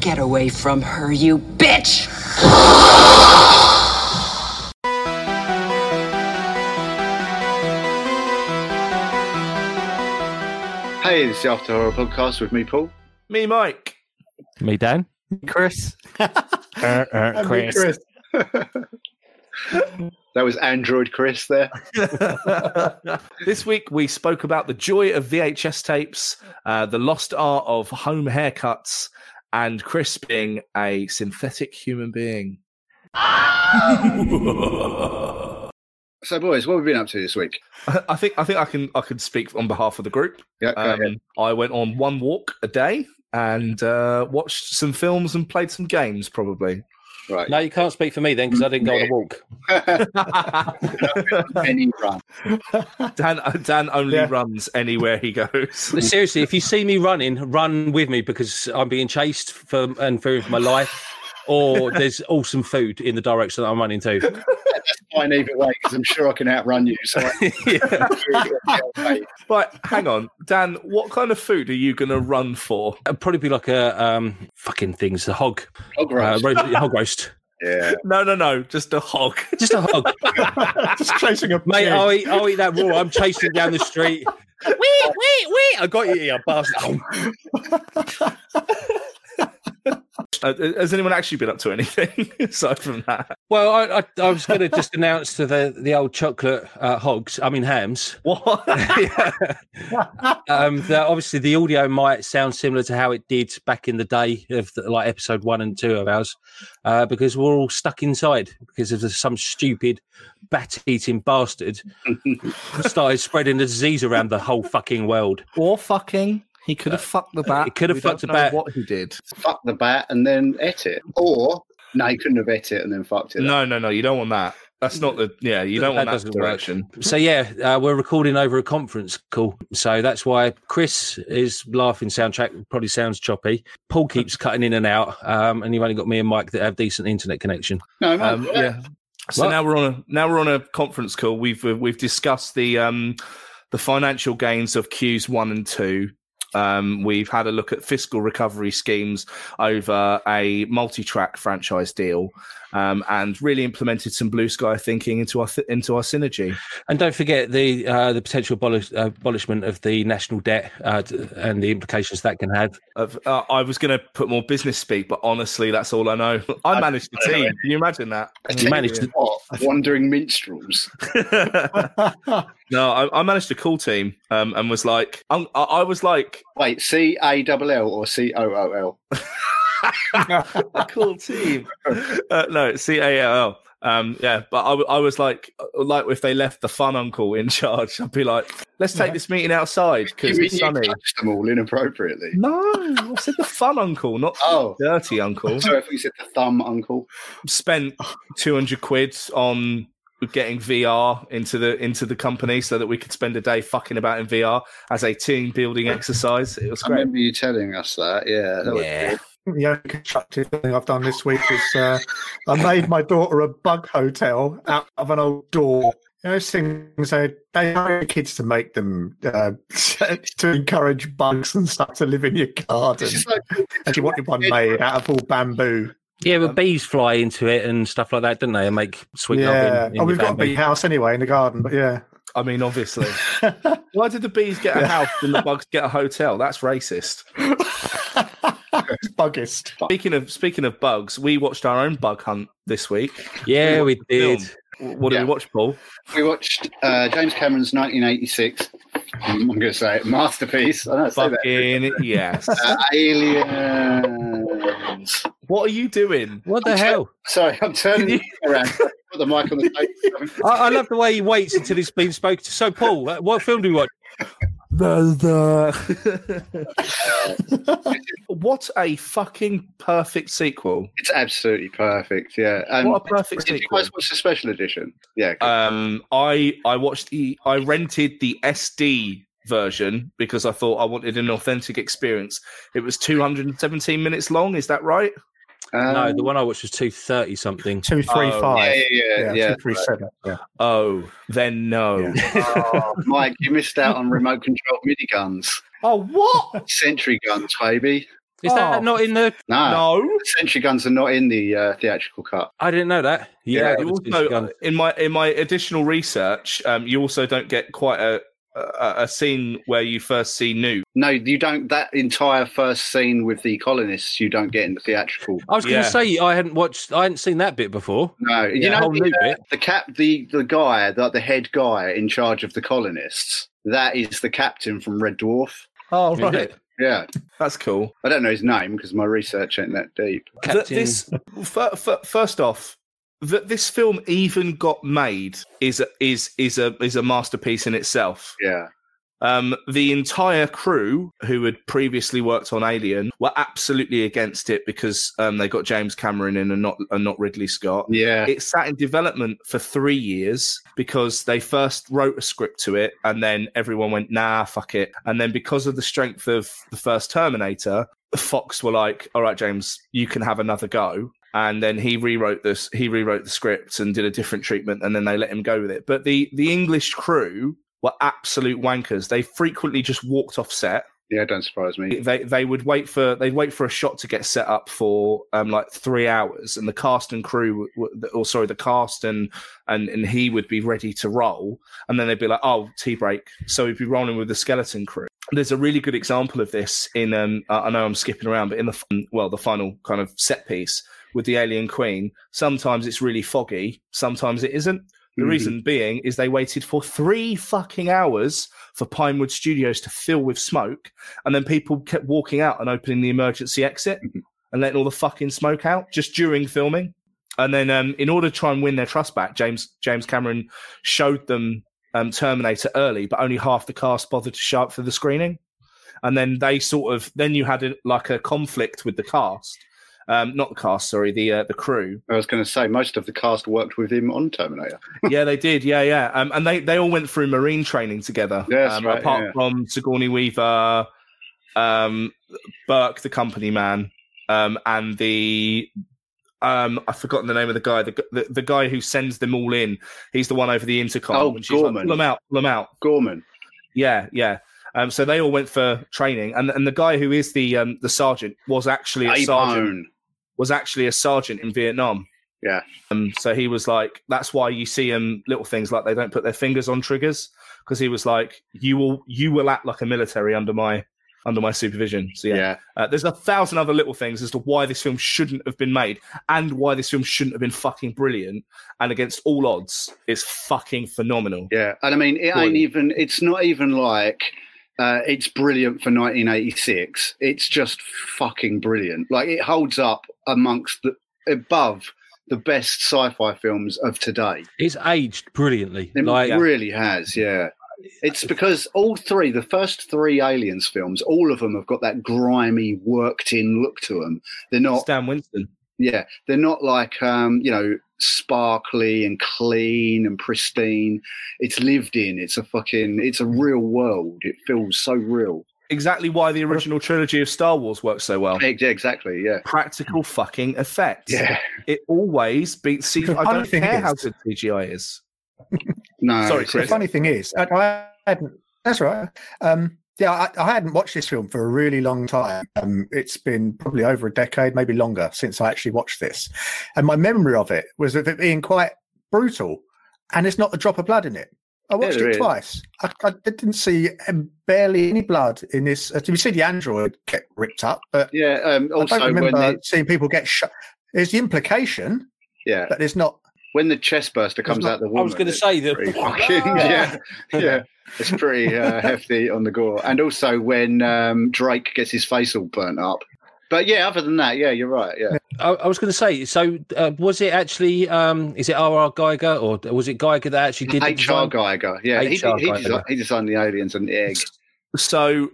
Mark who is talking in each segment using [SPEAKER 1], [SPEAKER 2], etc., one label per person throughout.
[SPEAKER 1] Get away from her, you bitch!
[SPEAKER 2] Hey, this is the After Horror Podcast with me, Paul.
[SPEAKER 3] Me, Mike.
[SPEAKER 4] Me, Dan.
[SPEAKER 3] Chris.
[SPEAKER 2] And me, Chris. that was Android Chris there.
[SPEAKER 3] this week we spoke about the joy of VHS tapes, uh, the lost art of home haircuts, and Chris being a synthetic human being.
[SPEAKER 2] So, boys, what have we been up to this week?
[SPEAKER 3] I think I think I can I can speak on behalf of the group.
[SPEAKER 2] Yeah, go ahead.
[SPEAKER 3] Um, I went on one walk a day and uh, watched some films and played some games, probably.
[SPEAKER 2] right.
[SPEAKER 5] No, you can't speak for me then because I didn't go on a walk.
[SPEAKER 2] Penny run.
[SPEAKER 3] Dan Dan only
[SPEAKER 6] Yeah.
[SPEAKER 3] runs anywhere he goes.
[SPEAKER 5] But seriously, if you see me running, run with me because I'm being chased for and for my life, or there's awesome food in the direction that I'm running to.
[SPEAKER 2] Fine either way, because I'm sure I can outrun you. So
[SPEAKER 5] Yeah.
[SPEAKER 2] I-
[SPEAKER 3] Right, hang on, Dan. What kind of food are you going to run for?
[SPEAKER 5] It'd probably be like a um, fucking things, a hog,
[SPEAKER 2] Hog
[SPEAKER 5] uh,
[SPEAKER 2] roast.
[SPEAKER 5] roast, hog roast,
[SPEAKER 2] Yeah.
[SPEAKER 3] No, no, no, just a hog.
[SPEAKER 5] just a hog,
[SPEAKER 6] Just chasing a
[SPEAKER 5] mate.
[SPEAKER 6] pig.
[SPEAKER 5] I'll eat, I'll eat that raw. I'm chasing down the street. Wait, wait, wait! I got you, you bastard.
[SPEAKER 3] Uh, has anyone actually been up to anything aside from that?
[SPEAKER 5] Well, I, I, I was going to just announce to the the old chocolate uh, hogs. I mean hams.
[SPEAKER 3] What?
[SPEAKER 5] um, the, obviously, the audio might sound similar to how it did back in the day of the, like episode one and two of ours, uh, because we're all stuck inside because of some stupid bat-eating bastard started spreading the disease around the whole fucking world.
[SPEAKER 3] or fucking? Uh, He could have fucked the bat.
[SPEAKER 5] he could have
[SPEAKER 3] We don't
[SPEAKER 5] fucked the
[SPEAKER 3] know
[SPEAKER 5] bat.
[SPEAKER 3] What he did?
[SPEAKER 2] Fuck the bat and then ate it. Or, no, he couldn't have ate it and then fucked it. up.
[SPEAKER 3] No, no, no. You don't want that. That's not the. Yeah, you don't want
[SPEAKER 5] That
[SPEAKER 3] that
[SPEAKER 5] doesn't work.
[SPEAKER 3] direction.
[SPEAKER 5] So yeah, uh, we're recording over a conference call, so that's why Chris is laughing. Soundtrack probably sounds choppy. Paul keeps cutting in and out, um, and you've only got me and Mike that have decent internet connection.
[SPEAKER 2] No, no,
[SPEAKER 3] Um, yeah. So
[SPEAKER 5] Well-
[SPEAKER 3] now we're on a now we're on a conference call. We've uh, we've discussed the um the financial gains of Qs one and two. Um, we've had a look at fiscal recovery schemes over a multi-track franchise deal, um, and really implemented some blue sky thinking into our th- into our synergy.
[SPEAKER 5] And don't forget the uh, the potential abolish, abolishment of the national debt uh, d- and the implications that can have.
[SPEAKER 3] Of, uh, I was going to put more business speak, but honestly, that's all I know. I managed the team. Can you imagine that?
[SPEAKER 2] I tell you
[SPEAKER 5] managed to-
[SPEAKER 2] what, wandering minstrels.
[SPEAKER 3] no, I, I managed a cool team um, and was like, I'm, I, I was like,
[SPEAKER 2] Wait, C A double L or C O O L?
[SPEAKER 3] a cool team. Uh, no, C A L L. Um, yeah, but I, w- I was like, uh, like if they left the fun uncle in charge, I'd be like, let's take this meeting outside because
[SPEAKER 2] You-
[SPEAKER 3] it's
[SPEAKER 2] you
[SPEAKER 3] sunny.
[SPEAKER 2] touched them all inappropriately.
[SPEAKER 3] No, I said the fun uncle, not
[SPEAKER 2] Oh,
[SPEAKER 3] dirty uncle.
[SPEAKER 2] so if we said the thumb uncle,
[SPEAKER 3] Spent
[SPEAKER 2] Oh.
[SPEAKER 3] two hundred quid on getting VR into the into the company so that we could spend a day fucking about in VR as a team building exercise. It was
[SPEAKER 2] I
[SPEAKER 3] great.
[SPEAKER 2] remember you telling us that. Yeah, that was
[SPEAKER 3] Yeah.
[SPEAKER 6] The only constructive thing I've done this week is uh, I made my daughter a bug hotel out of an old door. You know, those things they they hire kids to make them uh, to encourage bugs and stuff to live in your garden.
[SPEAKER 2] It's just like
[SPEAKER 6] And she wanted one made out of all bamboo.
[SPEAKER 5] Yeah, but bees fly into it and stuff like that, don't they? And make sweet
[SPEAKER 6] yeah,
[SPEAKER 5] love. In, in
[SPEAKER 6] oh,
[SPEAKER 5] the
[SPEAKER 6] we've got a
[SPEAKER 5] bamboo.
[SPEAKER 6] big house anyway in the garden, but yeah,
[SPEAKER 3] I mean, obviously, why did the bees get a house and the bugs get a hotel? That's racist.
[SPEAKER 6] it's buggist.
[SPEAKER 3] Speaking of speaking of bugs, we watched our own bug hunt this week.
[SPEAKER 5] Yeah, we
[SPEAKER 3] Film.
[SPEAKER 5] did.
[SPEAKER 3] W- What did
[SPEAKER 2] Yeah.
[SPEAKER 3] we watch, Paul?
[SPEAKER 2] we watched uh, James Cameron's 1986. I'm going to say it, masterpiece. I know I say that.
[SPEAKER 3] Fucking yes.
[SPEAKER 2] Uh, aliens.
[SPEAKER 3] what are you doing?
[SPEAKER 5] What the hell?
[SPEAKER 2] Sorry, I'm turning the mic around. Put the mic on the table.
[SPEAKER 5] I, I love the way he waits until he's been spoken to. So, Paul, uh, what film do we watch?
[SPEAKER 3] What a fucking perfect sequel.
[SPEAKER 2] It's absolutely perfect. Yeah. Um,
[SPEAKER 3] what a perfect
[SPEAKER 2] did you
[SPEAKER 3] sequel.
[SPEAKER 2] guys watch the special edition? Yeah. good.
[SPEAKER 3] Um, I I watched the I rented the SD version because I thought I wanted an authentic experience. It was 217 minutes long. Is that right?
[SPEAKER 2] Um,
[SPEAKER 5] no, the one I watched was two thirty something.
[SPEAKER 6] Two, three,
[SPEAKER 3] Oh,
[SPEAKER 2] Yeah,
[SPEAKER 6] five.
[SPEAKER 2] yeah, yeah. yeah.
[SPEAKER 6] two, three, seven. Yeah.
[SPEAKER 3] Oh, then no.
[SPEAKER 2] Oh, Mike, you missed out on remote control mini guns,
[SPEAKER 3] Oh, what?
[SPEAKER 2] sentry guns, baby.
[SPEAKER 5] Is that
[SPEAKER 3] Oh.
[SPEAKER 5] not in the?
[SPEAKER 2] No,
[SPEAKER 3] No.
[SPEAKER 2] century guns are not in the uh, theatrical cut.
[SPEAKER 5] I didn't know that. Yeah,
[SPEAKER 3] you
[SPEAKER 5] obviously
[SPEAKER 3] also
[SPEAKER 5] it's gone.
[SPEAKER 3] in my in my additional research, um, you also don't get quite a, a a scene where you first see Newt.
[SPEAKER 2] No, you don't. That entire first scene with the colonists, you don't get in the theatrical.
[SPEAKER 5] I was going to
[SPEAKER 3] Yeah.
[SPEAKER 5] say I hadn't watched, I hadn't seen that bit before.
[SPEAKER 2] No, you
[SPEAKER 5] Yeah,
[SPEAKER 2] know
[SPEAKER 5] whole
[SPEAKER 2] the,
[SPEAKER 5] new
[SPEAKER 2] uh,
[SPEAKER 5] bit.
[SPEAKER 2] the cap, the the guy, the, the head guy in charge of the colonists. That is the captain from Red Dwarf.
[SPEAKER 6] Oh,
[SPEAKER 5] Is
[SPEAKER 6] right.
[SPEAKER 5] it?
[SPEAKER 2] Yeah,
[SPEAKER 3] That's cool.
[SPEAKER 2] I don't know his name because my research ain't that deep.
[SPEAKER 5] Captain.
[SPEAKER 3] That this fir- fir- first off, that this film even got made is a, is is a is a masterpiece in itself.
[SPEAKER 2] Yeah,
[SPEAKER 3] Um, the entire crew who had previously worked on Alien were absolutely against it because um, they got James Cameron in and not and not Ridley Scott.
[SPEAKER 2] yeah,
[SPEAKER 3] It sat in development for three years because they first wrote a script to it and then everyone went, nah, fuck it. And then because of the strength of the first Terminator, Fox were like, all right, James, you can have another go. And then he rewrote this, he rewrote the script and did a different treatment and then they let him go with it. But the, the English crew were absolute wankers. They frequently just walked off set
[SPEAKER 2] yeah. Don't surprise me.
[SPEAKER 3] they they would wait for they'd wait for a shot to get set up for um like three hours, and the cast and crew, w- w- or sorry, the cast and and and he would be ready to roll, and then they'd be like, oh, tea break, so he'd be rolling with the skeleton crew. There's a really good example of this in um I I know I'm skipping around, but in the fin- well the final kind of set piece with the alien queen, sometimes it's really foggy, sometimes it isn't. The
[SPEAKER 2] Mhm.
[SPEAKER 3] reason being is they waited for three fucking hours for Pinewood Studios to fill with smoke, and then people kept walking out and opening the emergency exit and letting all the fucking smoke out just during filming. And then, um, in order to try and win their trust back, James James Cameron showed them um, Terminator early, but only half the cast bothered to show up for the screening. And then they sort of then you had a, like a conflict with the cast, um, not the cast, sorry, the uh, the crew,
[SPEAKER 2] I was going to say most of the cast worked with him on Terminator.
[SPEAKER 3] yeah, they did. Yeah, yeah. Um, and they, they all went through marine training together.
[SPEAKER 2] Yes,
[SPEAKER 3] um,
[SPEAKER 2] right,
[SPEAKER 3] Apart
[SPEAKER 2] yeah.
[SPEAKER 3] from Sigourney Weaver, um, Burke, the company man, um, and the um, I've forgotten the name of the guy. The, gu- the the guy who sends them all in. He's the one over the intercom.
[SPEAKER 2] Oh,
[SPEAKER 3] and she's like,
[SPEAKER 2] Gorman.
[SPEAKER 3] pull them out. Pull them out.
[SPEAKER 2] Gorman.
[SPEAKER 3] Yeah, yeah. Um, so they all went for training, and and the guy who is the um, the sergeant was actually a sergeant
[SPEAKER 2] Bone.
[SPEAKER 3] was actually a sergeant in Vietnam.
[SPEAKER 2] Yeah.
[SPEAKER 3] Um, so he was like, that's why you see him little things like they don't put their fingers on triggers because he was like, you will you will act like a military under my under my supervision. So yeah,
[SPEAKER 2] Yeah.
[SPEAKER 3] Uh, there's a thousand other little things as to why this film shouldn't have been made and why this film shouldn't have been fucking brilliant. And against all odds, it's fucking phenomenal.
[SPEAKER 2] Yeah, and I mean, it
[SPEAKER 3] Boy.
[SPEAKER 2] ain't even. It's not even like uh, it's brilliant for 1986. It's just fucking brilliant. Like it holds up amongst the above the best sci-fi films of today.
[SPEAKER 5] It's aged brilliantly.
[SPEAKER 2] It
[SPEAKER 5] like
[SPEAKER 2] really has. Yeah, it's because all three, the first three Aliens films, all of them have got that grimy, worked-in look to them. They're not
[SPEAKER 3] It's Dan Winston.
[SPEAKER 2] yeah, they're not like um, you know sparkly and clean and pristine. It's lived in. It's a fucking. It's a real world. It feels so real.
[SPEAKER 3] Exactly why the original trilogy of Star Wars worked so well.
[SPEAKER 2] Ex- Exactly. Yeah.
[SPEAKER 3] Practical fucking effects.
[SPEAKER 2] Yeah.
[SPEAKER 3] It always beats CGI.
[SPEAKER 6] The
[SPEAKER 3] I
[SPEAKER 6] funny
[SPEAKER 3] don't
[SPEAKER 6] thing
[SPEAKER 3] care
[SPEAKER 6] is-
[SPEAKER 3] how good CGI is.
[SPEAKER 2] No.
[SPEAKER 3] Sorry,
[SPEAKER 2] it's-
[SPEAKER 3] Chris.
[SPEAKER 6] The funny thing is, I, I hadn't. That's all right. Um, yeah, I, I hadn't watched this film for a really long time. Um, it's been probably over a decade, maybe longer, since I actually watched this, and my memory of it was of it being quite brutal, and it's not a drop of blood in it. I watched
[SPEAKER 2] there is.
[SPEAKER 6] it twice. I, I didn't see um, barely any blood in this. Uh, we see the android get ripped up, but
[SPEAKER 2] Yeah. Um,
[SPEAKER 6] I
[SPEAKER 2] also,
[SPEAKER 6] don't
[SPEAKER 2] when
[SPEAKER 6] remember
[SPEAKER 2] the,
[SPEAKER 6] seeing people get shot. There's the implication,
[SPEAKER 2] yeah,
[SPEAKER 6] but it's not.
[SPEAKER 2] when the chest burster comes
[SPEAKER 6] not-
[SPEAKER 2] out the
[SPEAKER 5] I
[SPEAKER 2] woman,
[SPEAKER 5] was going to
[SPEAKER 2] it's
[SPEAKER 5] say that.
[SPEAKER 2] pretty fucking, yeah, yeah. It's pretty uh, hefty on the gore, and also when um, Drake gets his face all burnt up. But yeah, other than that, yeah, you're right. Yeah,
[SPEAKER 5] I, I was going to say. So, uh, was it actually? Um, is it R.R. Geiger or was it Geiger that actually did the
[SPEAKER 2] H.R.
[SPEAKER 5] design?
[SPEAKER 2] Geiger. Yeah, he,
[SPEAKER 5] H.R.
[SPEAKER 2] did- he,
[SPEAKER 5] Geiger.
[SPEAKER 2] designed, he designed the aliens and the egg.
[SPEAKER 3] So,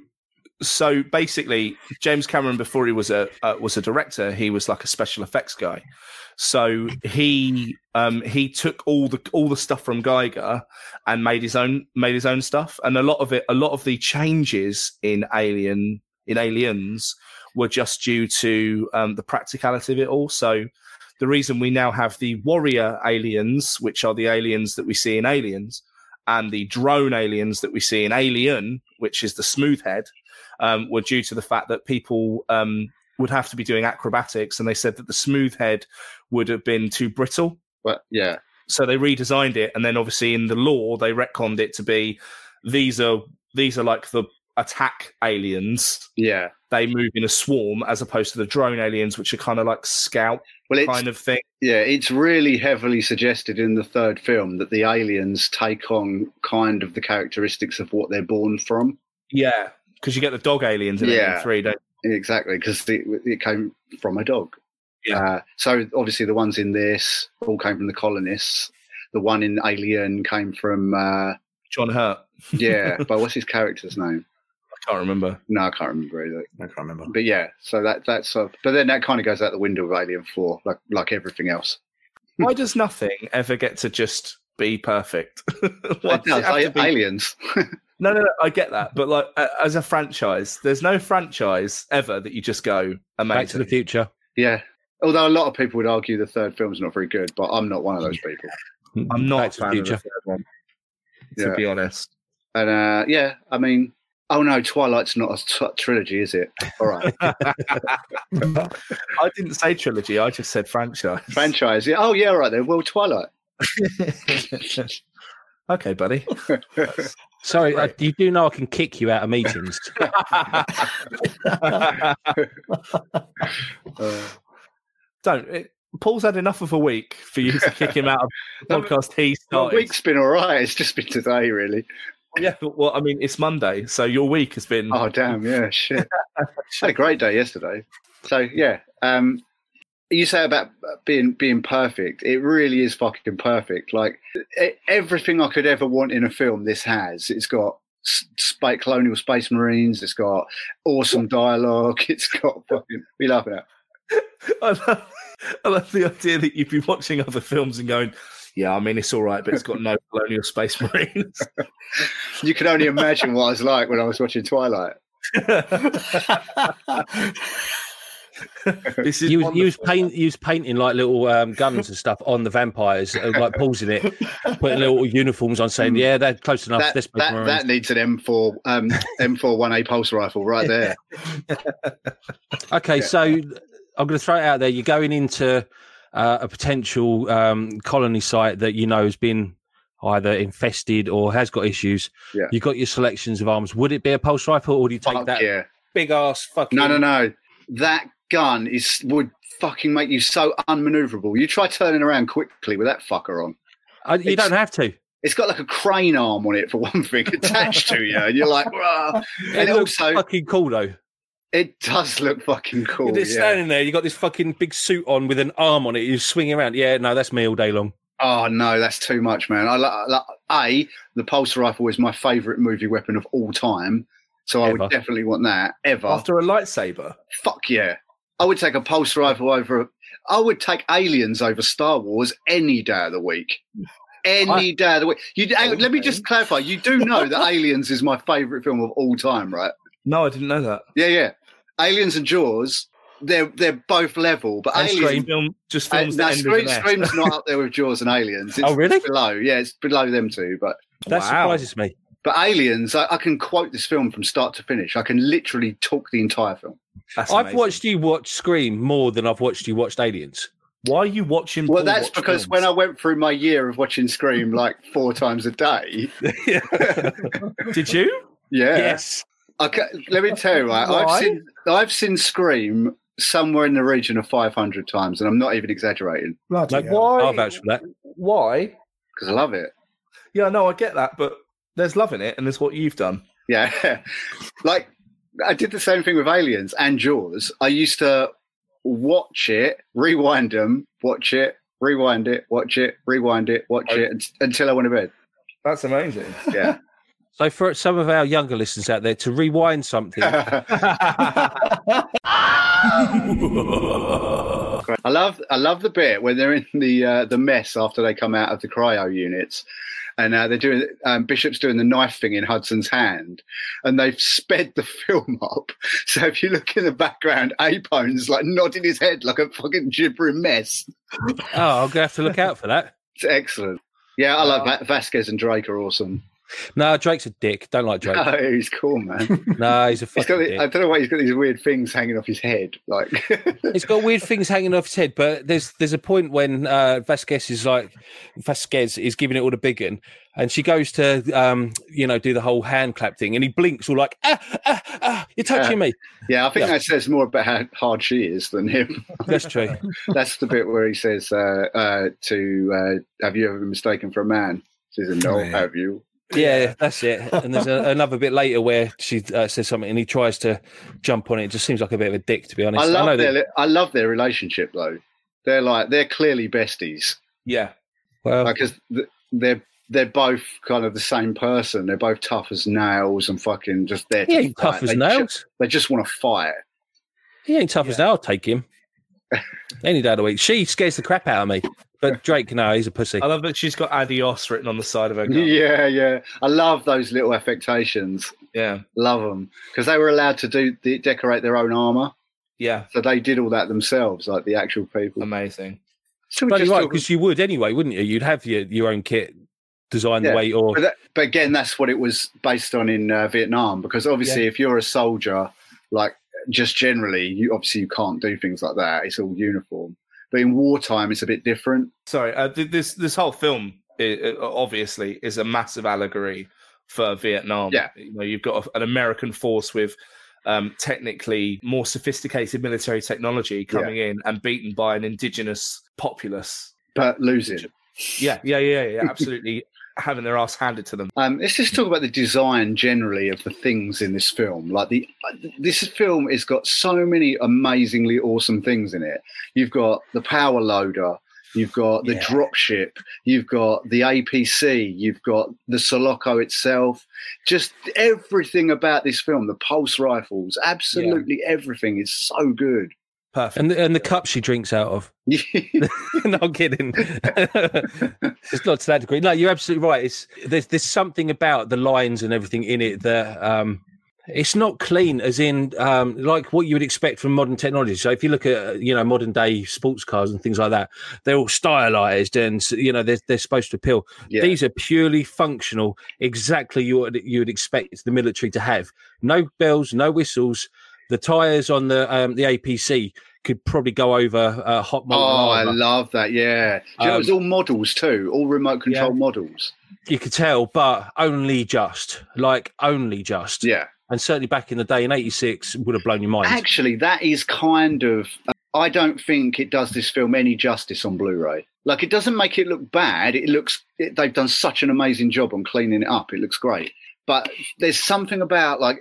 [SPEAKER 3] so basically, James Cameron before he was a uh, was a director, he was like a special effects guy. So he um, he took all the all the stuff from Geiger and made his own made his own stuff, and a lot of it, a lot of the changes in Alien in Aliens were just due to um, the practicality of it all. So. The reason we now have the warrior aliens, which are the aliens that we see in Aliens, and the drone aliens that we see in Alien, which is the smooth head, um, were due to the fact that people um, would have to be doing acrobatics, and they said that the smooth head would have been too brittle.
[SPEAKER 2] But yeah,
[SPEAKER 3] So they redesigned it, and then obviously in the law they retconned it to be these are these are like the attack aliens.
[SPEAKER 2] yeah.
[SPEAKER 3] They move in a swarm as opposed to the drone aliens, which are kind of like scout
[SPEAKER 2] Well, it's
[SPEAKER 3] kind of thing.
[SPEAKER 2] yeah, it's really heavily suggested in the third film that the aliens take on kind of the characteristics of what they're born from.
[SPEAKER 3] Yeah, because you get the dog aliens in
[SPEAKER 2] Yeah.
[SPEAKER 3] yeah. three, don't
[SPEAKER 2] Exactly, because it, it came from a dog.
[SPEAKER 3] Yeah.
[SPEAKER 2] Uh, so obviously, the ones in this all came from the colonists. The one in Alien came from uh,
[SPEAKER 3] John Hurt.
[SPEAKER 2] yeah, but what's his character's name?
[SPEAKER 3] I can't remember.
[SPEAKER 2] No, I can't remember either.
[SPEAKER 6] I can't remember.
[SPEAKER 2] But yeah, so that that's sort of- but then that kind of goes out the window of Alien Four, like like everything else.
[SPEAKER 3] Why does nothing ever get to just be perfect? Why
[SPEAKER 2] It
[SPEAKER 3] does it
[SPEAKER 2] does,
[SPEAKER 3] have to
[SPEAKER 2] a-
[SPEAKER 3] be-
[SPEAKER 2] aliens.
[SPEAKER 3] No, no, no, I get that, but like a- as a franchise, there's no franchise ever that you just go amazing.
[SPEAKER 5] Back to the Future.
[SPEAKER 2] yeah. Although a lot of people would argue the third film's not very good, but I'm not one of those people.
[SPEAKER 3] I'm not
[SPEAKER 5] Back
[SPEAKER 3] a
[SPEAKER 5] to the
[SPEAKER 3] fan of the
[SPEAKER 5] Future.
[SPEAKER 3] third one, to
[SPEAKER 2] Yeah.
[SPEAKER 3] be honest.
[SPEAKER 2] And uh, yeah, I mean, oh no, Twilight's not a t- trilogy, is it? All right,
[SPEAKER 3] I didn't say trilogy. I just said franchise.
[SPEAKER 2] franchise. Yeah. Oh yeah, all right then. Well, Twilight. Uh,
[SPEAKER 3] okay, buddy.
[SPEAKER 5] Sorry, I,
[SPEAKER 3] Right.
[SPEAKER 5] you do know I can kick you out of meetings.
[SPEAKER 2] Uh,
[SPEAKER 3] Don't. It, Paul's had enough of a week for you to kick him out of the
[SPEAKER 2] No, but-
[SPEAKER 3] podcast he
[SPEAKER 2] well,
[SPEAKER 3] started.
[SPEAKER 2] week's been all right. It's just been today, really.
[SPEAKER 3] Yeah, but, well, I mean, it's Monday, so your week has been.
[SPEAKER 2] Oh damn, yeah, shit. Had a great day yesterday. So yeah, um, you say about being being perfect. It really is fucking perfect. Like e- everything I could ever want in a film, this has. It's got s- spa colonial space marines. It's got awesome dialogue. It's got fucking. We love it.
[SPEAKER 3] I, love, I love the idea that you'd be watching other films and going, yeah, I mean, it's all right, but it's got no colonial space marines.
[SPEAKER 2] You can only imagine what I was like when I was watching Twilight.
[SPEAKER 3] this is
[SPEAKER 5] you was, you was
[SPEAKER 3] wonderful.
[SPEAKER 5] paint you was painting like little um, guns and stuff on the vampires, uh, like pausing it, putting little uniforms on, saying,
[SPEAKER 2] Mm.
[SPEAKER 5] "Yeah, they're close enough."
[SPEAKER 2] That,
[SPEAKER 5] this makes
[SPEAKER 2] that,
[SPEAKER 5] more
[SPEAKER 2] that
[SPEAKER 5] sense."
[SPEAKER 2] needs an M4 um, M41A pulse rifle right there.
[SPEAKER 5] Okay,
[SPEAKER 2] Yeah.
[SPEAKER 5] so I'm going to throw it out there. You're going into uh, a potential um, colony site that you know has been either infested or has got issues.
[SPEAKER 2] Yeah.
[SPEAKER 5] You've got your selections of arms. Would it be a pulse rifle, or do you take
[SPEAKER 2] Fuck
[SPEAKER 5] that
[SPEAKER 2] yeah.
[SPEAKER 5] big ass fucking?
[SPEAKER 2] No, no, no. That gun is would fucking make you so unmaneuverable. You try turning around quickly with that fucker on.
[SPEAKER 5] I, Uh, you
[SPEAKER 2] It's-
[SPEAKER 5] don't have to.
[SPEAKER 2] It's got like a crane arm on it for one thing attached to you, and you're like, "Rah."
[SPEAKER 5] It
[SPEAKER 2] and
[SPEAKER 5] looks
[SPEAKER 2] also
[SPEAKER 5] fucking cool though.
[SPEAKER 2] it does look fucking cool.
[SPEAKER 5] You're just
[SPEAKER 2] Yeah.
[SPEAKER 5] standing there. You got this fucking big suit on with an arm on it. You're swinging around. Yeah, no, that's me all day long.
[SPEAKER 2] Oh no, that's too much, man. I like, a the pulse rifle is my favorite movie weapon of all time, so I
[SPEAKER 5] Ever.
[SPEAKER 2] would definitely want that ever.
[SPEAKER 3] After a lightsaber.
[SPEAKER 2] Fuck yeah, I would take a pulse rifle over. I would take Aliens over Star Wars any day of the week. Any
[SPEAKER 5] I-
[SPEAKER 2] day of the week. You, hang on, Let me
[SPEAKER 3] Okay.
[SPEAKER 2] just clarify. You do know that Aliens is my favorite film of all time, right?
[SPEAKER 3] No, I didn't know that.
[SPEAKER 2] Yeah, yeah. Aliens and Jaws. They're they're both level, but
[SPEAKER 3] And
[SPEAKER 2] Aliens.
[SPEAKER 3] Scream film just
[SPEAKER 2] Uh,
[SPEAKER 3] films
[SPEAKER 2] no,
[SPEAKER 3] that end with
[SPEAKER 2] Scream,
[SPEAKER 3] an S.
[SPEAKER 2] Scream's not up there with Jaws and Aliens. It's
[SPEAKER 5] Oh, really?
[SPEAKER 2] Below, yeah, it's below them two. But
[SPEAKER 5] That
[SPEAKER 3] Wow.
[SPEAKER 5] surprises me.
[SPEAKER 2] but Aliens, I, I can quote this film from start to finish. I can literally talk the entire film.
[SPEAKER 3] That's
[SPEAKER 5] I've
[SPEAKER 3] amazing.
[SPEAKER 5] watched you watch Scream more than I've watched you watched Aliens.
[SPEAKER 3] Why are you watching?
[SPEAKER 2] Well,
[SPEAKER 3] Paul
[SPEAKER 2] that's
[SPEAKER 3] watch
[SPEAKER 2] because
[SPEAKER 3] films?
[SPEAKER 2] when I went through my year of watching Scream like four times a day,
[SPEAKER 3] did you?
[SPEAKER 2] yeah.
[SPEAKER 5] Yes.
[SPEAKER 2] Okay, let me tell you, right,
[SPEAKER 3] Why?
[SPEAKER 2] I've seen I've seen Scream somewhere in the region of 500 times, and I'm not even exaggerating
[SPEAKER 6] Bloody
[SPEAKER 5] Like,
[SPEAKER 6] hell.
[SPEAKER 3] Why?
[SPEAKER 5] I'll vouch for that.
[SPEAKER 3] Why?
[SPEAKER 2] because I love it.
[SPEAKER 3] Yeah, no, I get that, but there's loving it, and there's what you've done.
[SPEAKER 2] Yeah. like I did the same thing with Aliens and Jaws. I used to watch it, rewind them, watch it, rewind it, watch it, rewind it, watch
[SPEAKER 3] Oh.
[SPEAKER 2] it un- until I went to bed.
[SPEAKER 3] That's amazing.
[SPEAKER 2] Yeah.
[SPEAKER 5] So for some of our younger listeners out there to rewind something, oh,
[SPEAKER 2] I love I love the bit when they're in the uh, the mess after they come out of the cryo units, and uh, they're doing um, Bishop's doing the knife thing in Hudson's hand, and they've sped the film up. So if you look in the background, Apone's like nodding his head like a fucking gibbering mess.
[SPEAKER 5] oh, I'm gonna have to look out for that.
[SPEAKER 2] It's excellent. Yeah, I love Va- Vasquez and Drake are awesome.
[SPEAKER 5] No, Drake's a dick. Don't like Drake.
[SPEAKER 2] No, he's cool, man.
[SPEAKER 5] No, he's a
[SPEAKER 2] He's got.
[SPEAKER 5] fucking
[SPEAKER 2] The, I
[SPEAKER 5] dick.
[SPEAKER 2] don't know why he's got these weird things hanging off his head. Like,
[SPEAKER 5] He's got weird things hanging off his head, but there's there's a point when uh, Vasquez is like Vasquez is giving it all the big one, and she goes to um, you know do the whole hand clap thing, and he blinks all like ah ah ah, you're touching me.
[SPEAKER 2] yeah, I think
[SPEAKER 5] Yeah.
[SPEAKER 2] that says more about how hard she is than him.
[SPEAKER 5] That's true.
[SPEAKER 2] That's the bit where he says uh, uh, to, uh, "Have you ever been mistaken for a man?" She says, "No,
[SPEAKER 6] Yeah.
[SPEAKER 2] have you?"
[SPEAKER 5] Yeah, that's it. And there's a, another bit later where she uh, says something, and he tries to jump on it. It just seems like a bit of a dick, to be honest.
[SPEAKER 2] I
[SPEAKER 5] know
[SPEAKER 2] love
[SPEAKER 5] that-
[SPEAKER 2] their. I love their relationship though. They're like they're clearly besties
[SPEAKER 3] Yeah.
[SPEAKER 5] Well,
[SPEAKER 2] because they're they're both kind of the same person. They're both tough as nails and fucking just there. to
[SPEAKER 5] he ain't tough
[SPEAKER 2] fight.
[SPEAKER 5] as
[SPEAKER 2] They ju-
[SPEAKER 5] nails.
[SPEAKER 2] they just want to fight.
[SPEAKER 5] He ain't tough as nails. I'll take him any day of the week. She scares the crap out of me, but Drake, no, he's a pussy.
[SPEAKER 3] I love that she's got adios written on the side of her gun.
[SPEAKER 2] Yeah, yeah. I love those little affectations.
[SPEAKER 3] Yeah.
[SPEAKER 2] Love them because they were allowed to do de- decorate their own armor,
[SPEAKER 3] Yeah.
[SPEAKER 2] so they did all that themselves, like the actual people.
[SPEAKER 3] Amazing.
[SPEAKER 2] Still
[SPEAKER 5] Um, Bloody
[SPEAKER 2] just
[SPEAKER 5] right,
[SPEAKER 2] talking-
[SPEAKER 5] because you would anyway, wouldn't you? You'd have your, your own kit designed
[SPEAKER 2] Yeah,
[SPEAKER 5] the way, or
[SPEAKER 2] But, that, but again, that's what it was based on in uh, Vietnam. Because obviously, if you're a soldier, like just generally, you obviously you can't do things like that. It's all uniform. But in wartime, it's a bit different.
[SPEAKER 3] Sorry, uh, th- this this whole film i- i- obviously is a massive allegory for Vietnam.
[SPEAKER 2] Yeah.
[SPEAKER 3] you know, you've got a, an American force with um, technically more sophisticated military technology coming in and beaten by an indigenous populace.
[SPEAKER 2] But losing.
[SPEAKER 3] Yeah, yeah, yeah, yeah, absolutely. Having their ass handed to them.
[SPEAKER 2] Um, let's just talk about the design generally of the things in this film. Like the this film has got so many amazingly awesome things in it. You've got the power loader, you've got the
[SPEAKER 3] Yeah.
[SPEAKER 2] dropship, you've got the APC, you've got the Sulaco itself. Just everything about this film, the pulse rifles, absolutely everything is so good.
[SPEAKER 3] Perfect.
[SPEAKER 5] and the, and the cup she drinks out of. no I'm kidding. it's not to that degree. No, you're absolutely right. It's there's there's something about the lines and everything in it that um it's not clean as in um like what you would expect from modern technology. So if you look at uh, you know modern day sports cars and things like that, they're all stylized and you know they're they're supposed to appeal.
[SPEAKER 2] yeah.
[SPEAKER 5] These are purely functional, exactly you would, you would expect the military to have. No bells, no whistles. The tires on the um, the APC could probably go over uh, hot
[SPEAKER 2] Oh,
[SPEAKER 5] molten
[SPEAKER 2] I
[SPEAKER 5] armor.
[SPEAKER 2] love that. Yeah. Do you know, it was all models too, all remote control models.
[SPEAKER 5] you could tell, but only just, like only just.
[SPEAKER 2] Yeah.
[SPEAKER 5] And certainly back in the day in '86 would have blown your mind.
[SPEAKER 2] Actually, that is kind of. I don't think it does this film any justice on Blu-ray. Like, it doesn't make it look bad. It looks it, they've done such an amazing job on cleaning it up. It looks great, but there's something about like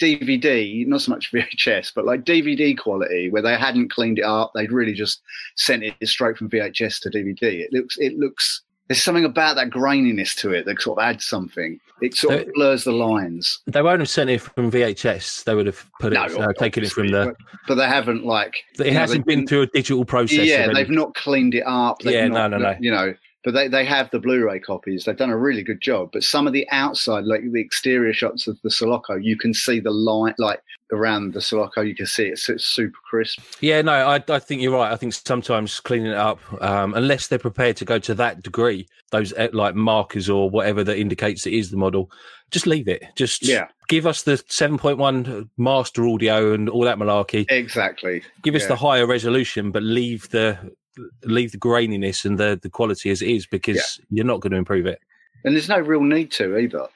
[SPEAKER 2] DVD, not so much VHS, but like DVD quality where they hadn't cleaned it up. They'd really just sent it straight from VHS to DVD. It looks it looks. There's something about that graininess to it that sort of adds something. It sort of blurs the lines.
[SPEAKER 5] they won't have sent it from VHS. They would have put it, uh, taken it from the.
[SPEAKER 2] obviously, But, but they haven't like
[SPEAKER 5] It
[SPEAKER 2] you know,
[SPEAKER 5] hasn't
[SPEAKER 2] they
[SPEAKER 5] been
[SPEAKER 2] didn't-
[SPEAKER 5] through a digital process. of
[SPEAKER 2] Yeah,
[SPEAKER 5] any-
[SPEAKER 2] they've not cleaned it up. they've
[SPEAKER 5] Yeah, no,
[SPEAKER 2] not-
[SPEAKER 5] no, no.
[SPEAKER 2] You know, but they, they have the Blu-ray copies. They've done a really good job. But some of the outside, like the exterior shots of the Sulaco, you can see the light, like around the Sulaco, you can see it's, it's super crisp.
[SPEAKER 5] Yeah, no, I, I think you're right. I think sometimes cleaning it up, um, unless they're prepared to go to that degree, those uh, like markers or whatever that indicates it is the model, just leave it. Just
[SPEAKER 2] Yeah,
[SPEAKER 5] give us the 7.1 master audio and all that malarkey.
[SPEAKER 2] exactly.
[SPEAKER 5] Give us
[SPEAKER 2] yeah.
[SPEAKER 5] the higher resolution, but leave the leave the graininess and the the quality as it is because you're not going to improve it.
[SPEAKER 2] And there's no real need to either.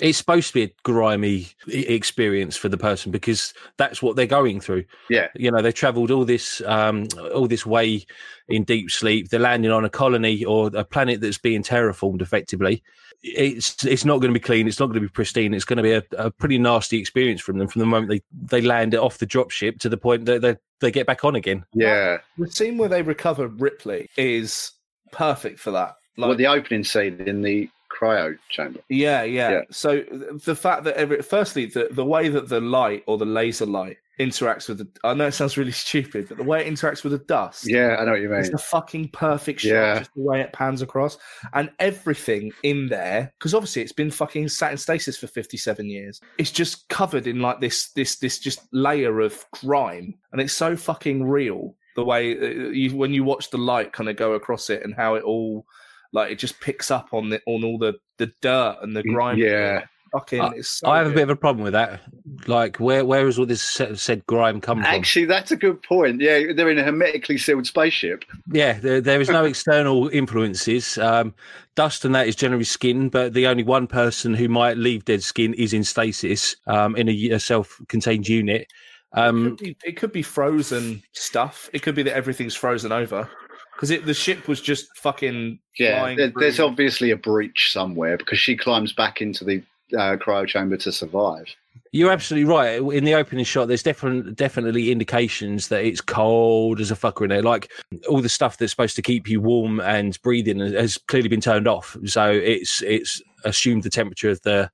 [SPEAKER 5] It's supposed to be a grimy e- experience for the person because that's what they're going through.
[SPEAKER 2] Yeah.
[SPEAKER 5] you know they travelled all this um, all this way in deep sleep. They're landing on a colony or a planet that's being terraformed. Effectively, it's it's not going to be clean. It's not going to be pristine. It's going to be a, a pretty nasty experience from them from the moment they they land off the dropship to the point that they they get back on again.
[SPEAKER 2] Yeah.
[SPEAKER 3] the scene where they recover Ripley is perfect for that.
[SPEAKER 2] well, the opening scene in the cryo chamber.
[SPEAKER 3] Yeah, yeah.
[SPEAKER 2] Yeah.
[SPEAKER 3] So th- the fact that every, firstly the the way that the light or the laser light interacts with the I know it sounds really stupid, but the way it interacts with the dust
[SPEAKER 2] Yeah, I know what you
[SPEAKER 3] is
[SPEAKER 2] mean.
[SPEAKER 3] the fucking perfect shot.
[SPEAKER 2] Yeah.
[SPEAKER 3] Just the way it pans across and everything in there because obviously it's been fucking sat in stasis for fifty seven years. It's just covered in like this this this just layer of grime, and it's so fucking real. The way uh, you, when you watch the light kind of go across it and how it all Like it just picks up on the on all the the dirt and the grime.
[SPEAKER 2] Yeah.
[SPEAKER 3] fucking. it's so
[SPEAKER 5] I have a
[SPEAKER 3] good.
[SPEAKER 5] bit of a problem with that. Like, where where is all this said, said grime come from?
[SPEAKER 2] Actually, that's a good point. Yeah, they're in a hermetically sealed spaceship.
[SPEAKER 5] Yeah, there, there is no external influences. Um, dust and that is generally skin, but the only one person who might leave dead skin is in stasis um, in a, a self-contained unit. Um,
[SPEAKER 3] Could be- it could be frozen stuff. It could be that everything's frozen over because the ship was just fucking
[SPEAKER 2] Yeah,
[SPEAKER 3] flying
[SPEAKER 2] there, there's
[SPEAKER 3] through-
[SPEAKER 2] obviously a breach somewhere because she climbs back into the uh, cryo chamber to survive.
[SPEAKER 5] You're absolutely right. In the opening shot, there's definitely definitely indications that it's cold as a fucker in there. Like all the stuff that's supposed to keep you warm and breathing has clearly been turned off. So it's it's assumed the temperature of the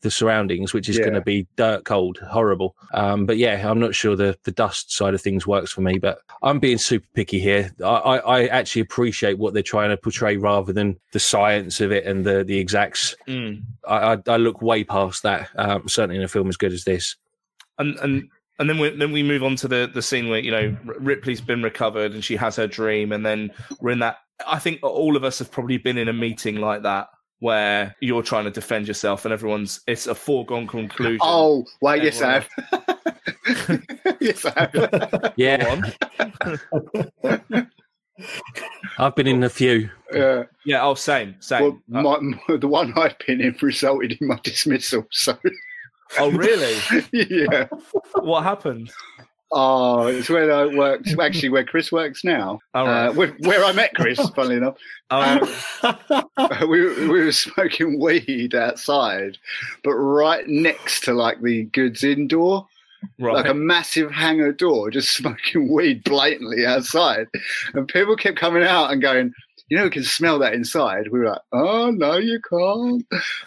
[SPEAKER 5] the surroundings, which is
[SPEAKER 2] Yeah.
[SPEAKER 5] going to be dirt cold, horrible. Um, but yeah, I'm not sure the the dust side of things works for me. But I'm being super picky here. I, I, I actually appreciate what they're trying to portray rather than the science of it and the the exacts.
[SPEAKER 3] Mm.
[SPEAKER 5] I, I, I look way past that. Um, certainly in a film as good as this.
[SPEAKER 3] and and and then we then we move on to the the scene where you know R- Ripley's been recovered and she has her dream, and then we're in that. I think all of us have probably been in a meeting like that where you're trying to defend yourself, and everyone's it's a foregone conclusion.
[SPEAKER 2] Oh, wait, yes, I
[SPEAKER 3] Everyone-
[SPEAKER 2] have. yes, I have.
[SPEAKER 3] Go
[SPEAKER 5] Yeah,
[SPEAKER 3] on.
[SPEAKER 5] I've been in a few.
[SPEAKER 2] Yeah.
[SPEAKER 3] yeah. Oh, same,
[SPEAKER 2] Well,
[SPEAKER 3] same. Uh,
[SPEAKER 2] my, my- the one I've been in resulted in my dismissal. So,
[SPEAKER 3] oh, really?
[SPEAKER 2] yeah.
[SPEAKER 3] what happened?
[SPEAKER 2] Oh, it's where I worked. Actually, where Chris works now.
[SPEAKER 3] All right.
[SPEAKER 2] Uh, where, where I met Chris, funnily enough. Uh,
[SPEAKER 3] Um,
[SPEAKER 2] we were- we were smoking weed outside, but right next to like the goods indoor, like
[SPEAKER 3] right.
[SPEAKER 2] a massive hangar door, just smoking weed blatantly outside, and people kept coming out and going. You know, we can smell that inside. We were like, oh, no, you can't.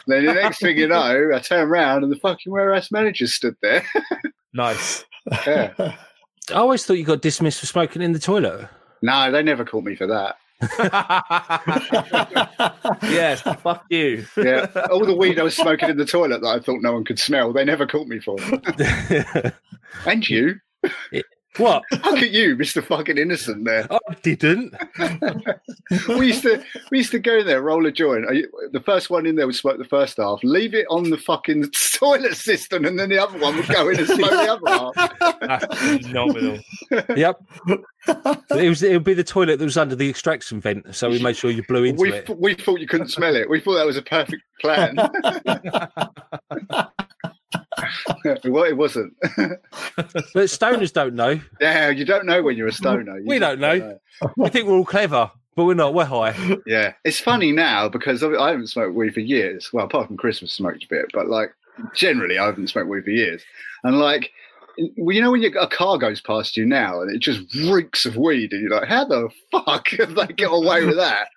[SPEAKER 2] Then the next thing you know, I turn around and the fucking warehouse manager stood there.
[SPEAKER 3] nice.
[SPEAKER 2] Yeah.
[SPEAKER 5] I always thought you got dismissed for smoking in the toilet.
[SPEAKER 2] No, they never caught me for that.
[SPEAKER 3] yes. Fuck you.
[SPEAKER 2] Yeah. All the weed I was smoking in the toilet that I thought no one could smell, they never caught me for. And you.
[SPEAKER 5] what?
[SPEAKER 2] Look at you, Mr. Fucking Innocent. There,
[SPEAKER 5] I didn't.
[SPEAKER 2] we used to we used to go in there, roll a joint. Are you- The first one in there would smoke the first half, leave it on the fucking toilet system, and then the other one would go in and smoke the other half.
[SPEAKER 3] That's phenomenal.
[SPEAKER 5] Yep. It was. It would be the toilet that was under the extraction vent, so we made sure you blew into
[SPEAKER 2] We
[SPEAKER 5] it.
[SPEAKER 2] we thought you couldn't smell it. We thought that was a perfect plan. well, it wasn't.
[SPEAKER 5] But stoners don't know.
[SPEAKER 2] Yeah, you don't know when you're a stoner. You
[SPEAKER 5] We
[SPEAKER 2] just
[SPEAKER 5] don't know. We think we're all clever, but we're not. We're high.
[SPEAKER 2] Yeah, it's funny now because I I haven't smoked weed for years. Well, apart from Christmas, smoked a bit, but like generally, I haven't smoked weed for years. And like, well, you know, when you, a car goes past you now and it just reeks of weed, and you're like, how the fuck have they get away with that?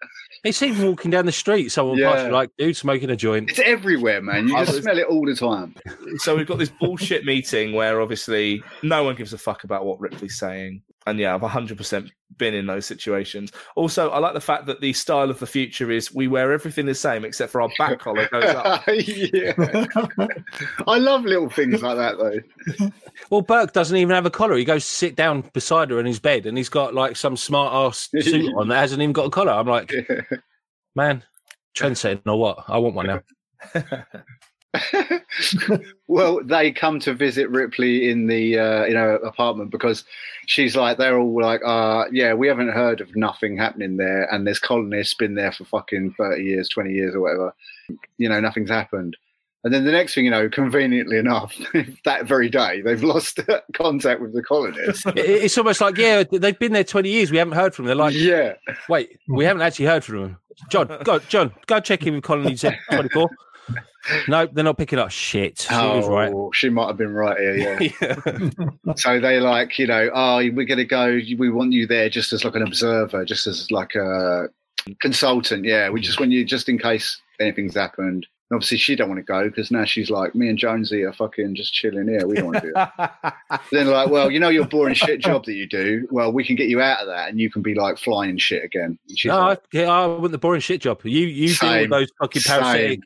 [SPEAKER 5] It's even walking down the street. Someone passed you
[SPEAKER 2] Yeah.
[SPEAKER 5] like, dude, smoking a joint.
[SPEAKER 2] It's everywhere, man. You
[SPEAKER 3] I
[SPEAKER 2] just
[SPEAKER 3] was-
[SPEAKER 2] smell it all the time.
[SPEAKER 3] so we've got this bullshit meeting where obviously no one gives a fuck about what Ripley's saying. And yeah, I've 100% been in those situations. Also, I like the fact that the style of the future is we wear everything the same except for our back collar goes up.
[SPEAKER 2] yeah, I love little things like that though.
[SPEAKER 5] Well, Burke doesn't even have a collar. He goes to sit down beside her in his bed, and he's got like some smart ass suit on that hasn't even got a collar. I'm like,
[SPEAKER 2] Yeah.
[SPEAKER 5] man, trendsetting or what? I want one now.
[SPEAKER 2] well, they come to visit Ripley in the uh, in her apartment because she's like they're all like, uh, yeah, we haven't heard of nothing happening there, and there's colonists been there for fucking thirty years, twenty years, or whatever. You know, nothing's happened. And then the next thing you know, conveniently enough, that very day they've lost contact with the colonists.
[SPEAKER 5] It- It's almost like, yeah, they've been there 20 years. We haven't heard from them. They're like,
[SPEAKER 2] yeah,
[SPEAKER 5] wait, we haven't actually heard from them. John, go, John, go check in with Colony Z24. No, they're not picking up shit. She was
[SPEAKER 2] Oh.
[SPEAKER 5] right.
[SPEAKER 2] she might have been right here. Yeah.
[SPEAKER 3] Yeah.
[SPEAKER 2] So they like, you know, oh, we're going to go. We want you there just as like an observer, just as like a consultant. Yeah, we just want you just in case anything's happened. And obviously, she don't want to go because now she's like, me and Jonesy are fucking just chilling here. We don't want to do that. then like, well, you know, your boring shit job that you do. Well, we can get you out of that, and you can be like flying shit again. And she's
[SPEAKER 5] No, I,
[SPEAKER 2] like,
[SPEAKER 5] yeah, I want the boring shit job. You you deal
[SPEAKER 2] Same.
[SPEAKER 5] with those fucking
[SPEAKER 2] Same.
[SPEAKER 5] parasitic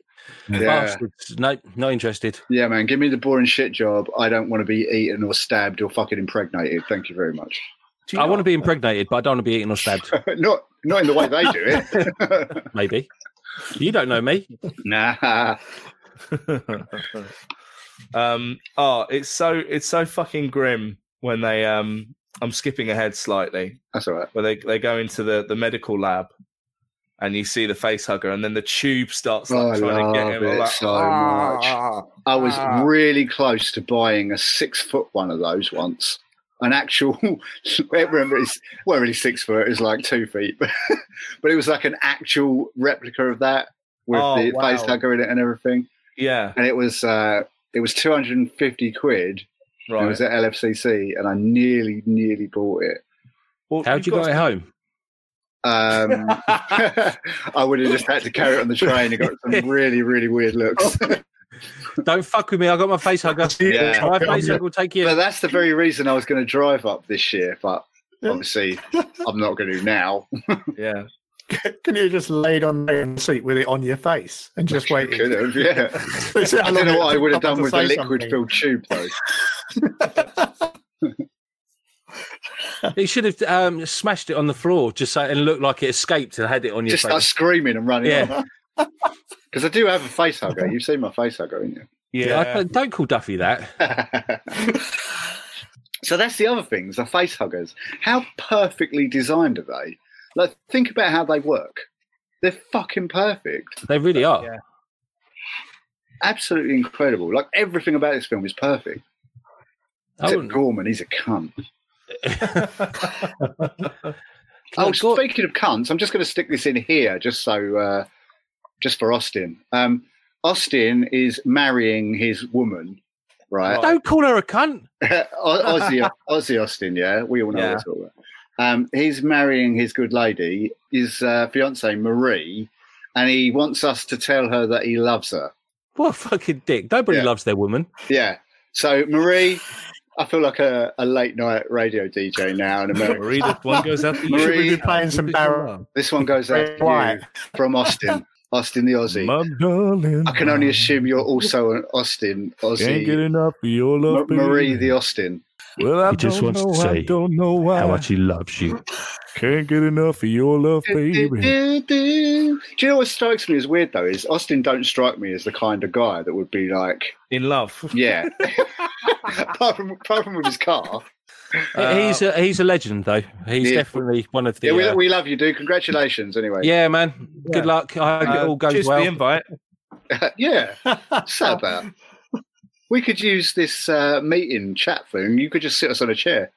[SPEAKER 2] yeah,
[SPEAKER 5] bastards. No, not interested.
[SPEAKER 2] yeah, man, give me the boring shit job. I don't want to be eaten or stabbed or fucking impregnated. Thank you very much. Do you
[SPEAKER 5] I want to
[SPEAKER 2] not?
[SPEAKER 5] be impregnated, but I don't want to be eaten or stabbed.
[SPEAKER 2] not not in the way they do it.
[SPEAKER 5] Maybe you don't know me.
[SPEAKER 2] nah.
[SPEAKER 3] um oh it's so it's so fucking grim when they um i'm skipping ahead slightly
[SPEAKER 2] That's all right.
[SPEAKER 3] where they, they go into the the medical lab and you see the face hugger and then the tube starts
[SPEAKER 2] Oh,
[SPEAKER 3] like,
[SPEAKER 2] I
[SPEAKER 3] trying to
[SPEAKER 2] love
[SPEAKER 3] get him I'm
[SPEAKER 2] it
[SPEAKER 3] like,
[SPEAKER 2] so much.
[SPEAKER 3] "Ah."
[SPEAKER 2] I was
[SPEAKER 3] Ah.
[SPEAKER 2] really close to buying a six foot one of those once. An actual, I remember it's well, really six foot. It was like two feet, but, it was like an actual replica of that with
[SPEAKER 3] Oh,
[SPEAKER 2] the
[SPEAKER 3] wow.
[SPEAKER 2] face hugger in it and everything.
[SPEAKER 3] yeah
[SPEAKER 2] And it was uh, it was two hundred and fifty quid. and It
[SPEAKER 3] right
[SPEAKER 2] was at LFCC, and I nearly, nearly bought it.
[SPEAKER 3] Well,
[SPEAKER 5] How'd you
[SPEAKER 3] you've
[SPEAKER 5] got it
[SPEAKER 3] got-
[SPEAKER 5] home?
[SPEAKER 2] Um, I would have just had to carry it on the train and got some really, really weird looks.
[SPEAKER 5] Oh, Don't fuck with me. I got my face hugger.
[SPEAKER 2] Yeah.
[SPEAKER 5] My face hugger will take you.
[SPEAKER 2] But that's the very reason I was going to drive up this year, but
[SPEAKER 6] Yeah.
[SPEAKER 2] obviously I'm not going to now.
[SPEAKER 3] yeah
[SPEAKER 6] Can you just lay on the seat with it on your face and just wait?
[SPEAKER 2] Could have, yeah. I don't know what I would have done with the liquid filled tube though.
[SPEAKER 5] You should have um, smashed it on the floor, just so and looked like it escaped and had it on your
[SPEAKER 2] Just start
[SPEAKER 5] face.
[SPEAKER 2] screaming and running.
[SPEAKER 5] Yeah.
[SPEAKER 2] Because I do have a face hugger. You've seen my face hugger, haven't you?
[SPEAKER 3] yeah
[SPEAKER 5] I- don't call Duffy that.
[SPEAKER 2] so that's the other things, the face huggers. How perfectly designed are they? Like think about how they work. They're fucking perfect.
[SPEAKER 5] They really are.
[SPEAKER 3] Yeah.
[SPEAKER 2] Absolutely incredible. Like everything about this film is perfect.
[SPEAKER 5] I
[SPEAKER 2] Except
[SPEAKER 5] wouldn't-
[SPEAKER 2] Gorman, he's a cunt.
[SPEAKER 5] Oh,
[SPEAKER 2] Oh,
[SPEAKER 5] God.
[SPEAKER 2] speaking of cunts, I'm just going to stick this in here, just so, uh, just for Austin. Um, Austin is marrying his woman, right?
[SPEAKER 5] Don't call her a cunt.
[SPEAKER 2] O- Ozzy, Ozzy Austin, yeah, we all know
[SPEAKER 3] Yeah.
[SPEAKER 2] what we're talking about. Um, he's marrying his good lady, his uh, fiance Marie, and he wants us to tell her that he loves her.
[SPEAKER 5] What a fucking dick. Nobody
[SPEAKER 2] Yeah.
[SPEAKER 5] loves their woman.
[SPEAKER 2] Yeah. So Marie, I feel like a, a late night radio DJ now in America.
[SPEAKER 3] Marie, the one goes out the
[SPEAKER 2] Marie-
[SPEAKER 6] Should we be
[SPEAKER 2] Free-
[SPEAKER 6] playing some barrel?
[SPEAKER 2] This one goes out
[SPEAKER 6] Red,
[SPEAKER 2] to
[SPEAKER 6] white.
[SPEAKER 2] you from Austin, Austin the Aussie. I can only assume you're also an Austin Aussie.
[SPEAKER 3] enough of your
[SPEAKER 2] M- Marie the Austin.
[SPEAKER 3] Well, I
[SPEAKER 5] He just don't wants to know, I say
[SPEAKER 3] don't know why.
[SPEAKER 5] he loves you.
[SPEAKER 3] Can't get enough of your love,
[SPEAKER 2] Do, do, do. Do you know what strikes me as weird though is Austin don't strike me as the kind of guy that would be like,
[SPEAKER 3] In love.
[SPEAKER 2] yeah. apart, from, apart from with his car.
[SPEAKER 5] he's a he's a legend though. He's
[SPEAKER 2] Yeah.
[SPEAKER 5] definitely one of the.
[SPEAKER 2] Yeah,
[SPEAKER 5] Yeah,
[SPEAKER 2] we, we love you, dude. Congratulations, anyway.
[SPEAKER 5] yeah Uh, man. Good luck. I hope it all goes
[SPEAKER 3] Uh, cheers for the
[SPEAKER 5] well.
[SPEAKER 3] invite.
[SPEAKER 2] yeah. What's that about? We could use this uh, meeting chat thing. You could just sit us on a chair.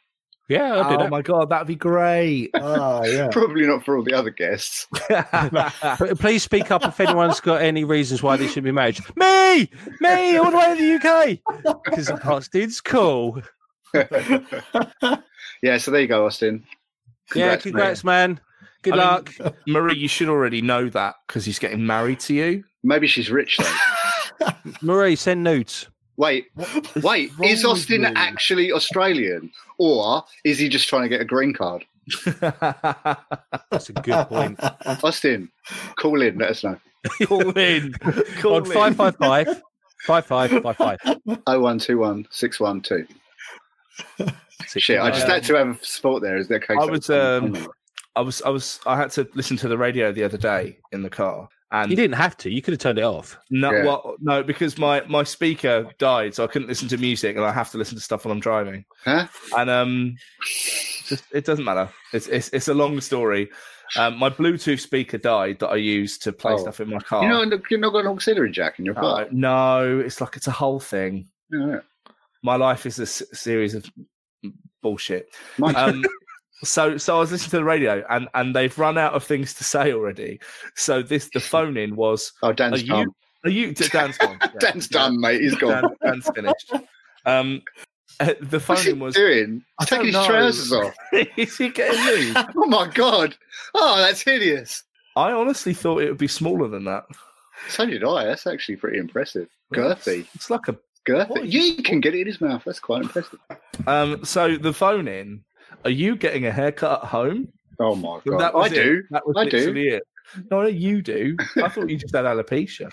[SPEAKER 5] Yeah, I'll do
[SPEAKER 3] oh
[SPEAKER 5] that.
[SPEAKER 3] my god, that'd be great.
[SPEAKER 6] Ah, yeah.
[SPEAKER 2] Probably not for all the other guests.
[SPEAKER 5] But please speak up if anyone's got any reasons why they should be married. Me, me, all the way to the UK because Austin's cool.
[SPEAKER 2] yeah, so there you go, Austin.
[SPEAKER 5] yeah,
[SPEAKER 2] Congrats, mate.
[SPEAKER 5] congrats, man. Good
[SPEAKER 3] I mean-
[SPEAKER 5] luck.
[SPEAKER 3] Marie, you should already know that because he's getting married to you.
[SPEAKER 2] Maybe she's rich though.
[SPEAKER 5] Marie, send nudes.
[SPEAKER 2] Wait, wait,
[SPEAKER 6] wrong
[SPEAKER 2] is
[SPEAKER 6] with
[SPEAKER 2] Austin
[SPEAKER 6] you?
[SPEAKER 2] actually Australian? Or is he just trying to get a green card?
[SPEAKER 5] That's a good point.
[SPEAKER 2] Austin, call in, let us know.
[SPEAKER 3] Call in. Call
[SPEAKER 5] On
[SPEAKER 3] in.
[SPEAKER 5] five five five. Five five five five.
[SPEAKER 2] 0121 612. Shit, I just had to have a sport there. Is that okay?
[SPEAKER 3] I was, um, I was, I was, I had to listen to the radio the other day in the car, and
[SPEAKER 5] You didn't have to. You could have turned it off.
[SPEAKER 3] No,
[SPEAKER 2] Yeah.
[SPEAKER 3] well, no, because my my speaker died, so I couldn't listen to music, and I have to listen to stuff when I'm driving.
[SPEAKER 2] Huh?
[SPEAKER 3] And um, just, it doesn't matter. It's it's it's a long story. Um, my Bluetooth speaker died that I used to play
[SPEAKER 2] Oh.
[SPEAKER 3] stuff in my car.
[SPEAKER 2] you know, you're not got an auxiliary jack in your
[SPEAKER 3] Uh,
[SPEAKER 2] car.
[SPEAKER 3] no, it's like it's a whole thing.
[SPEAKER 2] Yeah.
[SPEAKER 3] My life is a s- series of bullshit.
[SPEAKER 2] Mine-
[SPEAKER 3] Um, so so I was listening to the radio, and and they've run out of things to say already. So this the phone in was.
[SPEAKER 2] oh,
[SPEAKER 3] Are
[SPEAKER 2] Dan's done.
[SPEAKER 3] you? Are you? Dan's gone. Yeah.
[SPEAKER 2] Dan's
[SPEAKER 3] Yeah.
[SPEAKER 2] done, mate. He's gone.
[SPEAKER 3] Dan, Dan's finished. Um, uh, the
[SPEAKER 2] What's he
[SPEAKER 3] phone was.
[SPEAKER 2] doing?
[SPEAKER 3] I
[SPEAKER 2] He's taking his
[SPEAKER 3] don't know.
[SPEAKER 2] trousers off.
[SPEAKER 3] Is he getting loose?
[SPEAKER 2] Oh my god! Oh, that's hideous.
[SPEAKER 3] I honestly thought it would be smaller than that.
[SPEAKER 2] So did I. That's actually pretty impressive. Girthy,
[SPEAKER 3] It's like a. What
[SPEAKER 2] girthy.
[SPEAKER 3] is-
[SPEAKER 2] Yeah, he can get it in his mouth. That's quite impressive.
[SPEAKER 3] Um. So the phone in. Are you getting a haircut at home?
[SPEAKER 2] Oh my
[SPEAKER 3] That
[SPEAKER 2] god! I
[SPEAKER 3] was it.
[SPEAKER 2] do.
[SPEAKER 3] That was
[SPEAKER 2] I do.
[SPEAKER 3] literally it. No, you do. I thought you just had alopecia.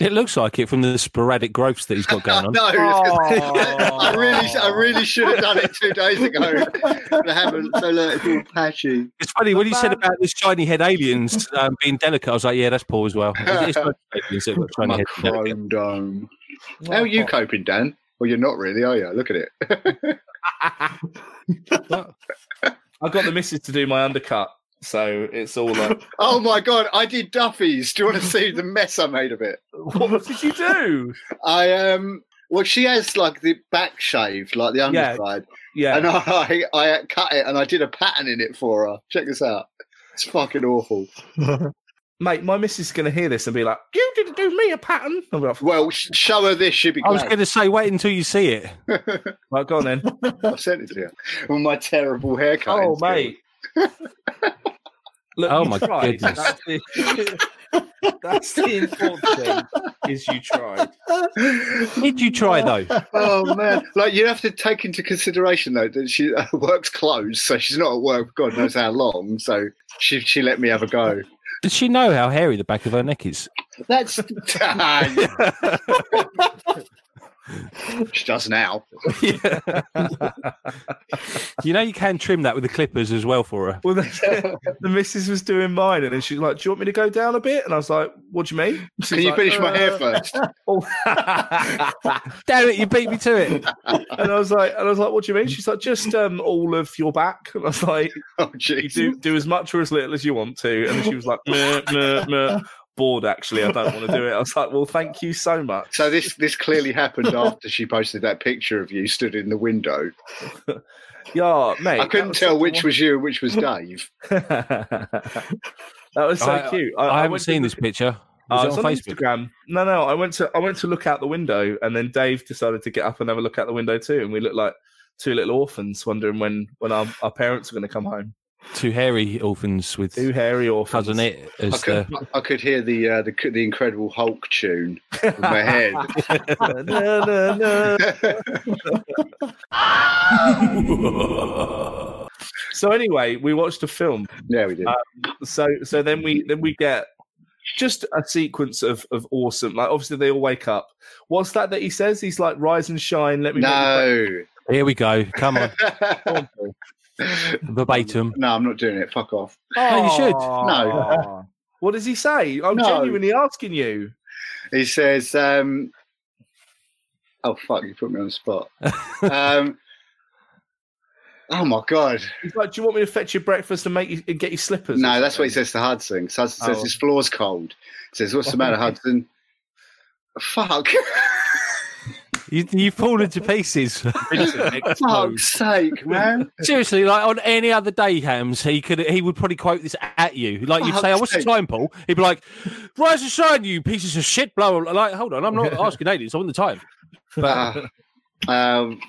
[SPEAKER 5] It looks like it from the sporadic growths that he's got going on.
[SPEAKER 2] No,
[SPEAKER 3] Oh.
[SPEAKER 5] Oh.
[SPEAKER 2] I really, I really should have done it two days ago. But I haven't. So look, it's all patchy.
[SPEAKER 5] It's funny when you said about this shiny head aliens um, being delicate. I was like, yeah, that's Paul as well. It's, it's both aliens that have got shiny
[SPEAKER 2] My
[SPEAKER 5] heads and delicate.
[SPEAKER 2] chrome dome. How are you coping, Dan? Well, you're not really, are you? Look at it.
[SPEAKER 3] I got the missus to do my undercut, so it's all like,
[SPEAKER 2] oh my god, I did Duffy's. Do you want to see the mess I made of it?
[SPEAKER 3] what did you do?
[SPEAKER 2] I um, well, she has like the back shaved, like the
[SPEAKER 3] Yeah.
[SPEAKER 2] underside,
[SPEAKER 3] Yeah,
[SPEAKER 2] and I, I cut it and I did a pattern in it for her. Check this out. It's fucking awful.
[SPEAKER 3] mate, my missus is going to hear this and be like, "You didn't do me a pattern." I'll be like,
[SPEAKER 2] Well, sh- show her this. She'd be
[SPEAKER 5] I was
[SPEAKER 2] glad.
[SPEAKER 5] going to say, wait until you see it.
[SPEAKER 3] "Right, go on then."
[SPEAKER 2] I've sent it to you. With my terrible haircut.
[SPEAKER 3] oh, mate. Look,
[SPEAKER 5] Oh,
[SPEAKER 3] you
[SPEAKER 5] my
[SPEAKER 3] tried.
[SPEAKER 5] goodness.
[SPEAKER 3] That's the, that's the important thing is you tried.
[SPEAKER 5] Did you try though?
[SPEAKER 2] Oh man! Like you have to take into consideration though that she uh, works closed, so she's not at work. God knows how long. So she she let me have a go.
[SPEAKER 5] Does she know how hairy the back of her neck is?
[SPEAKER 2] That's she does now.
[SPEAKER 5] You know, you can trim that with the clippers as well for her.
[SPEAKER 3] Well, the, the missus was doing mine, and then she's like, "Do you want me to go down a bit?" And I was like, "What do you mean?" She's
[SPEAKER 2] Can you
[SPEAKER 3] like,
[SPEAKER 2] finish my hair
[SPEAKER 3] "Uh."
[SPEAKER 2] first?
[SPEAKER 5] Damn it, you beat me to it.
[SPEAKER 3] Uh, and I was like, "And I was like, what do you mean?" She's like, "Just um, all of your back." And I was like,
[SPEAKER 2] Oh
[SPEAKER 3] "You
[SPEAKER 2] jeez.
[SPEAKER 3] do do as much or as little as you want to." And she was like, meh, meh, meh. "Bored, actually. I don't want to do it." I was like, "Well, thank you so much."
[SPEAKER 2] So this this clearly happened after she posted that picture of you stood in the window.
[SPEAKER 3] Yeah, mate.
[SPEAKER 2] I couldn't tell which was you and which was Dave.
[SPEAKER 3] that was so
[SPEAKER 5] I-
[SPEAKER 3] cute.
[SPEAKER 5] I, haven't
[SPEAKER 3] went to
[SPEAKER 5] seen
[SPEAKER 3] look-
[SPEAKER 5] this picture.
[SPEAKER 3] Oh,
[SPEAKER 5] Was
[SPEAKER 3] it's
[SPEAKER 5] it on, Facebook?
[SPEAKER 3] Instagram. No, no. I went to I went to look out the window, and then Dave decided to get up and have a look out the window too, and we looked like two little orphans wondering when when our, our parents were going to come home.
[SPEAKER 5] Two hairy orphans with
[SPEAKER 3] Two hairy orphans.
[SPEAKER 5] cousin it as
[SPEAKER 2] Okay.
[SPEAKER 5] the
[SPEAKER 2] I could hear the uh, the the Incredible Hulk tune in my head.
[SPEAKER 3] No, no, no. So anyway, we watched a film.
[SPEAKER 2] yeah, we did.
[SPEAKER 3] Uh, So so then we then we get just a sequence of of awesome. Like obviously they all wake up. What's that that he says? He's like rise and shine. Let me. make you
[SPEAKER 2] no.
[SPEAKER 5] uh, Here we go. Come on, verbatim.
[SPEAKER 2] no, I'm not doing it. Fuck off.
[SPEAKER 5] No, you should.
[SPEAKER 3] No. What does he say? I'm
[SPEAKER 2] No.
[SPEAKER 3] genuinely asking you.
[SPEAKER 2] He says, um, "Oh fuck, you put me on the spot." um, oh my god,
[SPEAKER 3] He's like, "Do you want me to fetch your breakfast and make you and get your slippers?"
[SPEAKER 2] no, that's what he says to Hudson. So Hudson says
[SPEAKER 3] Oh.
[SPEAKER 2] his floor's cold. He says, "What's the matter, Hudson?" Fuck,
[SPEAKER 5] You, you've fallen to pieces. Oh,
[SPEAKER 2] fuck's sake, man!
[SPEAKER 5] Seriously, like on any other day, Hams, he could he would probably quote this at you. Like you'd say, "I oh, what's the time, Paul?" He'd be like, "Rise and shine, you pieces of shit!" Blah blah. blah." Like, hold on, I'm not asking aliens. I want the time.
[SPEAKER 2] Uh, um,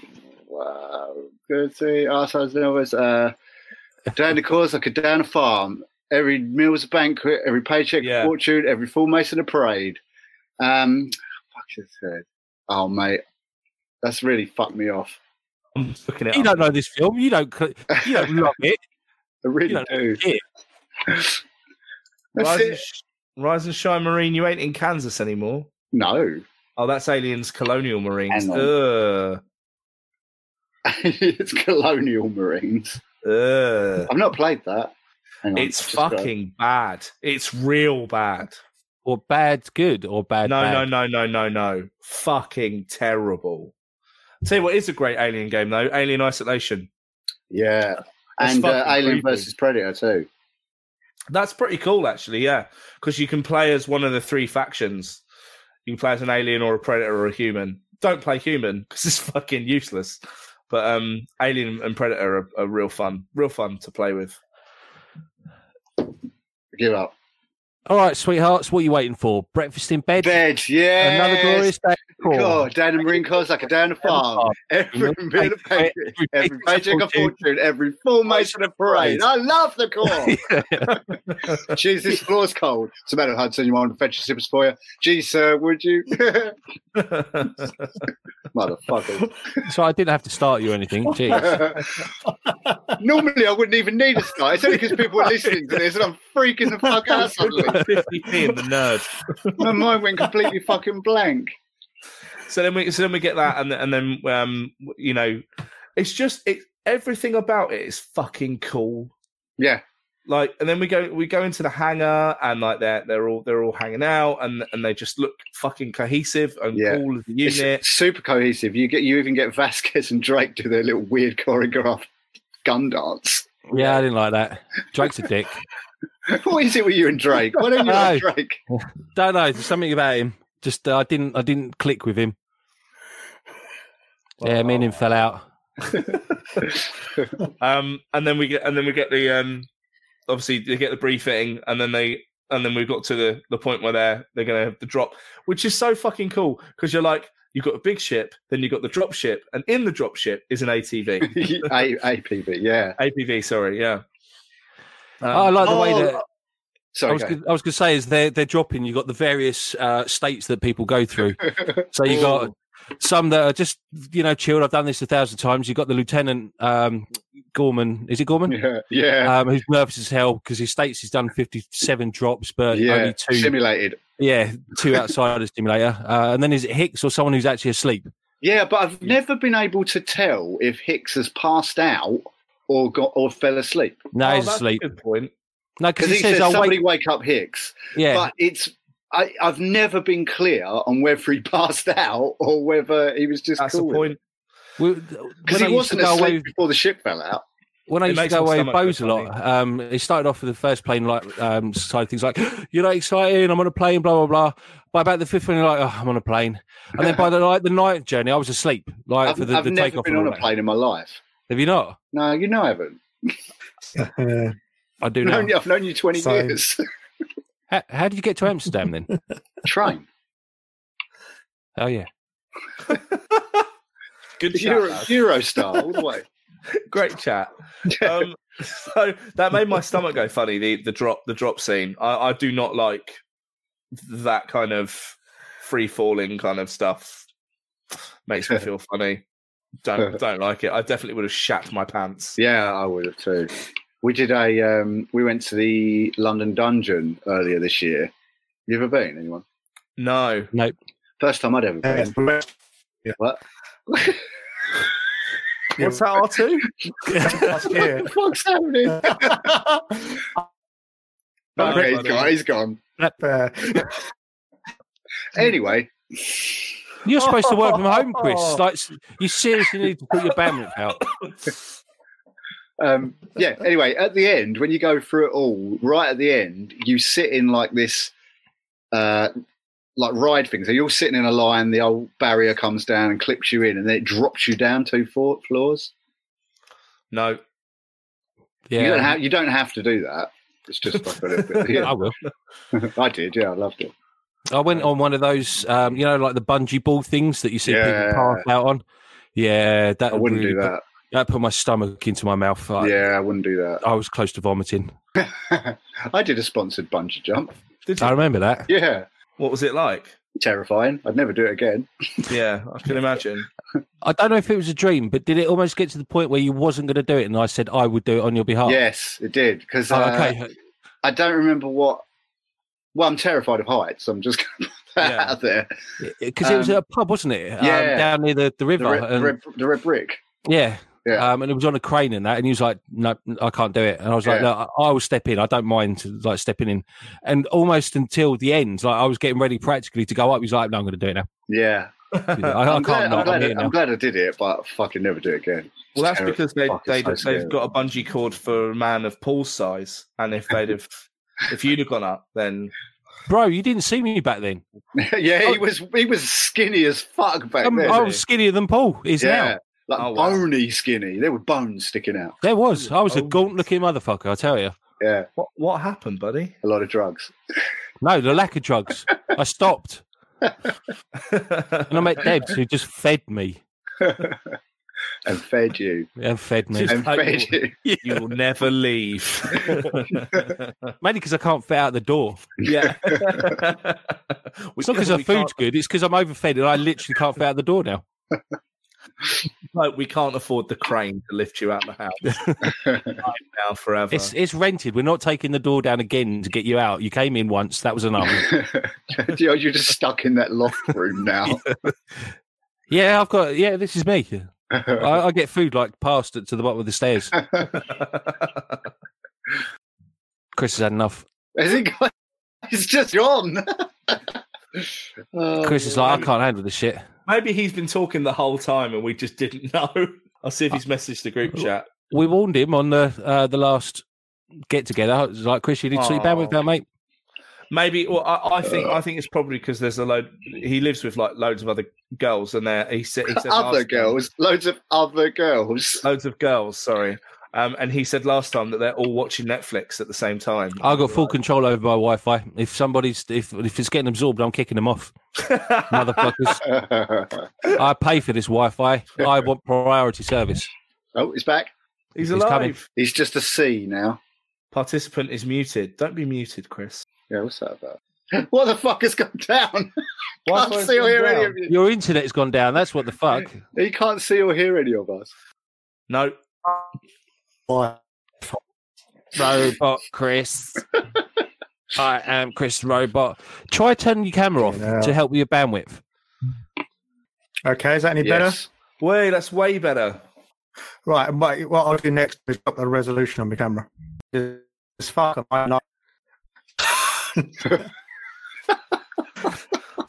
[SPEAKER 2] wow. good to see. Arseholes and others. Uh, down the course like a down a farm. Every meal was a banquet. Every paycheck
[SPEAKER 3] Yeah.
[SPEAKER 2] a fortune. Every full mason a parade. Um, fuck his head. Oh mate, that's really fucked me off.
[SPEAKER 3] I'm just looking at
[SPEAKER 5] You don't know this film. You don't. cl- You don't love it.
[SPEAKER 2] I really
[SPEAKER 5] You know,
[SPEAKER 2] do.
[SPEAKER 5] yeah.
[SPEAKER 2] that's
[SPEAKER 3] Rise and,
[SPEAKER 2] it.
[SPEAKER 3] sh- Rise and shine, Marine. You ain't in Kansas anymore.
[SPEAKER 2] No,
[SPEAKER 3] Oh, that's aliens, colonial marines.
[SPEAKER 2] Hang
[SPEAKER 3] Ugh.
[SPEAKER 2] it's Colonial Marines.
[SPEAKER 3] Ugh.
[SPEAKER 2] I've not played that. Hang on,
[SPEAKER 3] It's
[SPEAKER 2] just go.
[SPEAKER 3] fucking bad. It's real bad.
[SPEAKER 5] Or bad, good, or bad.
[SPEAKER 3] no,
[SPEAKER 5] bad.
[SPEAKER 3] no, no, no, no, no. Fucking terrible. Tell you what is a great alien game though. Alien Isolation.
[SPEAKER 2] Yeah,
[SPEAKER 3] That's
[SPEAKER 2] and uh,
[SPEAKER 3] fucking
[SPEAKER 2] Alien
[SPEAKER 3] creepy.
[SPEAKER 2] versus Predator too.
[SPEAKER 3] That's pretty cool, actually. Yeah, because you can play as one of the three factions. You can play as an alien or a predator or a human. Don't play human because it's fucking useless. But um, alien and predator are, are real fun, real fun to play with.
[SPEAKER 2] Give up.
[SPEAKER 5] All right, sweethearts, what are you waiting for? Breakfast in bed.
[SPEAKER 2] Bed, yeah.
[SPEAKER 5] Another glorious day. before.
[SPEAKER 2] God, down in Marine Corps like a down a farm. Every bit of pay, every paycheck of fortune, every formation of parade. I love the Corps. Jeez, this floor's cold. It's a matter, Hudson. You want to fetch your slippers for you? Geez, sir, would you? Motherfucker.
[SPEAKER 5] So I didn't have to start you or anything. Jeez.
[SPEAKER 2] no, Normally, I wouldn't even need a star. It's only because people are listening to this and I'm freaking the fuck out suddenly.
[SPEAKER 3] 50p in the nerd.
[SPEAKER 2] My mind went completely fucking blank.
[SPEAKER 3] So then we so then we get that, and and then um you know, it's just it everything about it is fucking cool.
[SPEAKER 2] Yeah.
[SPEAKER 3] Like and then we go we go into the hangar and like they're they're all they're all hanging out and and they just look fucking cohesive and
[SPEAKER 2] Yeah.
[SPEAKER 3] cool as a
[SPEAKER 2] It's
[SPEAKER 3] unit.
[SPEAKER 2] super cohesive. You get you even get Vasquez and Drake do their little weird choreographed gun dance.
[SPEAKER 5] Yeah, I didn't like that. Drake's a dick.
[SPEAKER 2] what is it with you and Drake? Why don't you like
[SPEAKER 5] No.
[SPEAKER 2] Drake?
[SPEAKER 5] Don't know. There's something about him. Just uh, I didn't I didn't click with him. Yeah, me and him fell out.
[SPEAKER 3] Um and then we get and then we get the um obviously they get the briefing and then they and then we've got to the, the point where they're they're gonna have the drop, which is so fucking cool because you're like you've got a big ship, then you've got the drop ship, and in the drop ship is an ATV.
[SPEAKER 2] A- APB, yeah.
[SPEAKER 3] APV, sorry, yeah. Um,
[SPEAKER 5] I like the way
[SPEAKER 2] oh,
[SPEAKER 5] that I
[SPEAKER 2] Sorry,
[SPEAKER 5] was gonna, I was going to say is they're they're dropping. You've got the various uh, states that people go through. So you got some that are just you know chilled. I've done this a thousand times. You've got the lieutenant um, Gorman. Is it Gorman?
[SPEAKER 2] yeah, yeah,
[SPEAKER 5] Um, who's nervous as hell because he states he's done 57 drops, but
[SPEAKER 2] yeah.
[SPEAKER 5] Uh, only two,
[SPEAKER 2] Simulated.
[SPEAKER 5] yeah, two outside of the stimulator. Uh, and then is it Hicks or someone who's actually asleep?
[SPEAKER 2] Yeah, but I've never been able to tell if Hicks has passed out or got or fell asleep
[SPEAKER 5] No,
[SPEAKER 3] oh,
[SPEAKER 5] he's
[SPEAKER 3] that's
[SPEAKER 5] asleep.
[SPEAKER 3] a good point.
[SPEAKER 5] No, because
[SPEAKER 2] because
[SPEAKER 5] he,
[SPEAKER 2] he
[SPEAKER 5] says,
[SPEAKER 2] says
[SPEAKER 5] "I'll
[SPEAKER 2] somebody
[SPEAKER 5] wake."
[SPEAKER 2] wake up Hicks,
[SPEAKER 5] Yeah,
[SPEAKER 2] but it's. I, I've never been clear on whether he passed out or whether he was just
[SPEAKER 3] That's
[SPEAKER 2] cool
[SPEAKER 3] a
[SPEAKER 2] with
[SPEAKER 3] point.
[SPEAKER 2] Because
[SPEAKER 5] because
[SPEAKER 2] he wasn't
[SPEAKER 5] go
[SPEAKER 2] asleep
[SPEAKER 5] away with,
[SPEAKER 2] before the ship fell out.
[SPEAKER 5] when I
[SPEAKER 3] It
[SPEAKER 5] used to
[SPEAKER 3] makes my
[SPEAKER 5] go away with
[SPEAKER 3] stomach go
[SPEAKER 5] Bose a lot, um, it started off with the first plane like um, side of things like you're not exciting. I'm on a plane, blah blah blah. By about the fifth one, you're like, oh, I'm on a plane, and then by the like the night journey, I was asleep. Like
[SPEAKER 2] I've,
[SPEAKER 5] for the,
[SPEAKER 2] I've
[SPEAKER 5] the
[SPEAKER 2] never
[SPEAKER 5] takeoff
[SPEAKER 2] been
[SPEAKER 5] and
[SPEAKER 2] on
[SPEAKER 5] all
[SPEAKER 2] a
[SPEAKER 5] that.
[SPEAKER 2] plane in my life.
[SPEAKER 5] Have you not?
[SPEAKER 2] No, you know I haven't.
[SPEAKER 6] Yeah.
[SPEAKER 5] I do
[SPEAKER 2] Known
[SPEAKER 5] know.
[SPEAKER 2] you- I've known you 20
[SPEAKER 6] Same.
[SPEAKER 2] years.
[SPEAKER 5] How, how did you get to Amsterdam then?
[SPEAKER 2] Train.
[SPEAKER 5] Oh yeah.
[SPEAKER 3] Good chat.
[SPEAKER 2] Euro,
[SPEAKER 3] lad.
[SPEAKER 2] Eurostar all the way.
[SPEAKER 3] Great chat. Um, so that made my stomach go funny. The the drop the drop scene. I, I do not like that kind of free falling kind of stuff. Makes me feel funny. Don't don't like it. I definitely would have shat my pants.
[SPEAKER 2] Yeah, I would have too. We did a, um, we went to the London Dungeon earlier this year. You ever been, anyone?
[SPEAKER 3] No.
[SPEAKER 2] First time I'd ever
[SPEAKER 6] Yeah.
[SPEAKER 2] been. What?
[SPEAKER 6] Yeah.
[SPEAKER 3] What's that R two?
[SPEAKER 6] Last year.
[SPEAKER 2] What the fuck's happening? okay, he's gone, he's gone.
[SPEAKER 6] Uh,
[SPEAKER 2] Anyway,
[SPEAKER 5] You're supposed to work from home, Chris. Like you seriously need to put your bandwidth out.
[SPEAKER 2] um, yeah. Anyway, at the end, when you go through it all, right at the end, you sit in like this, uh, like ride thing. So you're sitting in a line. The old barrier comes down and clips you in, and then it drops you down two four floors.
[SPEAKER 3] No.
[SPEAKER 2] You don't
[SPEAKER 5] Yeah,
[SPEAKER 2] have you don't have to do that. It's just like a little bit.
[SPEAKER 5] I
[SPEAKER 2] Yeah,
[SPEAKER 5] will.
[SPEAKER 2] I did. Yeah, I loved it.
[SPEAKER 5] I went on one of those, um, you know, like the bungee ball things that you see
[SPEAKER 2] Yeah.
[SPEAKER 5] people pass out on. Yeah, that
[SPEAKER 2] I wouldn't
[SPEAKER 5] really
[SPEAKER 2] do
[SPEAKER 5] put-
[SPEAKER 2] that.
[SPEAKER 5] that put my stomach into my mouth. Like,
[SPEAKER 2] Yeah, I wouldn't do that.
[SPEAKER 5] I was close to vomiting.
[SPEAKER 2] I did a sponsored bungee jump.
[SPEAKER 3] Did
[SPEAKER 5] I
[SPEAKER 3] you?
[SPEAKER 5] remember that.
[SPEAKER 2] Yeah,
[SPEAKER 3] What was it like?
[SPEAKER 2] terrifying. I'd never do it again.
[SPEAKER 3] Yeah, I can imagine.
[SPEAKER 5] I don't know if it was a dream, but did it almost get to the point where you wasn't going to do it, and I said I would do it on your behalf?
[SPEAKER 2] Yes, it did because
[SPEAKER 5] Oh, okay.
[SPEAKER 2] I don't remember what. Well, I'm terrified of heights. So I'm just going to put that
[SPEAKER 3] Yeah.
[SPEAKER 2] out there.
[SPEAKER 5] Because it was
[SPEAKER 2] um,
[SPEAKER 5] at a pub, wasn't it?
[SPEAKER 2] yeah.
[SPEAKER 5] Um, down near the, the river.
[SPEAKER 2] The red, the
[SPEAKER 5] and-
[SPEAKER 2] red, the red brick.
[SPEAKER 5] Yeah.
[SPEAKER 2] Yeah.
[SPEAKER 5] Um, and it was on a crane and that, and he was like, "No, I can't do it." And I was like,
[SPEAKER 2] Yeah.
[SPEAKER 5] "No, I I will step in. I don't mind like stepping in." And almost until the end, like I was getting ready practically to go up. He was like, "No, I'm going to do it now.
[SPEAKER 2] Yeah,
[SPEAKER 5] I, I
[SPEAKER 2] I'm
[SPEAKER 5] can't
[SPEAKER 2] glad, I'm,
[SPEAKER 5] not. I'm
[SPEAKER 2] glad,
[SPEAKER 5] here
[SPEAKER 2] I'm
[SPEAKER 5] now."
[SPEAKER 2] glad I did it, but I'll fucking never do it again. It's
[SPEAKER 3] Well, that's
[SPEAKER 2] terrible.
[SPEAKER 3] because they,
[SPEAKER 2] Fuck, it's
[SPEAKER 3] they,
[SPEAKER 2] so scary.
[SPEAKER 3] they've got a bungee cord for a man of Paul's size. And if they'd have, if you'd have gone up, then
[SPEAKER 5] Bro, you didn't see me back then.
[SPEAKER 2] yeah,
[SPEAKER 3] Oh.
[SPEAKER 2] he was he was skinny as fuck back
[SPEAKER 5] Um,
[SPEAKER 2] then.
[SPEAKER 5] I was skinnier than Paul is
[SPEAKER 2] yeah,
[SPEAKER 5] now.
[SPEAKER 2] like
[SPEAKER 3] Oh, wow.
[SPEAKER 2] bony skinny. There were bones sticking out.
[SPEAKER 5] There was. I was a
[SPEAKER 3] Oh.
[SPEAKER 5] gaunt-looking motherfucker. I tell you.
[SPEAKER 2] Yeah,
[SPEAKER 3] what, what happened, buddy?
[SPEAKER 2] a lot of drugs.
[SPEAKER 5] No, the lack of drugs. I stopped, and I met Debs, who just fed me
[SPEAKER 2] and fed you.
[SPEAKER 5] and fed me.
[SPEAKER 3] Just-
[SPEAKER 2] And
[SPEAKER 3] Like,
[SPEAKER 2] fed you.
[SPEAKER 3] you will never leave.
[SPEAKER 5] Mainly because I can't fit out the door.
[SPEAKER 3] yeah.
[SPEAKER 5] It's not because our food's good. It's because I'm overfed and I literally can't fit out the door now.
[SPEAKER 3] No, we can't afford the crane to lift you out of the house now forever.
[SPEAKER 5] It's it's rented. We're not taking the door down again to get you out. You came in once. That was enough.
[SPEAKER 2] Oh, you're, you're just stuck in that loft room now.
[SPEAKER 5] yeah, I've got. Yeah, this is me. I, I get food like past it to the bottom of the stairs. Chris has had enough.
[SPEAKER 2] Has it got, it's just gone. Oh, Um,
[SPEAKER 5] Chris is like, I can't handle this shit.
[SPEAKER 3] Maybe he's been talking the whole time and we just didn't know. I'll see if he's messaged the group chat.
[SPEAKER 5] We warned him on the uh, the last get together. It was like, Chris, you need to sleep out with
[SPEAKER 3] Oh.
[SPEAKER 5] that, mate.
[SPEAKER 3] Maybe. Well, I, I think
[SPEAKER 2] Uh,
[SPEAKER 3] I think it's probably because there's a load. He lives with like loads of other girls, and there he said he said
[SPEAKER 2] other
[SPEAKER 3] last time-
[SPEAKER 2] girls, loads of other girls.
[SPEAKER 3] loads of girls. Sorry. Um, and he said last time that they're all watching Netflix at the same time.
[SPEAKER 5] I got full control over my Wi-Fi. If somebody's if if it's getting absorbed, I'm kicking them off, motherfuckers. I pay for this Wi-Fi. I want priority service.
[SPEAKER 2] oh, he's back.
[SPEAKER 3] He's
[SPEAKER 5] He's
[SPEAKER 3] alive.
[SPEAKER 5] coming.
[SPEAKER 2] He's just a C now.
[SPEAKER 3] Participant is muted. Don't be muted, Chris.
[SPEAKER 2] Yeah, what's that about? What the fuck has gone down?
[SPEAKER 3] Why
[SPEAKER 2] can't see or hear any of you.
[SPEAKER 5] Your internet's gone down. That's what the fuck.
[SPEAKER 2] He can't see or hear any of us.
[SPEAKER 3] No,
[SPEAKER 6] Why?
[SPEAKER 5] Robot Chris. I am Chris Robot. Try turning your camera off
[SPEAKER 6] Yeah.
[SPEAKER 5] to help with your bandwidth.
[SPEAKER 6] Okay, is that any better?
[SPEAKER 2] Yes.
[SPEAKER 3] way that's way better.
[SPEAKER 6] Right, and what, what I'll do next is up the resolution on my camera. It's fucking I know.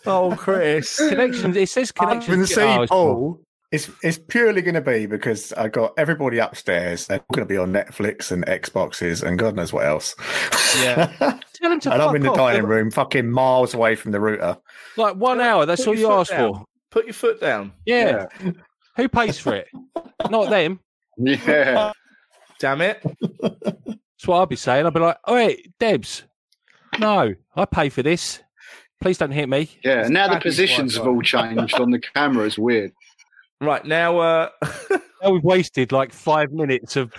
[SPEAKER 3] Oh, Chris.
[SPEAKER 5] Connection. It says
[SPEAKER 6] I
[SPEAKER 5] connection.
[SPEAKER 6] can see
[SPEAKER 5] Oh, it's-
[SPEAKER 6] Paul. It's it's purely going to be because I got everybody upstairs. They're going to be on Netflix and Xboxes and God knows what else.
[SPEAKER 3] Yeah.
[SPEAKER 5] Tell him to
[SPEAKER 6] and I'm in the
[SPEAKER 5] fuck off.
[SPEAKER 6] dining room, fucking miles away from the router.
[SPEAKER 5] Like one hour. That's
[SPEAKER 3] Put
[SPEAKER 5] all
[SPEAKER 3] your
[SPEAKER 5] you
[SPEAKER 3] foot
[SPEAKER 5] asked
[SPEAKER 3] down.
[SPEAKER 5] for.
[SPEAKER 3] Put your foot down.
[SPEAKER 5] Yeah. Who pays for it? Not them.
[SPEAKER 2] Yeah.
[SPEAKER 3] Damn it.
[SPEAKER 5] That's what I'll be saying. I'll be like, all right, Debs, no, I pay for this. Please don't hit me.
[SPEAKER 2] Yeah. Now the
[SPEAKER 3] Exactly
[SPEAKER 2] positions have
[SPEAKER 3] quite
[SPEAKER 2] all changed on the camera. It's weird.
[SPEAKER 3] Right now, uh,
[SPEAKER 5] Now we've wasted like five minutes of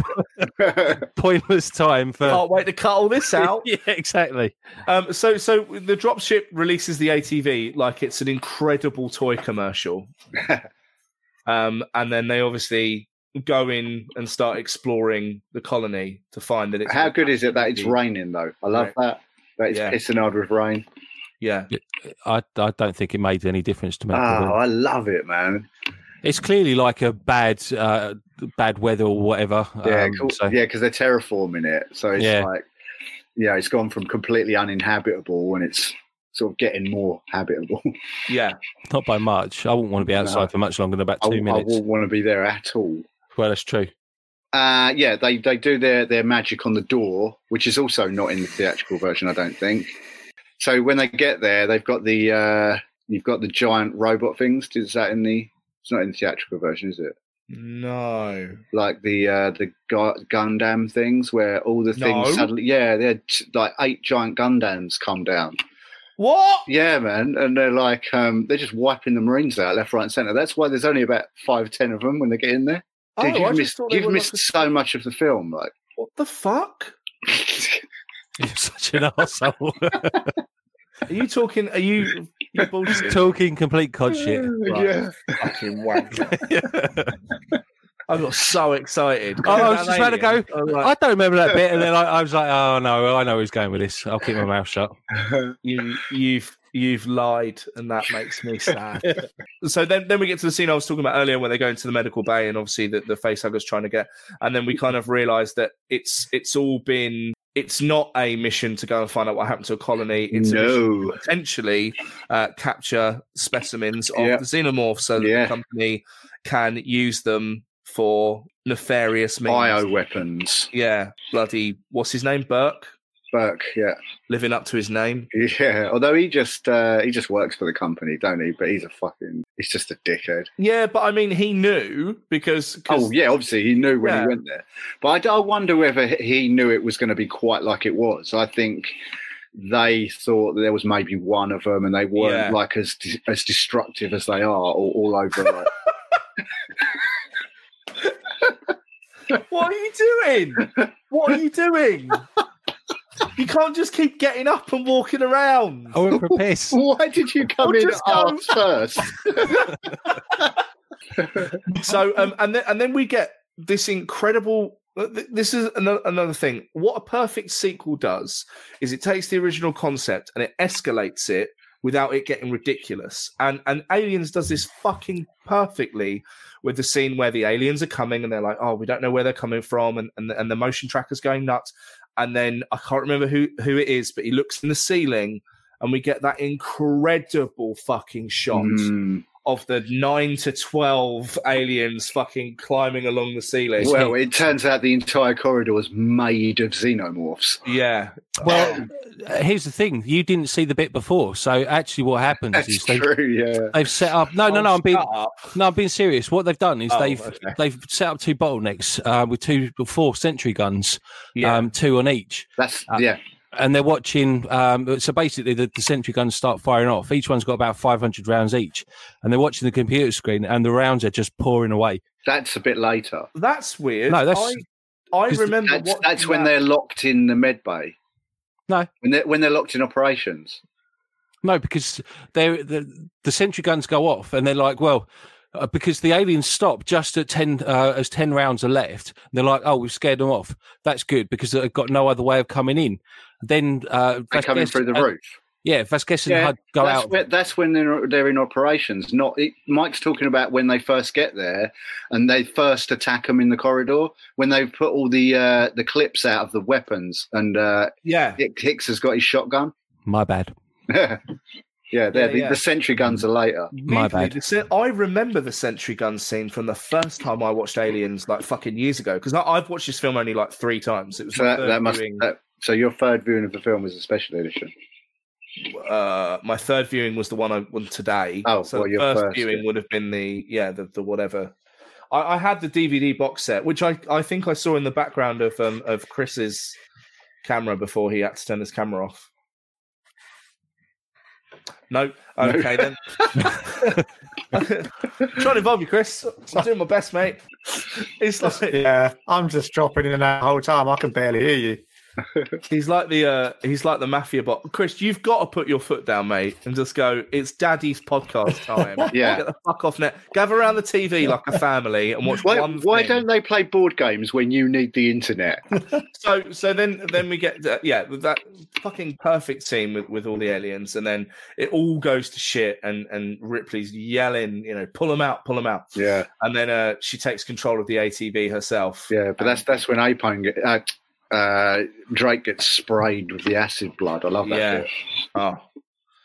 [SPEAKER 5] pointless time for.
[SPEAKER 3] can't wait to cut all this out.
[SPEAKER 5] yeah, exactly.
[SPEAKER 3] Um, so, so the dropship releases the ATV like it's an incredible toy commercial, um, and then they obviously go in and start exploring the colony to find that it's
[SPEAKER 2] How good is it that it's raining though? I love that. That it's
[SPEAKER 3] Yeah.
[SPEAKER 2] pissing hard with rain.
[SPEAKER 3] Yeah,
[SPEAKER 5] I, I don't think it made any difference to me.
[SPEAKER 2] Oh, I love it, man.
[SPEAKER 5] It's clearly like a bad uh, bad weather or whatever.
[SPEAKER 2] Yeah,
[SPEAKER 5] um,
[SPEAKER 2] cool.
[SPEAKER 5] so-
[SPEAKER 2] yeah, because they're terraforming it, so it's
[SPEAKER 5] Yeah.
[SPEAKER 2] like, yeah, it's gone from completely uninhabitable and it's sort of getting more habitable.
[SPEAKER 3] yeah.
[SPEAKER 5] Not by much. I wouldn't want to be outside
[SPEAKER 2] No.
[SPEAKER 5] for much longer than about
[SPEAKER 2] I,
[SPEAKER 5] two
[SPEAKER 2] I
[SPEAKER 5] minutes.
[SPEAKER 2] wouldn't want to be there at all.
[SPEAKER 5] Well, that's true.
[SPEAKER 2] Uh, yeah, they, they do their, their magic on the door, which is also not in the theatrical version, I don't think. So when they get there, they've got the uh, you've got the giant robot things. Is that in the? It's not in the theatrical version, is it?
[SPEAKER 3] No,
[SPEAKER 2] Like the uh, the Gu- Gundam things, where all the things
[SPEAKER 3] No.
[SPEAKER 2] suddenly, yeah, they're t- like eight giant Gundams come down.
[SPEAKER 3] what?
[SPEAKER 2] Yeah, man, and they're like um, they're just wiping the Marines out left, right, and centre. That's why there's only about five, ten of them when they get in there. Dude,
[SPEAKER 3] oh, I
[SPEAKER 2] you've
[SPEAKER 3] just
[SPEAKER 2] missed
[SPEAKER 3] thought they
[SPEAKER 2] you've
[SPEAKER 3] were
[SPEAKER 2] missed so much of the film, like.
[SPEAKER 3] Like, what the fuck?
[SPEAKER 5] You're such an asshole.
[SPEAKER 3] Are you talking? Are you? you bullshit.
[SPEAKER 5] Talking complete cod shit.
[SPEAKER 3] Right.
[SPEAKER 2] Yeah.
[SPEAKER 3] fucking wank. I got so excited.
[SPEAKER 5] Oh, I was just about to go,
[SPEAKER 3] I was like,
[SPEAKER 5] I don't remember that bit, and then I, I was like, "Oh no, I know who's going with this. I'll keep my mouth shut."
[SPEAKER 3] you, you've you've lied, and that makes me sad. so then, then we get to the scene I was talking about earlier, where they go into the medical bay, and obviously the the facehugger's trying to get, and then we kind of realise that it's it's all been. It's not a mission to go and find out what happened to a colony. It's a mission
[SPEAKER 2] no.
[SPEAKER 3] to potentially uh, capture specimens of
[SPEAKER 2] Yeah.
[SPEAKER 3] the xenomorph so that
[SPEAKER 2] Yeah.
[SPEAKER 3] the company can use them for nefarious means.
[SPEAKER 2] Bio weapons.
[SPEAKER 3] Yeah, bloody what's his name? Burke,
[SPEAKER 2] Burke, yeah.
[SPEAKER 3] living up to his name.
[SPEAKER 2] Yeah. Although he just uh he just works for the company, don't he? But he's a fucking he's just a dickhead.
[SPEAKER 3] Yeah, but I mean, he knew because. 'cause-
[SPEAKER 2] Oh yeah, obviously he knew when
[SPEAKER 3] Yeah.
[SPEAKER 2] he went there. But I, d- I wonder whether h- he knew it was going to be quite like it was. I think they thought that there was maybe one of them, and they weren't
[SPEAKER 3] Yeah.
[SPEAKER 2] like as de- as destructive as they are, all, all over. Like,
[SPEAKER 3] What are you doing? What are you doing? you can't just keep getting up and walking around.
[SPEAKER 5] I went for a piss.
[SPEAKER 2] Why did you come
[SPEAKER 3] Well,
[SPEAKER 2] in
[SPEAKER 3] just go-
[SPEAKER 2] arms first?
[SPEAKER 3] so um, and then and then we get this incredible th- this is ano- another thing what a perfect sequel does is it takes the original concept and it escalates it without it getting ridiculous and and aliens does this fucking perfectly with the scene where the aliens are coming and they're like oh we don't know where they're coming from and and the, and the motion tracker's going nuts and then i can't remember who who it is but he looks in the ceiling and we get that incredible fucking shot
[SPEAKER 2] Mm.
[SPEAKER 3] of the nine to twelve aliens fucking climbing along the ceiling.
[SPEAKER 2] Well, it turns out the entire corridor was made of xenomorphs.
[SPEAKER 3] yeah,
[SPEAKER 5] Well, uh, here's the thing: you didn't see the bit before, so actually, what happens
[SPEAKER 2] That's
[SPEAKER 5] is they,
[SPEAKER 2] true. Oh, Yeah.
[SPEAKER 5] they've set up. No, no, no. I'm being
[SPEAKER 3] Shut up.
[SPEAKER 5] no, I'm being serious. What they've done is
[SPEAKER 3] Oh,
[SPEAKER 5] they've
[SPEAKER 3] okay.
[SPEAKER 5] they've set up two bottlenecks uh, with two four century guns,
[SPEAKER 3] yeah.
[SPEAKER 5] um, two on each.
[SPEAKER 2] That's
[SPEAKER 5] Uh,
[SPEAKER 2] yeah.
[SPEAKER 5] and they're watching. Um, so basically, the, the sentry guns start firing off. Each one's got about 500 rounds each, and they're watching the computer screen, and the rounds are just pouring away.
[SPEAKER 2] That's a bit later.
[SPEAKER 3] that's weird.
[SPEAKER 5] No, that's-
[SPEAKER 3] I, I
[SPEAKER 5] 'cause
[SPEAKER 3] remember
[SPEAKER 2] That's,
[SPEAKER 3] watching
[SPEAKER 2] that's when
[SPEAKER 3] that-
[SPEAKER 2] they're locked in the med bay.
[SPEAKER 5] No.
[SPEAKER 2] When they're when they're locked in operations.
[SPEAKER 5] No, because they the the sentry guns go off, and they're like, well. Uh, because the aliens stop just at ten, uh, as ten rounds are left, and they're like, "Oh, we've scared them off. That's good because they've got no other way of coming in." Then uh,
[SPEAKER 2] They're coming
[SPEAKER 5] Vasquez-
[SPEAKER 2] through the
[SPEAKER 5] uh,
[SPEAKER 2] roof.
[SPEAKER 5] yeah, Vasquez and
[SPEAKER 2] Yeah,
[SPEAKER 5] Hud go
[SPEAKER 2] that's
[SPEAKER 5] out.
[SPEAKER 2] Where, that's when they're they're in operations. Not it, Mike's talking about when they first get there and they first attack them in the corridor when they've put all the uh, the clips out of the weapons and uh,
[SPEAKER 3] yeah.
[SPEAKER 2] Dick Hicks has got his shotgun.
[SPEAKER 5] My bad.
[SPEAKER 2] yeah, they're
[SPEAKER 3] Yeah,
[SPEAKER 2] the,
[SPEAKER 3] yeah.
[SPEAKER 2] the sentry guns are later.
[SPEAKER 5] My
[SPEAKER 3] Weirdly,
[SPEAKER 5] bad.
[SPEAKER 3] the sen- I remember the sentry gun scene from the first time I watched Aliens, like fucking years ago. Because I've watched this film only like three times. It was
[SPEAKER 2] So
[SPEAKER 3] my
[SPEAKER 2] that,
[SPEAKER 3] third
[SPEAKER 2] that must.
[SPEAKER 3] viewing.
[SPEAKER 2] That, so your third viewing of the film was a special edition.
[SPEAKER 3] uh, my third viewing was the one I won today.
[SPEAKER 2] Oh,
[SPEAKER 3] so
[SPEAKER 2] well,
[SPEAKER 3] the
[SPEAKER 2] your
[SPEAKER 3] first,
[SPEAKER 2] first,
[SPEAKER 3] viewing
[SPEAKER 2] yeah.
[SPEAKER 3] would have been the yeah the, the whatever. I, I had the DVD box set, which I, I think I saw in the background of um, of Chris's camera before he had to turn his camera off. No,
[SPEAKER 2] No.
[SPEAKER 3] okay then. Trying to involve you, Chris. I'm doing my best, mate. It's like
[SPEAKER 6] yeah, I'm just dropping in and out the whole time. I can barely hear you.
[SPEAKER 3] He's like the uh, he's like the mafia boss. Chris, you've got to put your foot down, mate, and just go. It's Daddy's podcast time.
[SPEAKER 2] Yeah.
[SPEAKER 3] get the fuck off net. Gather around the TV like a family and watch
[SPEAKER 2] Why,
[SPEAKER 3] one.
[SPEAKER 2] why
[SPEAKER 3] thing.
[SPEAKER 2] don't they play board games when you need the internet?
[SPEAKER 3] So so then then we get uh, yeah that fucking perfect scene with, with all the aliens, and then it all goes to shit, and and Ripley's yelling, you know, pull them out, pull them out,
[SPEAKER 2] yeah,
[SPEAKER 3] and then uh, she takes control of the ATV herself.
[SPEAKER 2] yeah, but that's that's when Apone get, uh, uh, Drake gets sprayed with the acid blood. I love that.
[SPEAKER 3] Yeah.
[SPEAKER 2] bit.
[SPEAKER 3] Oh,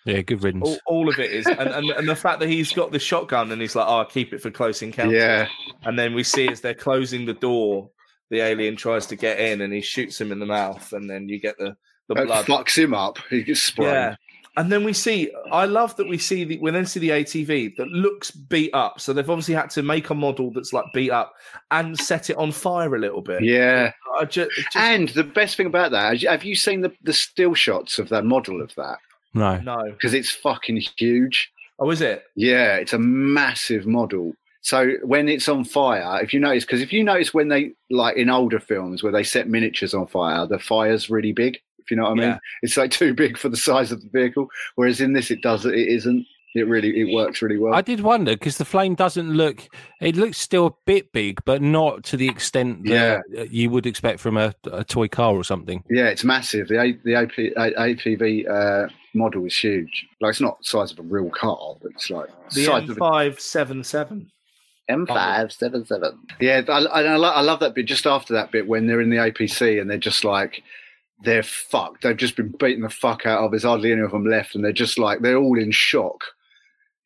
[SPEAKER 5] Yeah, good riddance.
[SPEAKER 2] Oh.
[SPEAKER 3] all, all of it is, and, and and the fact that he's got the shotgun and he's like, oh, keep it for close encounter.
[SPEAKER 2] Yeah,
[SPEAKER 3] And then we see as they're closing the door, the alien tries to get in and he shoots him in the mouth, and then you get the, the
[SPEAKER 2] that
[SPEAKER 3] blood.
[SPEAKER 2] fucks him up. He gets sprayed.
[SPEAKER 3] Yeah. And then we see, I love that we see the, we then see the ATV that looks beat up. So they've obviously had to make a model that's like beat up and set it on fire a little bit.
[SPEAKER 2] Yeah.
[SPEAKER 3] I ju- it just,
[SPEAKER 2] And the best thing about that, is- have you seen the, the still shots of that model of that?
[SPEAKER 5] no,
[SPEAKER 3] no.
[SPEAKER 2] Because it's fucking huge.
[SPEAKER 3] Oh, is it?
[SPEAKER 2] Yeah, it's a massive model. So when it's on fire, if you notice, because if you notice when they like in older films where they set miniatures on fire, the fire's really big. If you know what I mean,
[SPEAKER 3] Yeah.
[SPEAKER 2] it's like too big for the size of the vehicle. Whereas in this, it does it isn't. It really it works really well.
[SPEAKER 5] I did wonder because the flame doesn't look. It looks still a bit big, but not to the extent that uh you would expect from a, a toy car or something.
[SPEAKER 2] yeah, it's massive. The a, the AP, a, APV uh, model is huge. Like it's not the size of a real car, but it's like
[SPEAKER 3] The
[SPEAKER 2] size of a
[SPEAKER 3] M577.
[SPEAKER 2] M five seven seven. Yeah, I, I, I, lo- I love that bit. Just after that bit, when they're in the APC and they're just like, they're fucked. They've just been beaten the fuck out of. There's hardly any of them left, and they're just like they're all in shock.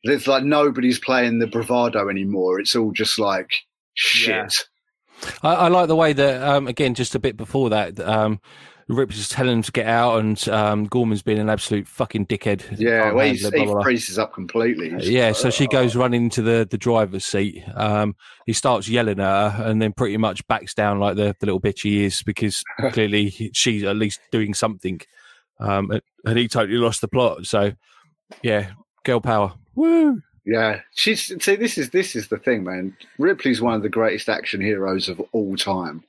[SPEAKER 2] There's like nobody's playing the bravado anymore. It's all just like shit.
[SPEAKER 3] Yeah.
[SPEAKER 5] I, I like the way that um, again, just a bit before that, um, Rips is telling him to get out, and um, Gorman's been an absolute fucking dickhead.
[SPEAKER 2] Yeah,
[SPEAKER 5] Can't
[SPEAKER 2] well,
[SPEAKER 5] handle
[SPEAKER 2] he's,
[SPEAKER 5] it, blah,
[SPEAKER 2] he
[SPEAKER 5] blah, blah.
[SPEAKER 2] freezes up completely. He's-
[SPEAKER 5] Uh, Yeah, so she goes running into the, the driver's seat. Um, he starts yelling at her, and then pretty much backs down like the, the little bitch he is because clearly she's at least doing something. Um, and- and he totally lost the plot. So, yeah, girl power. Woo!
[SPEAKER 2] Yeah, she's see. This is this is the thing, man. Ripley's one of the greatest action heroes of all time.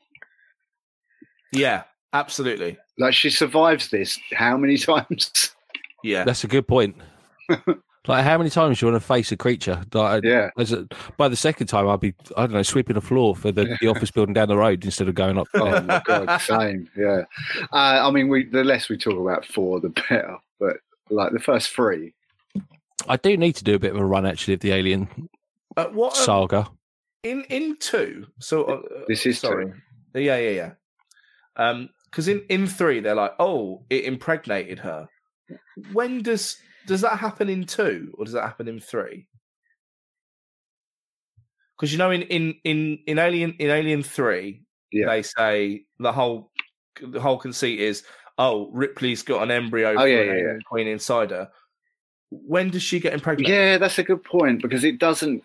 [SPEAKER 3] Yeah, absolutely.
[SPEAKER 2] Like she survives this how many times?
[SPEAKER 3] Yeah.
[SPEAKER 5] That's a good point. Like, how many times do you want to face a creature? Like,
[SPEAKER 2] Yeah.
[SPEAKER 5] as a, by the second time, I'd be, I don't know, sweeping the floor for the, the office building down the road instead of going up.
[SPEAKER 2] Oh my god, same. Yeah. Uh, I mean, we the less we talk about four, the better. But like the first three,
[SPEAKER 5] I do need to do a bit of a run, actually, of the Alien
[SPEAKER 3] Uh, what uh,
[SPEAKER 5] saga.
[SPEAKER 3] in in two? So uh,
[SPEAKER 2] This is
[SPEAKER 3] sorry. Yeah, yeah, yeah. Um, because in in three they're like, oh, it impregnated her. When does does that happen in two, or does that happen in three? Because you know, in in in in Alien in Alien three,
[SPEAKER 2] Yeah.
[SPEAKER 3] they say the whole the whole conceit is, oh, Ripley's got an embryo
[SPEAKER 2] Oh, yeah,
[SPEAKER 3] an
[SPEAKER 2] yeah,
[SPEAKER 3] alien queen inside her. When does she get impregnated?
[SPEAKER 2] yeah, that's a good point because it doesn't.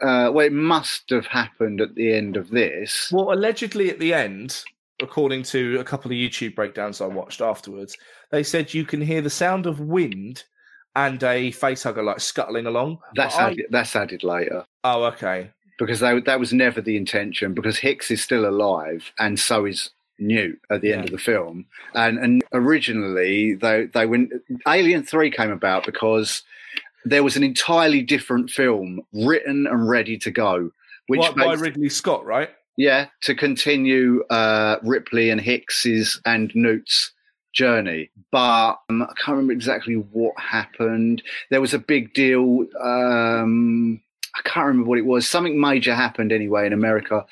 [SPEAKER 2] Uh, well, it must have happened at the end of this.
[SPEAKER 3] Well, allegedly at the end, according to a couple of YouTube breakdowns I watched afterwards, they said you can hear the sound of wind and a face hugger like scuttling along.
[SPEAKER 2] That's
[SPEAKER 3] But I-
[SPEAKER 2] added, that's added later
[SPEAKER 3] Oh, okay.
[SPEAKER 2] because that that was never the intention. Because Hicks is still alive, and so is Newt at the end
[SPEAKER 3] Yeah.
[SPEAKER 2] of the film. And and originally, they they went Alien Three came about because there was an entirely different film written and ready to go. Which
[SPEAKER 3] By- by
[SPEAKER 2] makes-
[SPEAKER 3] Ridley Scott, right?
[SPEAKER 2] Yeah, to continue uh, Ripley and Hicks's and Newt's journey, but um, I can't remember exactly what happened. There was a big deal. Um, I can't remember what it was. Something major happened anyway in America.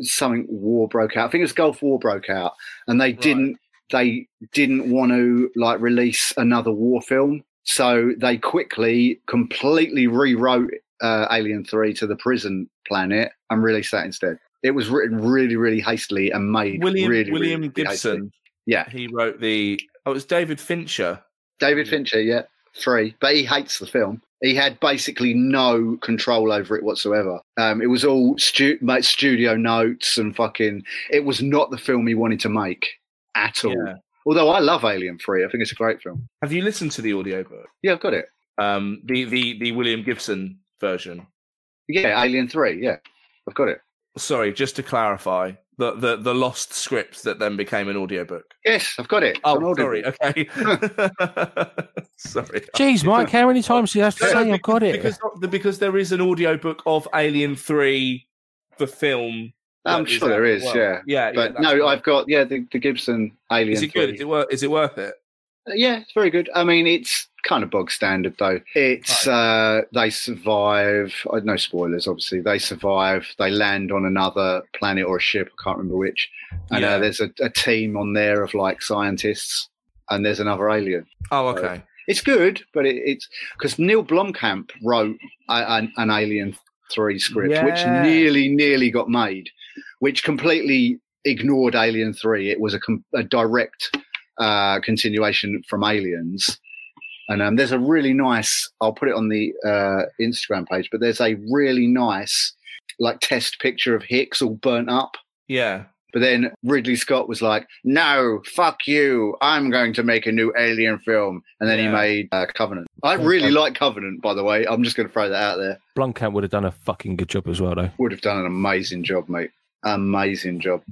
[SPEAKER 2] Something war broke out. I think it was Gulf War broke out, and they
[SPEAKER 3] Right.
[SPEAKER 2] didn't. They didn't want to like release another war film, so they quickly completely rewrote uh, Alien Three to the prison planet and released that instead. It was written really, really hastily and made
[SPEAKER 3] William
[SPEAKER 2] really,
[SPEAKER 3] William
[SPEAKER 2] really hastily.
[SPEAKER 3] Gibson.
[SPEAKER 2] Yeah.
[SPEAKER 3] He wrote the Oh, it was David Fincher.
[SPEAKER 2] David Fincher, yeah, three, but he hates the film. He had basically no control over it whatsoever. Um, it was all stu- mate, studio notes and fucking. It was not the film he wanted to make at all.
[SPEAKER 3] Yeah.
[SPEAKER 2] Although I love Alien Three, I think it's a great film.
[SPEAKER 3] Have you listened to the audiobook?
[SPEAKER 2] Yeah, I've got it.
[SPEAKER 3] Um the the the William Gibson version.
[SPEAKER 2] Yeah, Alien Three. Yeah, I've got it.
[SPEAKER 3] Sorry, just to clarify, the the, the lost script that then became an audiobook.
[SPEAKER 2] Yes, I've got it. It's on
[SPEAKER 3] Oh,
[SPEAKER 2] Audible.
[SPEAKER 3] sorry. Okay. sorry.
[SPEAKER 5] Jeez, Mike, how many times do you have to
[SPEAKER 3] No,
[SPEAKER 5] say I've got it?
[SPEAKER 3] Because, because there is an audio book of Alien 3, the film.
[SPEAKER 2] I'm
[SPEAKER 3] that is
[SPEAKER 2] sure
[SPEAKER 3] out
[SPEAKER 2] there
[SPEAKER 3] as
[SPEAKER 2] is.
[SPEAKER 3] well.
[SPEAKER 2] Yeah.
[SPEAKER 3] Yeah. yeah,
[SPEAKER 2] But
[SPEAKER 3] that's
[SPEAKER 2] no,
[SPEAKER 3] right.
[SPEAKER 2] I've got yeah the, the Gibson Alien.
[SPEAKER 3] Is it good?
[SPEAKER 2] 3.
[SPEAKER 3] Is it, worth, is it worth it?
[SPEAKER 2] Uh, Yeah, it's very good. I mean, it's kind of bog standard though. It's uh, they survive. uh, No spoilers, obviously. They survive. They land on another planet or a ship. I can't remember which. And
[SPEAKER 3] Yeah.
[SPEAKER 2] uh, there's a, a team on there of like scientists, and there's another alien.
[SPEAKER 3] Oh, okay.
[SPEAKER 2] It's good, but it, it's because Neil Blomkamp wrote a, an, an Alien Three script,
[SPEAKER 3] Yeah.
[SPEAKER 2] which nearly, nearly got made, which completely ignored Alien Three. It was a, com- a direct uh, continuation from Aliens, and um, there's a really nice. I'll put it on the uh, Instagram page, but there's a really nice like test picture of Hicks all burnt up.
[SPEAKER 3] Yeah.
[SPEAKER 2] But then Ridley Scott was like, "No, fuck you! I'm going to make a new Alien film," and then he
[SPEAKER 3] Yeah.
[SPEAKER 2] made uh, Covenant. I really like Covenant, by the way. I'm just going to throw that out there.
[SPEAKER 5] Blomkamp would have done a fucking good job as well, though.
[SPEAKER 2] Would have done an amazing job, mate. Amazing job.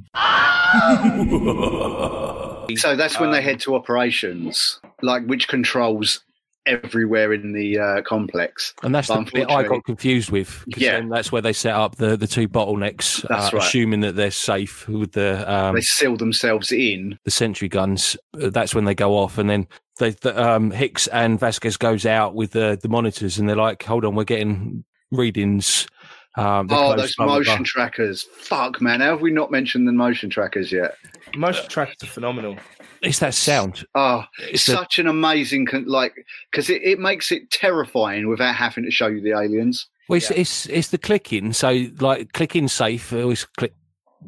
[SPEAKER 2] So that's when they
[SPEAKER 3] Um,
[SPEAKER 2] head to operations, like which controls everywhere in the uh, complex.
[SPEAKER 5] And that's the bit I
[SPEAKER 2] Unfortunately-
[SPEAKER 5] got confused with. 'cause
[SPEAKER 2] Yeah.
[SPEAKER 5] then that's where they set up the, the two bottlenecks,
[SPEAKER 2] That's
[SPEAKER 5] uh,
[SPEAKER 2] right.
[SPEAKER 5] assuming that they're safe with the um,
[SPEAKER 2] they seal themselves in.
[SPEAKER 5] the sentry guns. Uh, That's when they go off, and then they the, um, Hicks and Vasquez goes out with the the monitors, and they're like, "Hold on, we're getting readings." Um, they're
[SPEAKER 2] Oh,
[SPEAKER 5] close,
[SPEAKER 2] those
[SPEAKER 5] blah, blah, blah."
[SPEAKER 2] motion trackers! Fuck, man, how have we not mentioned the motion trackers yet?
[SPEAKER 3] Motion tracks are phenomenal.
[SPEAKER 5] It's that sound.
[SPEAKER 2] Oh,
[SPEAKER 5] It's the-
[SPEAKER 2] such an amazing con- like because it, it makes it terrifying without having to show you the aliens
[SPEAKER 5] well, it's, it's it's the clicking. So like clicking safe, it always click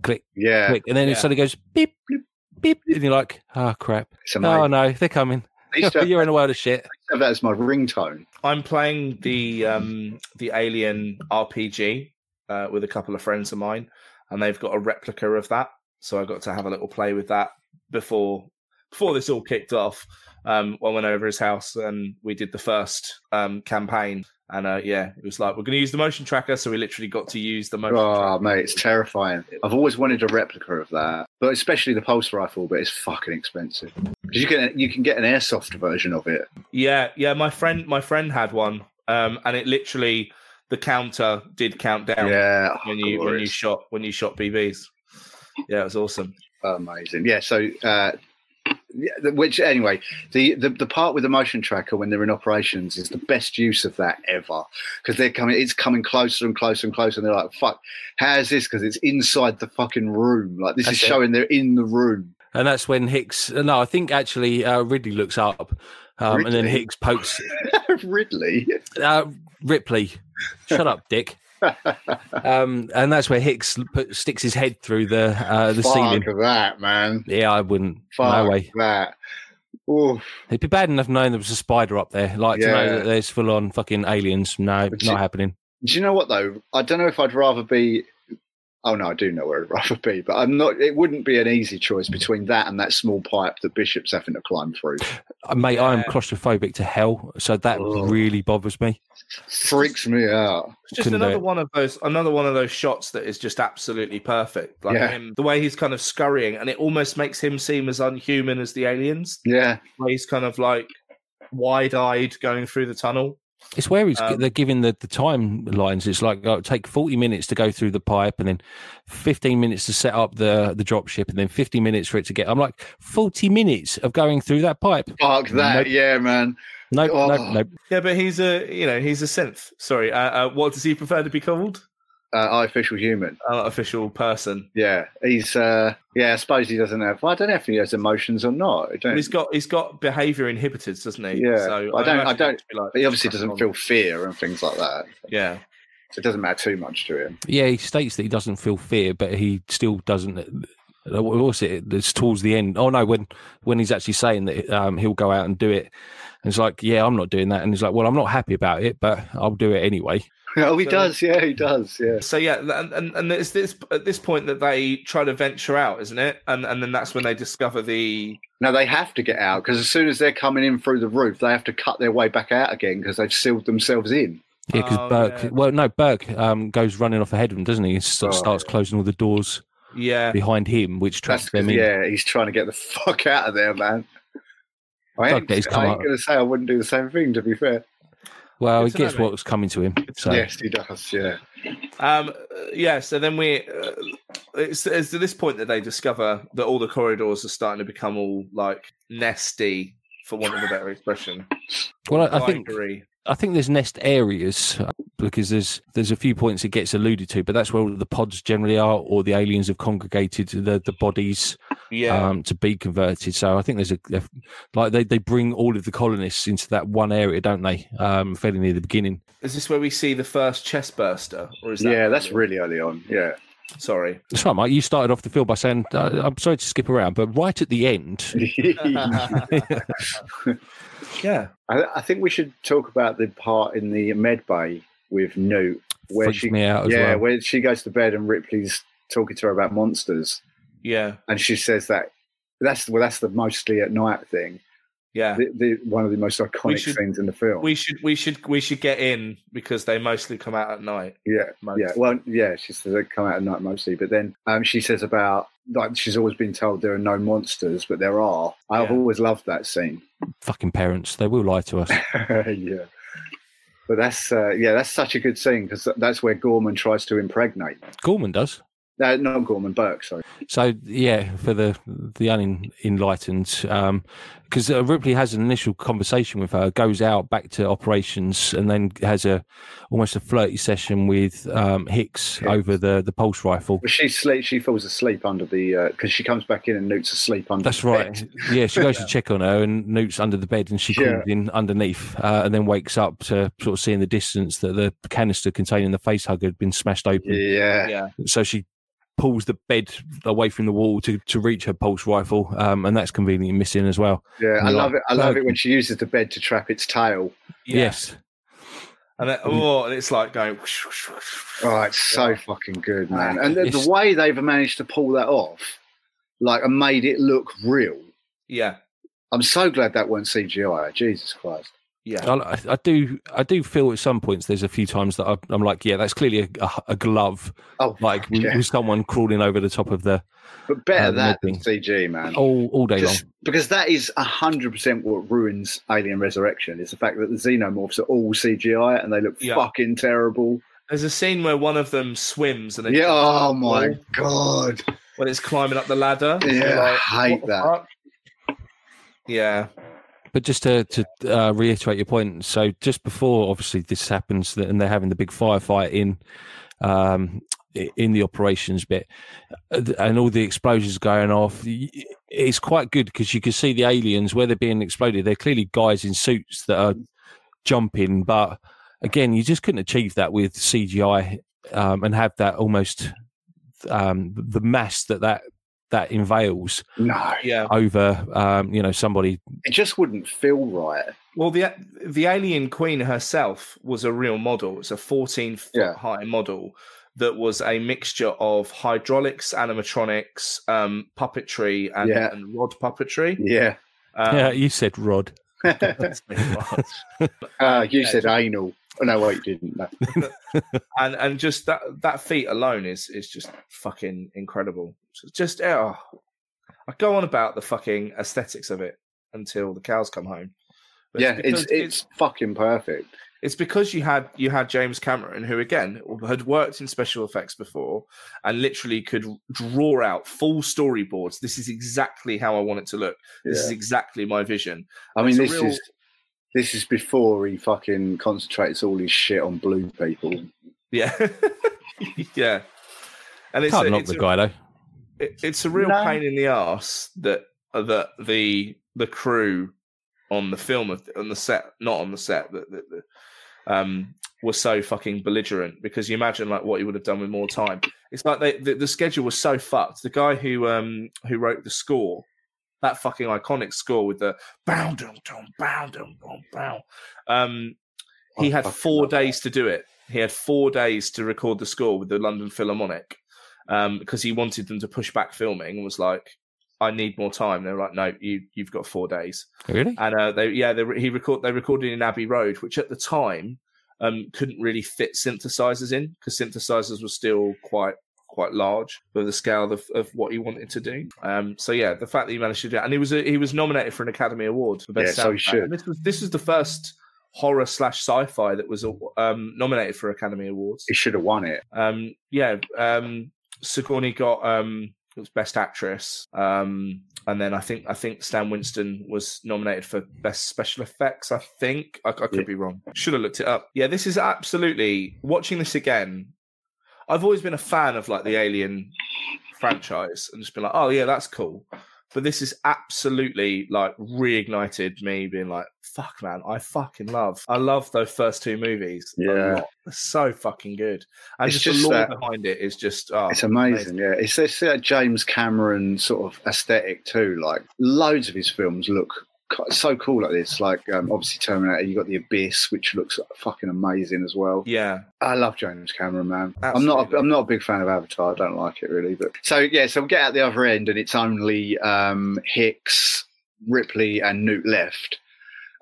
[SPEAKER 5] click
[SPEAKER 2] yeah
[SPEAKER 5] click, and then
[SPEAKER 3] Yeah.
[SPEAKER 5] it suddenly goes beep beep beep, and you're like, "Oh crap!
[SPEAKER 2] it's amazing
[SPEAKER 5] Oh no, they're coming!
[SPEAKER 2] I, used to have, I used
[SPEAKER 5] you're in a world of shit."
[SPEAKER 2] to have that as my ringtone
[SPEAKER 3] I'm playing the um, the Alien RPG uh, with a couple of friends of mine, and they've got a replica of that. So I got to have a little play with that before before this all kicked off. Um, I went over his house and we did the first um, campaign, and uh, yeah, it was like we're going to use the motion tracker. So we literally got to use the motion.
[SPEAKER 2] oh
[SPEAKER 3] tracker.
[SPEAKER 2] mate it's terrifying i've always wanted a replica of that but especially the pulse rifle but it's fucking expensive you can you can get an airsoft version of it.
[SPEAKER 3] Yeah, yeah. My friend, my friend had one, um, and it literally the counter did count down
[SPEAKER 2] Yeah, Oh,
[SPEAKER 3] when you when you
[SPEAKER 2] glorious.
[SPEAKER 3] shot when you shot BBs. Yeah, it was awesome.
[SPEAKER 2] Amazing. Yeah. So, uh, yeah, the- which anyway, the, the the part with the motion tracker when they're in operations is the best use of that ever because they're coming. It's coming closer and closer and closer, and they're like, "Fuck, how's this?" Because it's inside the fucking room. Like this
[SPEAKER 3] That's
[SPEAKER 2] is
[SPEAKER 3] it.
[SPEAKER 2] showing they're in the room.
[SPEAKER 5] And that's when Hicks. uh, No, I think actually uh, Ridley looks up, um, and then
[SPEAKER 2] Ridley?
[SPEAKER 5] Hicks pokes
[SPEAKER 2] Ridley.
[SPEAKER 5] uh, Ripley. Shut up, Dick. Um, and that's where Hicks put, sticks his head through the uh, the
[SPEAKER 2] Fuck
[SPEAKER 5] ceiling.
[SPEAKER 2] that, man.
[SPEAKER 5] Yeah, I wouldn't.
[SPEAKER 2] Fuck
[SPEAKER 5] No way.
[SPEAKER 2] that. Oof.
[SPEAKER 5] It'd be bad enough knowing there was a spider up there, like to
[SPEAKER 2] Yeah.
[SPEAKER 5] know that there's full on fucking aliens. No,
[SPEAKER 2] But you-
[SPEAKER 5] not happening.
[SPEAKER 2] Do you know what though? I don't know if I'd rather be. Oh no, I do know where I'd rather be, but I'm not. It wouldn't be an easy choice between that and that small pipe that Bishop's having to climb through.
[SPEAKER 5] Uh, Mate, I am
[SPEAKER 3] Yeah.
[SPEAKER 5] claustrophobic to hell, so that
[SPEAKER 2] Ugh.
[SPEAKER 5] really bothers me.
[SPEAKER 2] Freaks me out.
[SPEAKER 3] It's just
[SPEAKER 5] Couldn't do
[SPEAKER 3] another
[SPEAKER 5] it.
[SPEAKER 3] one of those another one of those shots that is just absolutely perfect. Like
[SPEAKER 2] Yeah.
[SPEAKER 3] him, the way he's kind of scurrying, and it almost makes him seem as unhuman as the aliens.
[SPEAKER 2] Yeah,
[SPEAKER 3] Where he's kind of like wide-eyed going through the tunnel.
[SPEAKER 5] It's where he's
[SPEAKER 3] Um,
[SPEAKER 5] they're giving the, the timelines. It's like oh, take forty minutes to go through the pipe, and then fifteen minutes to set up the the drop ship, and then fifty minutes for it to get. I'm like forty minutes of going through that pipe.
[SPEAKER 2] fuck that.
[SPEAKER 5] Nope.
[SPEAKER 2] Yeah, man.
[SPEAKER 5] Nope,
[SPEAKER 2] Oh.
[SPEAKER 5] nope, nope.
[SPEAKER 3] Yeah, but he's a you know he's a synth. Sorry, uh, uh, what does he prefer to be called?
[SPEAKER 2] Uh, artificial human.
[SPEAKER 3] An artificial person.
[SPEAKER 2] Yeah, he's. uh Yeah, I suppose he doesn't have. Well, I don't know if he has emotions or not. I
[SPEAKER 3] But
[SPEAKER 2] don't.
[SPEAKER 3] he's got he's got behaviour inhibitors, doesn't he?
[SPEAKER 2] Yeah.
[SPEAKER 3] So
[SPEAKER 2] I don't-
[SPEAKER 3] imagine
[SPEAKER 2] I don't-
[SPEAKER 3] it'd be like-
[SPEAKER 2] he obviously doesn't feel fear and things like that.
[SPEAKER 3] Yeah.
[SPEAKER 2] So it doesn't matter too much to him.
[SPEAKER 5] Yeah, he states that he doesn't feel fear, but he still doesn't. uh, What was it? It's towards the end. Oh no, when when he's actually saying that um, he'll go out and do it, and it's like, yeah, I'm not doing that, and he's like, well, I'm not happy about it, but I'll do it anyway.
[SPEAKER 2] oh, he
[SPEAKER 3] So-
[SPEAKER 2] does. Yeah, he does. Yeah.
[SPEAKER 3] So yeah, th- and and, and it's this at this point that they try to venture out, isn't it? And and then that's when they discover the
[SPEAKER 2] No, they have to get out because as soon as they're coming in through the roof, they have to cut their way back out again because they've sealed themselves in.
[SPEAKER 5] Yeah, because
[SPEAKER 3] Oh,
[SPEAKER 5] Burke.
[SPEAKER 3] yeah.
[SPEAKER 5] Well, no, Burke um, goes running off ahead of him, doesn't he? He st-
[SPEAKER 2] Oh,
[SPEAKER 5] starts closing all the doors
[SPEAKER 3] yeah.
[SPEAKER 5] behind him, which
[SPEAKER 2] That's
[SPEAKER 5] traps
[SPEAKER 2] 'cause-
[SPEAKER 5] them in.
[SPEAKER 2] yeah, he's trying to get the fuck out of there, man. I
[SPEAKER 5] Fuck
[SPEAKER 2] ain't,
[SPEAKER 5] that, he's come
[SPEAKER 2] I ain't
[SPEAKER 5] out.
[SPEAKER 2] going to say I wouldn't do the same thing. To be fair,
[SPEAKER 5] Well, he
[SPEAKER 3] Good to know,
[SPEAKER 5] gets
[SPEAKER 3] mate.
[SPEAKER 5] what's coming to him. So
[SPEAKER 2] yes, he does. Yeah,
[SPEAKER 3] Um, uh, yeah. So then we uh, it's, it's at this point that they discover that all the corridors are starting to become all like nesty, for want of a better expression.
[SPEAKER 5] well, I, I think
[SPEAKER 3] Library.
[SPEAKER 5] I think there's nest areas uh, because there's there's a few points it gets alluded to, but that's where all the pods generally are, or the aliens have congregated the the bodies
[SPEAKER 3] yeah.
[SPEAKER 5] um, to be converted. So I think there's a, a- like they, they bring all of the colonists into that one area, don't they? Um, fairly near the beginning.
[SPEAKER 3] is this where we see the first chest burster, or is that
[SPEAKER 2] yeah, that's really early on. Yeah,
[SPEAKER 3] sorry?
[SPEAKER 5] That's right, Mike. You started off the field by saying, uh, "I'm sorry to skip around, but right at the end,
[SPEAKER 3] Yeah.
[SPEAKER 2] I, I think we should talk about the part in the med bay with Newt where
[SPEAKER 5] freaks
[SPEAKER 2] she,
[SPEAKER 5] me out." As
[SPEAKER 2] yeah,
[SPEAKER 5] well.
[SPEAKER 2] where she goes to bed and Ripley's talking to her about monsters,
[SPEAKER 3] Yeah.
[SPEAKER 2] and she says that that's well, that's the mostly at night thing.
[SPEAKER 3] Yeah.
[SPEAKER 2] the, the, one of the most iconic
[SPEAKER 3] should-
[SPEAKER 2] scenes in the film.
[SPEAKER 3] We should we should we should get in because they mostly come out at night.
[SPEAKER 2] yeah,
[SPEAKER 3] Most.
[SPEAKER 2] yeah. Well, yeah. She says they come out at night mostly, but then um, she says about like she's always been told there are no monsters, but there are. I've
[SPEAKER 3] Yeah.
[SPEAKER 2] always loved that scene.
[SPEAKER 5] Fucking parents, they will lie to us.
[SPEAKER 2] yeah. But that's uh, yeah, that's such a good scene because that's where Gorman tries to impregnate.
[SPEAKER 5] Gorman does.
[SPEAKER 2] No, not Gorman Burke. Sorry.
[SPEAKER 5] So yeah, for the the unenlightened, um, because uh, Ripley has an initial conversation with her, goes out back to operations, and then has a almost a flirty session with um, Hicks
[SPEAKER 2] Hicks.
[SPEAKER 5] over the the pulse rifle.
[SPEAKER 2] Well, she sleep. She falls asleep under the because she comes back in and Newt's asleep under.
[SPEAKER 5] That's
[SPEAKER 2] the
[SPEAKER 5] right.
[SPEAKER 2] bed.
[SPEAKER 5] Yeah, she goes to check on her, and Newt's under the bed, and she
[SPEAKER 2] Yeah.
[SPEAKER 5] crawls in underneath, uh, and then wakes up to sort of seeing the distance that the canister containing the face hugger had been smashed open.
[SPEAKER 2] Yeah.
[SPEAKER 3] Yeah.
[SPEAKER 5] So she pulls the bed away from the wall to, to reach her pulse rifle, um, and that's conveniently missing as well.
[SPEAKER 2] Yeah, I
[SPEAKER 5] Yeah.
[SPEAKER 2] love it. I love
[SPEAKER 5] Burke.
[SPEAKER 2] it when she uses the bed to trap its tail.
[SPEAKER 5] Yes.
[SPEAKER 3] And
[SPEAKER 5] Mm.
[SPEAKER 3] then, oh, and it's like going.
[SPEAKER 2] Oh, it's so fucking good, man! And the,
[SPEAKER 5] It's-
[SPEAKER 2] the way they've managed to pull that off, like, and made it look real.
[SPEAKER 3] Yeah.
[SPEAKER 2] I'm so glad that weren't CGI. Jesus Christ!
[SPEAKER 3] Yeah.
[SPEAKER 5] I, I do. I do feel at some points there's a few times that I, I'm like, yeah, that's clearly a, a, a glove,
[SPEAKER 2] Oh,
[SPEAKER 5] like with,
[SPEAKER 2] yeah.
[SPEAKER 5] with someone crawling over the top of the
[SPEAKER 2] but better
[SPEAKER 5] uh, Oh,
[SPEAKER 2] that than
[SPEAKER 5] nothing.
[SPEAKER 2] CG, man.
[SPEAKER 5] all all day
[SPEAKER 2] Just- because that is hundred percent what ruins Alien Resurrection. Is the fact that the xenomorphs are all CGI and they look
[SPEAKER 3] Yeah.
[SPEAKER 2] fucking terrible.
[SPEAKER 3] There's a scene where one of them swims and then
[SPEAKER 2] Yeah. Oh my god.
[SPEAKER 3] when it's climbing up the ladder.
[SPEAKER 2] Yeah, I hate
[SPEAKER 6] What the
[SPEAKER 2] that.
[SPEAKER 6] fuck?
[SPEAKER 3] Yeah.
[SPEAKER 5] long. But just to to uh, reiterate your point, so just before obviously this happens, and they're having the big firefight in um, i- in the operations bit, uh, th- and all the explosions going off. y- y- It's quite good because you can see the aliens where they're being exploded. They're clearly guys in suits that are jumping, but again, you just couldn't achieve that with CGI um, and have that almost um, the mass that that that inveighs
[SPEAKER 2] No,
[SPEAKER 3] Yeah.
[SPEAKER 5] over um, you know somebody.
[SPEAKER 2] it just wouldn't feel right.
[SPEAKER 3] Well, the the alien queen herself was a real model. It's a 14 foot
[SPEAKER 2] Yeah.
[SPEAKER 3] high model that was a mixture of hydraulics, animatronics, um, puppetry, and,
[SPEAKER 2] Yeah.
[SPEAKER 3] and rod puppetry.
[SPEAKER 2] Yeah.
[SPEAKER 3] Um,
[SPEAKER 5] yeah, you said Rod.
[SPEAKER 3] that's pretty much.
[SPEAKER 2] Uh, you
[SPEAKER 3] Yeah.
[SPEAKER 2] said anal. Oh, no, wait, you didn't. No.
[SPEAKER 3] and and just that that feat alone is is just fucking incredible. So Just oh, I go on about the fucking aesthetics of it until the cows come home. But
[SPEAKER 2] Yeah, it's
[SPEAKER 3] because-
[SPEAKER 2] it's fucking perfect.
[SPEAKER 3] It's because you had you had James Cameron, who again had worked in special effects before, and literally could draw out full storyboards. This is exactly how I want it to look. This is
[SPEAKER 2] Yeah.
[SPEAKER 3] exactly my vision.
[SPEAKER 2] I mean,
[SPEAKER 3] it's
[SPEAKER 2] this
[SPEAKER 3] a real-
[SPEAKER 2] is this is before he fucking concentrates all his shit on blue people.
[SPEAKER 3] Yeah, yeah. And it's
[SPEAKER 5] Can't
[SPEAKER 3] a,
[SPEAKER 5] knock
[SPEAKER 3] it's
[SPEAKER 5] the
[SPEAKER 3] a-
[SPEAKER 5] guy though.
[SPEAKER 3] it, it's a real
[SPEAKER 2] No.
[SPEAKER 3] pain in the ass that that the the crew on the film of, on the set not on the set that, that, that um were so fucking belligerent because you imagine like what you would have done with more time it's like they the, the schedule was so fucked the guy who um who wrote the score that fucking iconic score with the bound dum dum bound dum dum bound um he
[SPEAKER 2] I
[SPEAKER 3] had
[SPEAKER 2] fucking
[SPEAKER 3] four
[SPEAKER 2] love that.
[SPEAKER 3] days to do it he had four days to record the score with the london philharmonic um, because he wanted them to push back filming and was like, I need more time. They were like, no, you, you've got four days.
[SPEAKER 5] Really?
[SPEAKER 3] And uh, they, yeah, they, re- he record, they recorded in Abbey Road, which at the time um, couldn't really fit synthesizers in because synthesizers were still quite quite large for the scale of, of what he wanted to do. Um, so yeah, the fact that he managed to do it, and he was a, he was nominated for an Academy Award for best
[SPEAKER 2] Yeah, so he
[SPEAKER 3] soundtrack.
[SPEAKER 2] should.
[SPEAKER 3] And this was this was the first horror slash sci-fi that was um, nominated for Academy Awards
[SPEAKER 2] He should have won it.
[SPEAKER 3] um yeah um sigourney got um it was best actress um and then i think i think stan winston was nominated for best special effects i think i, I could
[SPEAKER 2] Yeah.
[SPEAKER 3] be wrong should have looked it up yeah this is absolutely watching this again i've always been a fan of like the alien franchise and just been like oh yeah that's cool but this is absolutely like reignited me being like fuck man i fucking love i love those first two movies a
[SPEAKER 2] Yeah.
[SPEAKER 3] lot. They're so fucking good and
[SPEAKER 2] It's
[SPEAKER 3] just,
[SPEAKER 2] just
[SPEAKER 3] the lore
[SPEAKER 2] that-
[SPEAKER 3] behind it is just oh,
[SPEAKER 2] It's amazing, yeah. It's this uh, James Cameron sort of aesthetic too. Like loads of his films look co- so cool like this. Like um, obviously Terminator, you got The Abyss, which looks fucking amazing as well.
[SPEAKER 3] Yeah,
[SPEAKER 2] I love James Cameron, man. I'm not. A, I'm not a big fan of Avatar. I don't like it really. But so yeah, so we get out the other end, and it's only um, Hicks, Ripley, and Newt left,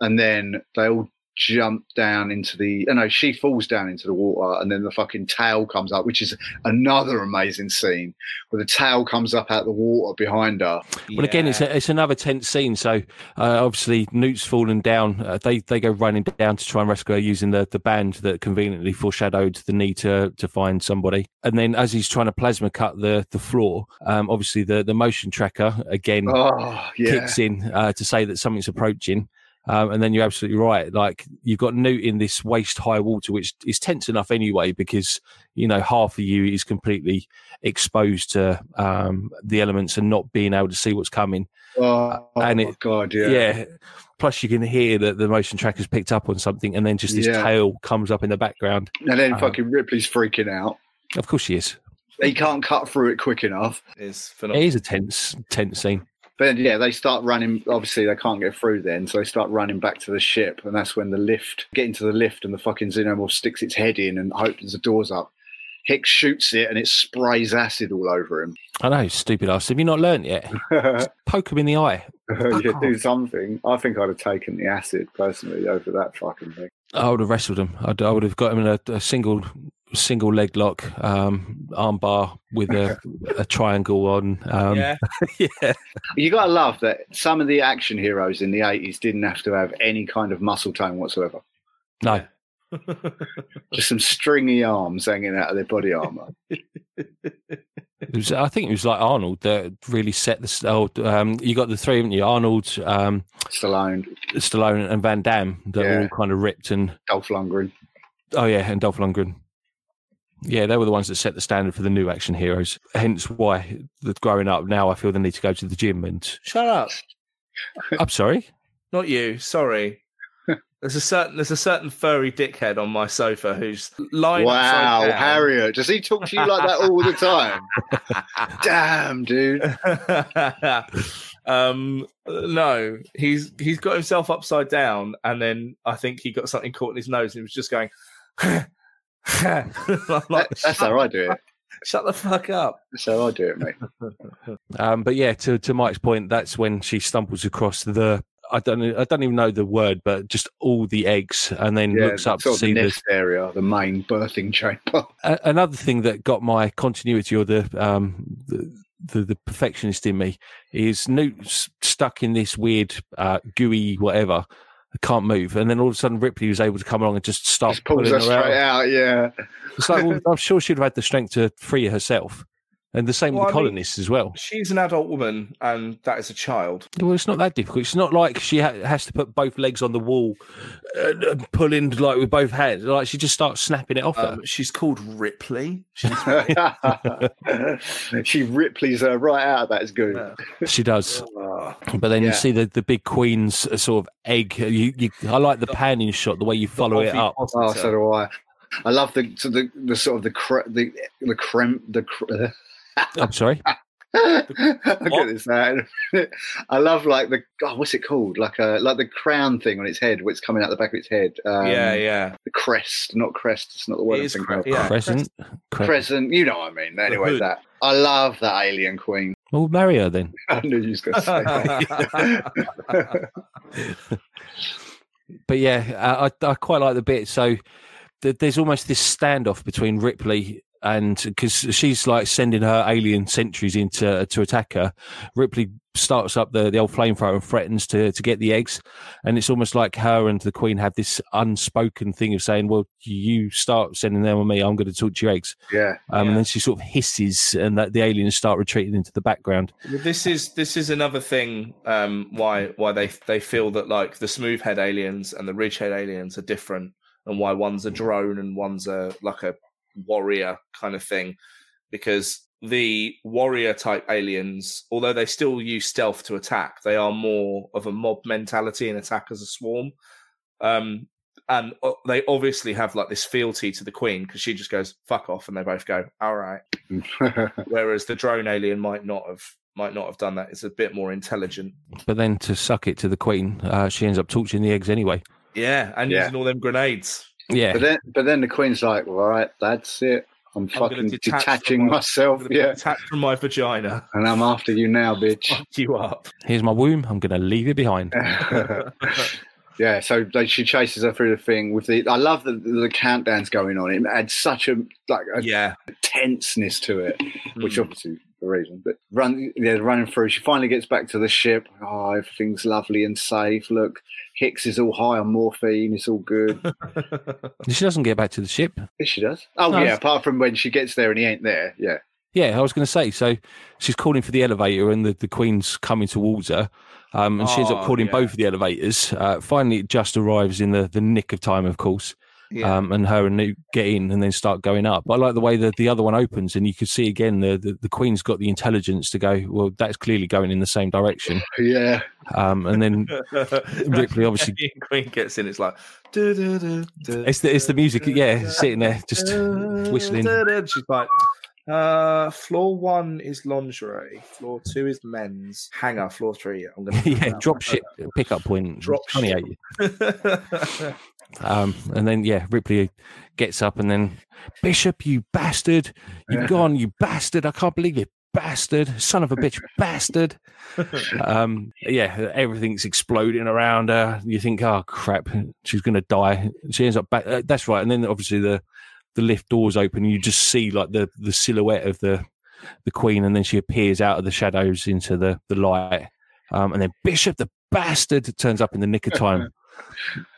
[SPEAKER 2] and then they all jump down into the. Oh no, she falls down into the water, and then the fucking tail comes up, which is another amazing scene where the tail comes up out of the water behind her.
[SPEAKER 5] Well, again, it's a, it's another tense scene. So uh, obviously, Newt's fallen down. Uh, they they go running down to try and rescue her using the, the band that conveniently foreshadowed the need to to find somebody. And then as he's trying to plasma cut the the floor, um, obviously the the motion tracker again
[SPEAKER 2] Oh yeah,
[SPEAKER 5] Mm. kicks in uh, to say that something's approaching. Um, and then you're absolutely right. Like you've got Newt in this waist high water, which is tense enough anyway, because you know half of you is completely exposed to um, the elements and not being able to see what's coming.
[SPEAKER 2] oh, oh
[SPEAKER 5] and
[SPEAKER 2] my
[SPEAKER 5] it-
[SPEAKER 2] god, yeah.
[SPEAKER 5] Plus, you can hear that the motion tracker's picked up on something, and then just this
[SPEAKER 2] Yeah.
[SPEAKER 5] tail comes up in the background.
[SPEAKER 2] And then
[SPEAKER 5] Um,
[SPEAKER 2] fucking Ripley's freaking out.
[SPEAKER 5] Of course, she is.
[SPEAKER 2] He can't cut through it quick enough.
[SPEAKER 3] it's
[SPEAKER 5] It
[SPEAKER 3] phenomenal.
[SPEAKER 5] is a tense, tense scene.
[SPEAKER 2] But then, yeah, they start running. Obviously, they can't get through then, so they start running back to the ship. And that's when the lift, get into the lift, and the fucking xenomorph sticks its head in and opens the doors up. Hicks shoots it and it sprays acid all over him.
[SPEAKER 5] I know, stupid ass. Have you not learnt yet? Poke him in the eye.
[SPEAKER 2] yeah, do something. I think I'd have taken the acid personally over that fucking thing.
[SPEAKER 5] I would have wrestled him. I'd, I would have got him in a, a single single leg lock, um, arm bar with a, a triangle on. Um,
[SPEAKER 3] yeah.
[SPEAKER 5] yeah.
[SPEAKER 2] You gotta love that some of the action heroes in the eighties didn't have to have any kind of muscle tone whatsoever.
[SPEAKER 5] No.
[SPEAKER 2] Just some stringy arms hanging out of their body armor.
[SPEAKER 5] It was, I think it was like Arnold that really set the. Oh, um, you got the three, haven't you? Arnold, um,
[SPEAKER 2] Stallone,
[SPEAKER 5] Stallone, and Van Damme that
[SPEAKER 2] Yeah.
[SPEAKER 5] all kind of ripped and.
[SPEAKER 2] Dolph Lundgren.
[SPEAKER 5] Oh yeah, and Dolph Lundgren. Yeah, they were the ones that set the standard for the new action heroes. Hence why, the, growing up now, I feel the need to go to the gym and.
[SPEAKER 3] Shut up.
[SPEAKER 5] I'm sorry.
[SPEAKER 3] Not you. Sorry. There's a certain there's a certain furry dickhead on my sofa who's lying.
[SPEAKER 2] Wow,
[SPEAKER 3] upside down.
[SPEAKER 2] Harriet, does he talk to you like that all the time? Damn, dude.
[SPEAKER 3] um, no, he's he's got himself upside down, and then I think he got something caught in his nose, and he was just going. I'm like,
[SPEAKER 2] That- that's how I do it.
[SPEAKER 3] Shut the fuck up.
[SPEAKER 2] That's how I do it, mate.
[SPEAKER 5] Um, but yeah, to, to Mike's point, that's when she stumbles across the I don't I don't even know the word, but just all the eggs, and then looks up to
[SPEAKER 2] sort of
[SPEAKER 5] see
[SPEAKER 2] the
[SPEAKER 5] this.
[SPEAKER 2] nest area, the main birthing chamber.
[SPEAKER 5] A- another thing that got my continuity or the um the the, the perfectionist in me is Newt's stuck in this weird uh, gooey whatever. Can't move, and then all of a sudden Ripley was able to come along and just start
[SPEAKER 2] Just pulls
[SPEAKER 5] pulling her
[SPEAKER 2] us straight
[SPEAKER 5] out.
[SPEAKER 2] out, yeah.
[SPEAKER 5] It's like well, I'm sure she'd have had the strength to free herself, and the same
[SPEAKER 3] Well, I
[SPEAKER 5] with the
[SPEAKER 3] mean-
[SPEAKER 5] colonists as well.
[SPEAKER 3] She's an adult woman, and that is a child.
[SPEAKER 5] Well, it's not that difficult. It's not like she ha- has to put both legs on the wall and, and pull in like with both hands. Like she just starts snapping it off. at
[SPEAKER 3] Um, she's called Ripley. She's
[SPEAKER 2] she Ripley's her right out of that is good.
[SPEAKER 3] Yeah.
[SPEAKER 5] her. She does,
[SPEAKER 2] Oh,
[SPEAKER 5] but then you
[SPEAKER 2] Yeah.
[SPEAKER 5] see the, the big queen's uh, sort of egg. You, you, I like the panning shot, the way you follow it up.
[SPEAKER 2] oh, so do I. I love the so the, the sort of the cre- the the creme the cre-
[SPEAKER 5] I'm sorry,
[SPEAKER 2] I get
[SPEAKER 3] what?
[SPEAKER 2] this now. in a minute. I love like the oh, what's it called? Like a like the crown thing on its head, what's coming out the back of its head. Um,
[SPEAKER 3] yeah, yeah.
[SPEAKER 2] The crest, not crest. It's not the
[SPEAKER 3] It
[SPEAKER 2] word. I'm
[SPEAKER 3] is
[SPEAKER 2] thinking
[SPEAKER 3] crest,
[SPEAKER 2] of.
[SPEAKER 3] yeah.
[SPEAKER 5] crescent. Cre-
[SPEAKER 2] Crescent, you know what I mean. Anyway,
[SPEAKER 3] hood.
[SPEAKER 2] that I love that alien queen.
[SPEAKER 5] Well, marry her then.
[SPEAKER 2] I knew you was going to say that.
[SPEAKER 5] But yeah, I, I I quite like the bit. So th- there's almost this standoff between Ripley and because she's like sending her alien sentries in to, to attack her. Ripley starts up the, the old flamethrower and threatens to, to get the eggs. And it's almost like her and the Queen have this unspoken thing of saying, Well, you start sending them on me, I'm going to talk to your eggs.
[SPEAKER 2] yeah,
[SPEAKER 5] Um,
[SPEAKER 3] Yeah.
[SPEAKER 5] And then she sort of hisses, and that the aliens start retreating into the background.
[SPEAKER 3] This is this is another thing um, why why they they feel that like the smooth head aliens and the ridge head aliens are different, and why one's a drone and one's a like a warrior kind of thing, because the warrior type aliens, although they still use stealth to attack, they are more of a mob mentality and attack as a swarm. Um, and uh, they obviously have like this fealty to the queen because she just goes fuck off, and they both go all right whereas the drone alien might not have might not have done that. It's a bit more intelligent.
[SPEAKER 5] But then to suck it to the Queen, uh, she ends up torching the eggs anyway.
[SPEAKER 3] Yeah, and
[SPEAKER 2] Yeah.
[SPEAKER 3] using all them grenades.
[SPEAKER 5] Yeah.
[SPEAKER 2] but then but then the queen's like, well, all right, that's it. I'm
[SPEAKER 3] gonna
[SPEAKER 2] fucking
[SPEAKER 3] detach from
[SPEAKER 2] detaching
[SPEAKER 3] my-
[SPEAKER 2] myself,
[SPEAKER 3] I'm gonna
[SPEAKER 2] yeah,
[SPEAKER 3] attack from my vagina.
[SPEAKER 2] and I'm after you now, bitch.
[SPEAKER 3] Fuck you up.
[SPEAKER 5] Here's my womb. I'm going to leave it behind.
[SPEAKER 2] yeah, so they, she chases her through the thing with the. I love the the countdowns going on. It adds such a like a
[SPEAKER 3] yeah,
[SPEAKER 2] tenseness to it, which
[SPEAKER 5] Hmm.
[SPEAKER 3] Mm.
[SPEAKER 2] obviously the reason. But run, yeah, running through. She finally gets back to the ship. Oh, everything's lovely and safe. Look, Hicks is all high on morphine. It's all good.
[SPEAKER 5] She doesn't get back to the ship.
[SPEAKER 2] yes, she does. Oh
[SPEAKER 5] No,
[SPEAKER 2] yeah,
[SPEAKER 5] it's-
[SPEAKER 2] apart from when she gets there and he ain't there. Yeah,
[SPEAKER 5] Yeah, I was going to say. So she's calling for the elevator, and the, the Queen's coming towards her. Um, and she ends up
[SPEAKER 3] Oh,
[SPEAKER 5] calling
[SPEAKER 3] yeah.
[SPEAKER 5] both of the elevators. Uh, finally, it just arrives in the, the nick of time, of course.
[SPEAKER 3] yeah.
[SPEAKER 5] Um, and her and Newt get in and then start going up. I like the way that the other one opens, and you can see again the, the, the Queen's got the intelligence to go, well, that's clearly going in the same direction.
[SPEAKER 2] yeah.
[SPEAKER 5] Um, and then Ripley obviously.
[SPEAKER 3] Alien Queen gets in. It's like "Du, du, du, du,
[SPEAKER 5] It's the, it's the music, yeah, sitting there just
[SPEAKER 3] du,
[SPEAKER 5] whistling.
[SPEAKER 3] du, du." She's like, uh, floor one is lingerie, floor two is men's hanger, floor three. I'm gonna
[SPEAKER 5] Yeah, drop shit pickup point
[SPEAKER 3] Drop ship.
[SPEAKER 5] 28. Um, and then yeah, Ripley gets up and then Bishop, you bastard, you've gone, you bastard! I can't believe you, bastard, son of a bitch, bastard. Um, yeah, everything's exploding around her. You think, oh crap, she's gonna die. She ends up back. uh, That's right. And then obviously the the lift doors open. And you just see like the the silhouette of the the queen, and then she appears out of the shadows into the the light. Um, and then Bishop, the bastard, turns up in the nick of time.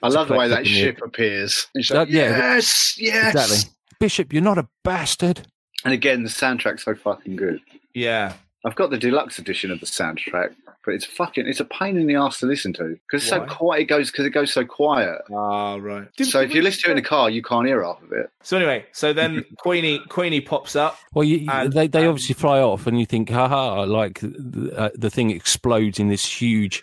[SPEAKER 2] I love the way that
[SPEAKER 5] Collected in the-
[SPEAKER 2] ship appears. It's
[SPEAKER 5] That-
[SPEAKER 2] like,
[SPEAKER 5] yeah.
[SPEAKER 2] yes, yes.
[SPEAKER 5] Exactly. Bishop, you're not a bastard.
[SPEAKER 2] And again, the soundtrack's so fucking good.
[SPEAKER 3] Yeah.
[SPEAKER 2] I've got the deluxe edition of the soundtrack, but it's fucking it's a pain in the ass to listen to because so
[SPEAKER 3] Why?
[SPEAKER 2] quiet it goes because it goes so quiet.
[SPEAKER 3] Ah, right.
[SPEAKER 2] so if you listen to it in the car, you can't hear half of it.
[SPEAKER 3] So anyway, so then Queenie Queenie pops up.
[SPEAKER 5] Well, you, you-
[SPEAKER 3] And-
[SPEAKER 5] they, they
[SPEAKER 3] and-
[SPEAKER 5] obviously fly off, and you think, haha, like the, uh, the thing explodes in this huge,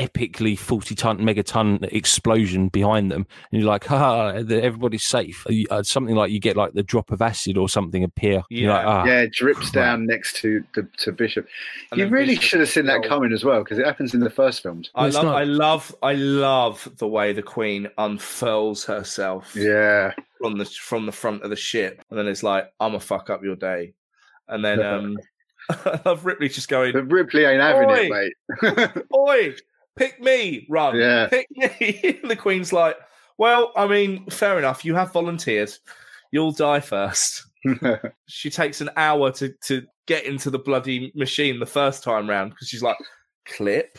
[SPEAKER 5] epically 40 ton, megaton explosion behind them. And you're like, haha, the- everybody's safe. You- uh, something like you get like the drop of acid or something appear. You're like,
[SPEAKER 3] Yeah.
[SPEAKER 5] ah,
[SPEAKER 2] yeah, it drips
[SPEAKER 5] crap.
[SPEAKER 2] down next to the to Bishop.
[SPEAKER 3] and
[SPEAKER 2] You
[SPEAKER 3] then
[SPEAKER 2] really
[SPEAKER 3] Bishop
[SPEAKER 2] should have seen that
[SPEAKER 3] goes-
[SPEAKER 2] coming as well because it happens in the first films.
[SPEAKER 3] I
[SPEAKER 5] it's
[SPEAKER 3] love,
[SPEAKER 5] not.
[SPEAKER 3] I love, I love the way the Queen unfurls herself
[SPEAKER 2] Yeah,
[SPEAKER 3] from the from the front of the ship, and then it's like, "I'm gonna fuck up your day," and then um, I love Ripley just going,
[SPEAKER 2] but Ripley ain't having
[SPEAKER 3] Oi.
[SPEAKER 2] it, mate.
[SPEAKER 3] "Oi, pick me, run,
[SPEAKER 2] Yeah.
[SPEAKER 3] pick me." the Queen's like, "Well, I mean, fair enough. You have volunteered. You'll die first. She takes an hour to to get into the bloody machine the first time round because she's like, "Clip,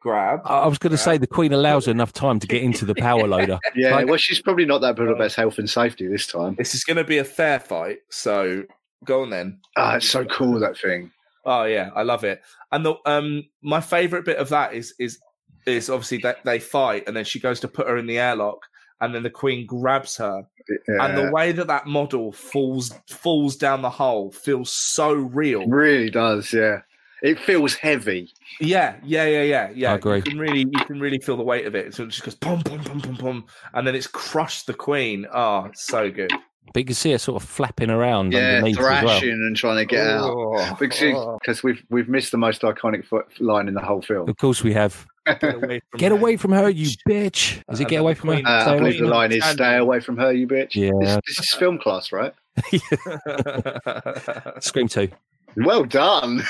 [SPEAKER 3] grab."
[SPEAKER 5] I I was going to say the Queen allows her enough time to get into the power loader.
[SPEAKER 2] yeah,
[SPEAKER 5] Like-
[SPEAKER 2] well, she's probably not that good about health and safety this time.
[SPEAKER 3] This is going to be a fair fight, so go on then.
[SPEAKER 2] Ah, it's so cool that thing.
[SPEAKER 3] Oh yeah, I love it. And the um my favorite bit of that is is is obviously that they fight and then she goes to put her in the airlock and then the queen grabs her
[SPEAKER 2] Yeah.
[SPEAKER 3] and the way that that model falls falls down the hole feels so real.
[SPEAKER 2] It really does, yeah. It feels heavy.
[SPEAKER 3] Yeah, yeah, yeah, yeah, yeah.
[SPEAKER 5] I agree.
[SPEAKER 3] You can really you can really feel the weight of it. So it just goes boom, boom, boom, boom, boom, and then it's crushed the queen. Oh, it's so good.
[SPEAKER 5] But you can see her sort of flapping around
[SPEAKER 2] Yeah,
[SPEAKER 5] underneath as well.
[SPEAKER 2] thrashing and trying to get out.
[SPEAKER 3] Oh, oh.
[SPEAKER 2] Because we've we've missed the most iconic fo- line in the whole film.
[SPEAKER 5] Of course, we have.
[SPEAKER 3] Get away from
[SPEAKER 5] Get
[SPEAKER 3] her.
[SPEAKER 5] away from her, you bitch. Is it
[SPEAKER 3] And
[SPEAKER 5] get
[SPEAKER 3] then
[SPEAKER 5] away
[SPEAKER 3] the
[SPEAKER 5] from her?
[SPEAKER 3] Queen-
[SPEAKER 2] Uh,
[SPEAKER 5] Stay
[SPEAKER 2] I
[SPEAKER 5] away
[SPEAKER 2] believe the
[SPEAKER 5] from her?
[SPEAKER 2] line is "Stay away from her, you bitch."
[SPEAKER 5] Yeah.
[SPEAKER 2] This, this is film class, right?
[SPEAKER 5] Scream 2.
[SPEAKER 2] Well done.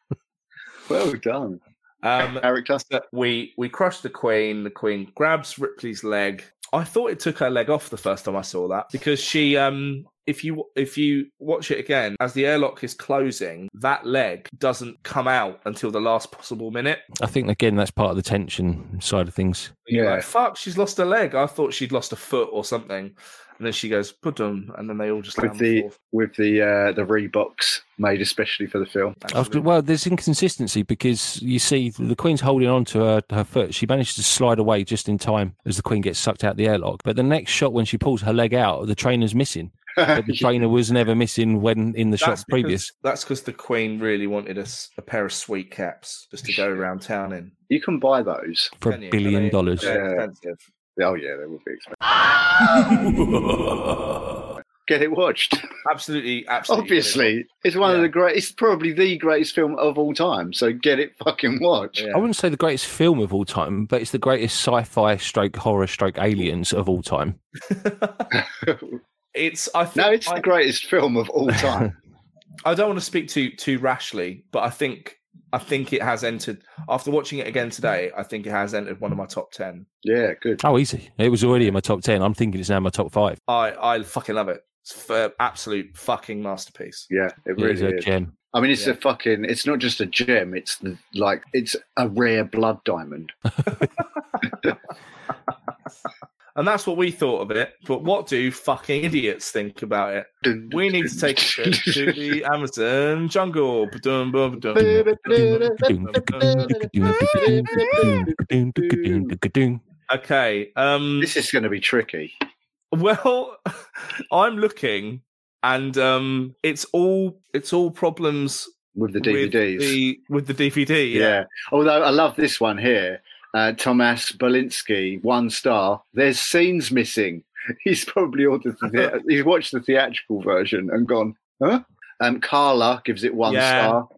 [SPEAKER 2] well done,
[SPEAKER 3] um,
[SPEAKER 2] character.
[SPEAKER 3] that we we crush the queen. The queen grabs Ripley's leg. I thought it took her leg off the first time I saw that because she um if you if you watch it again as the airlock is closing, that leg doesn't come out until the last possible minute.
[SPEAKER 5] I think, again, that's part of the tension side of things.
[SPEAKER 3] You're
[SPEAKER 2] Yeah.
[SPEAKER 3] like, fuck, she's lost a leg. I thought she'd lost a foot or something. And then she goes, put them, and then they all just lay on
[SPEAKER 2] With
[SPEAKER 3] the
[SPEAKER 2] the
[SPEAKER 3] floor.
[SPEAKER 2] with the uh, the Reeboks made especially for the film.
[SPEAKER 5] I was,
[SPEAKER 3] Absolutely.
[SPEAKER 5] well, there's inconsistency because you see the Queen's holding on to her, her foot. She manages to slide away just in time as the Queen gets sucked out the airlock. But the next shot, when she pulls her leg out, the trainer's missing. But the trainer was never missing when in the shot
[SPEAKER 3] because-
[SPEAKER 5] previous.
[SPEAKER 3] That's because the Queen really wanted us a pair of sweet caps just to go around town in.
[SPEAKER 2] you can buy those.
[SPEAKER 5] For a
[SPEAKER 3] Can you?
[SPEAKER 5] billion
[SPEAKER 3] They-
[SPEAKER 5] dollars.
[SPEAKER 3] they're
[SPEAKER 2] Yeah.
[SPEAKER 3] expensive.
[SPEAKER 2] Oh yeah, they will be expensive. Get it watched.
[SPEAKER 3] Absolutely, absolutely.
[SPEAKER 2] Obviously, it's one of
[SPEAKER 3] Yeah.
[SPEAKER 2] the great. It's probably the greatest film of all time. So get it fucking watched.
[SPEAKER 5] I
[SPEAKER 3] Yeah.
[SPEAKER 5] wouldn't say the greatest film of all time, but it's the greatest sci fi stroke horror stroke aliens of all time.
[SPEAKER 3] it's. I think.
[SPEAKER 2] No, it's
[SPEAKER 3] I,
[SPEAKER 2] the greatest film of all time.
[SPEAKER 3] I don't want to speak too too rashly, but I think I think it has entered. After watching it again today, I think it has entered one of my top ten.
[SPEAKER 2] yeah, good.
[SPEAKER 5] Oh, easy. It was already in my top 10. I'm thinking it's now my top five.
[SPEAKER 3] I I fucking love it. It's f- uh, absolute fucking masterpiece.
[SPEAKER 2] Yeah, it
[SPEAKER 5] It is
[SPEAKER 2] really
[SPEAKER 5] a
[SPEAKER 2] is.
[SPEAKER 5] gem.
[SPEAKER 2] I mean, it's
[SPEAKER 3] Yeah.
[SPEAKER 2] a fucking. It's not just a gem. It's the, like it's a rare blood diamond.
[SPEAKER 3] And that's what we thought of it. But what do fucking idiots think about it?
[SPEAKER 2] Dun,
[SPEAKER 3] We need to take a trip to the Amazon jungle. Ba-dum, ba-dum, ba-dum. Okay. Um,
[SPEAKER 2] This is going to be tricky.
[SPEAKER 3] Well, I'm looking, and um, it's all it's all problems
[SPEAKER 2] With the
[SPEAKER 3] with
[SPEAKER 2] DVDs,
[SPEAKER 3] the, with the DVD.
[SPEAKER 2] yeah. Although I love this one here, uh, Thomas Bolinsky, one star. There's scenes missing. He's probably ordered the, thea- he's watched the theatrical version and gone, huh? Um, Carla gives it one
[SPEAKER 3] Yeah.
[SPEAKER 2] star,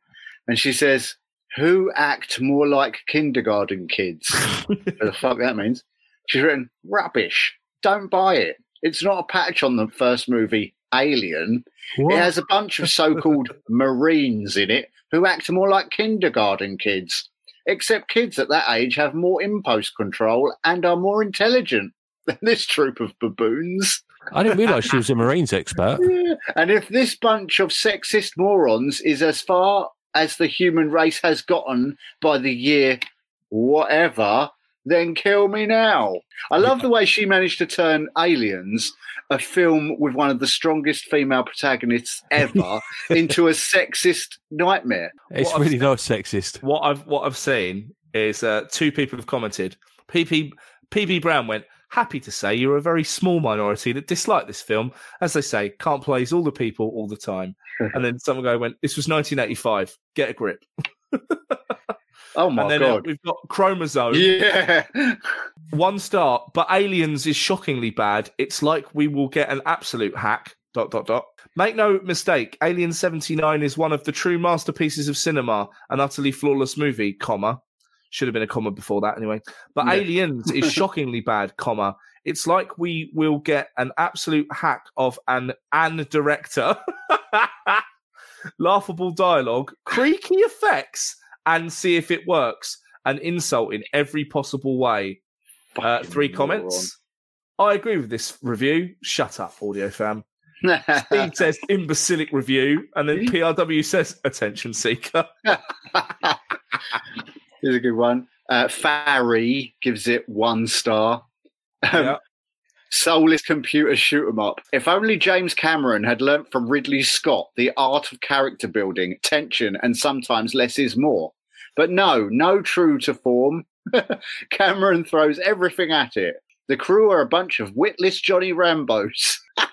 [SPEAKER 2] and she says, "Who act more like kindergarten kids?" What the fuck that means? She's written rubbish. Don't buy it. It's not a patch on the first movie, Alien. It has a bunch of so-called Marines in it who act more like kindergarten kids. Except kids at that age have more impulse control and are more intelligent than this troop of baboons.
[SPEAKER 5] I didn't realise she was a Marines expert.
[SPEAKER 2] Yeah. And if this bunch of sexist morons is as far as the human race has gotten by the year whatever, then kill me now. I love the way she managed to turn Aliens, a film with one of the strongest female protagonists ever, into a sexist nightmare.
[SPEAKER 4] It's
[SPEAKER 3] What I've
[SPEAKER 4] really not sexist.
[SPEAKER 3] What I've what I've seen is uh, two people have commented. PP PB Brown went happy to say you're a very small minority that dislike this film. As they say, can't please all the people all the time. and then some guy went, "This was 1985. Get a grip."
[SPEAKER 2] Oh my
[SPEAKER 3] and then uh,
[SPEAKER 2] god.
[SPEAKER 3] we've got Chromosome.
[SPEAKER 2] Yeah.
[SPEAKER 3] One star, but Aliens is shockingly bad. It's like we will get an absolute hack. Dot dot dot. Make no mistake, Alien 79 is one of the true masterpieces of cinema, an utterly flawless movie, comma. Should have been a comma before that anyway. But
[SPEAKER 2] Yeah.
[SPEAKER 3] Aliens is shockingly bad, comma. It's like we will get an absolute hack of an an director. Laughable dialogue, creaky effects, and see if it works. An insult in every possible way. Uh, three
[SPEAKER 2] Fucking
[SPEAKER 3] comments. I agree with this review. Shut up, audio fam.
[SPEAKER 2] moron.
[SPEAKER 3] Steve says imbecilic review, and then PRW says attention seeker.
[SPEAKER 2] Here's a good one. Uh, Farry gives it one star. Um,
[SPEAKER 3] Yeah.
[SPEAKER 2] Soulless computer shoot 'em up. If only James Cameron had learnt from Ridley Scott the art of character building, tension, and sometimes less is more. But no, no true to form. Cameron throws everything at it. The crew are a bunch of witless Johnny Rambos.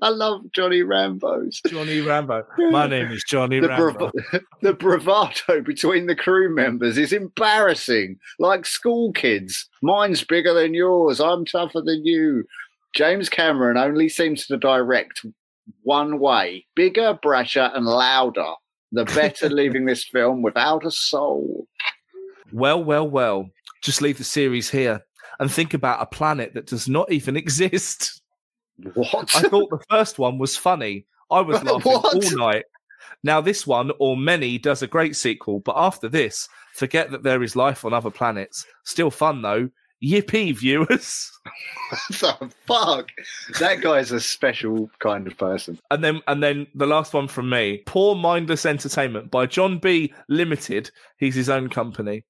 [SPEAKER 2] I love Johnny Rambos.
[SPEAKER 3] Johnny Rambo.
[SPEAKER 4] My name is Johnny
[SPEAKER 2] The,
[SPEAKER 4] Rambo.
[SPEAKER 2] brav- the bravado between the crew members is embarrassing, like school kids. Mine's bigger than yours. I'm tougher than you. James Cameron only seems to direct one way bigger, brasher, and louder. The better leaving this film without a soul.
[SPEAKER 3] Well, well, well. Just leave the series here and think about a planet that does not even exist.
[SPEAKER 2] What?
[SPEAKER 3] I thought the first one was funny. I was laughing
[SPEAKER 2] What?
[SPEAKER 3] all night. Now this one or many does a great sequel, but after this, forget that there is life on other planets. Still fun though. Yippee, viewers.
[SPEAKER 2] the fuck? That guy's a special kind of person.
[SPEAKER 3] And then and then the last one from me. Poor Mindless Entertainment by John B. Limited. He's his own company.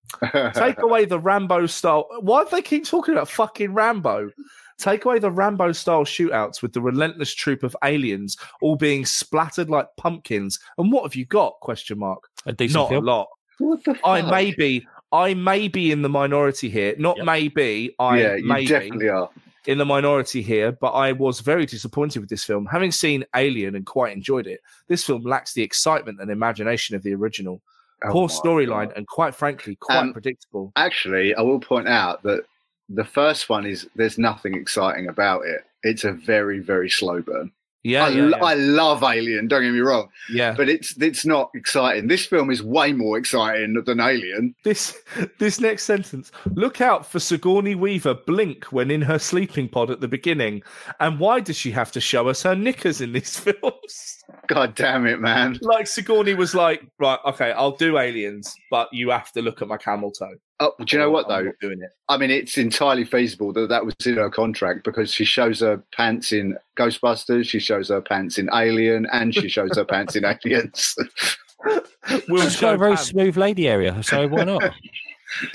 [SPEAKER 3] Take away the Rambo style. Why do they keep talking about fucking Rambo? Take away the Rambo style shootouts with the relentless troop of aliens all being splattered like pumpkins. And what have you got? Question mark.
[SPEAKER 5] A decent
[SPEAKER 3] Not a
[SPEAKER 5] film.
[SPEAKER 3] lot.
[SPEAKER 2] what the fuck?
[SPEAKER 3] I may be I may be in the minority here. Not
[SPEAKER 5] Yep.
[SPEAKER 3] maybe. I
[SPEAKER 2] Yeah,
[SPEAKER 3] may
[SPEAKER 2] you
[SPEAKER 3] be
[SPEAKER 2] definitely are.
[SPEAKER 3] in the minority here, but I was very disappointed with this film. Having seen Alien and quite enjoyed it, this film lacks the excitement and imagination of the original.
[SPEAKER 2] Oh
[SPEAKER 3] Poor
[SPEAKER 2] my
[SPEAKER 3] storyline
[SPEAKER 2] God.
[SPEAKER 3] and quite frankly, quite
[SPEAKER 2] Um,
[SPEAKER 3] predictable.
[SPEAKER 2] actually, I will point out that the first one is there's nothing exciting about it. It's a very very slow burn.
[SPEAKER 3] Yeah,
[SPEAKER 2] I,
[SPEAKER 3] yeah,
[SPEAKER 2] lo-
[SPEAKER 3] yeah.
[SPEAKER 2] I love Alien. Don't get me wrong,
[SPEAKER 3] yeah.
[SPEAKER 2] but it's it's not exciting. This film is way more exciting than Alien.
[SPEAKER 3] This this next sentence. Look out for Sigourney Weaver blink when in her sleeping pod at the beginning. And why does she have to show us her knickers in these films?
[SPEAKER 2] God damn it, man!
[SPEAKER 3] like Sigourney was like, right, okay, I'll do aliens, but you have to look at my camel toe.
[SPEAKER 2] Oh, do you know what though?
[SPEAKER 3] I'm not doing it.
[SPEAKER 2] I mean, it's entirely feasible that that was in her contract because she shows her pants in Ghostbusters, she shows her pants in Alien, and she shows her pants in Aliens.
[SPEAKER 3] We'll
[SPEAKER 5] She's got
[SPEAKER 3] show
[SPEAKER 5] a very
[SPEAKER 3] Pam.
[SPEAKER 5] smooth lady area, so why not?
[SPEAKER 3] Um,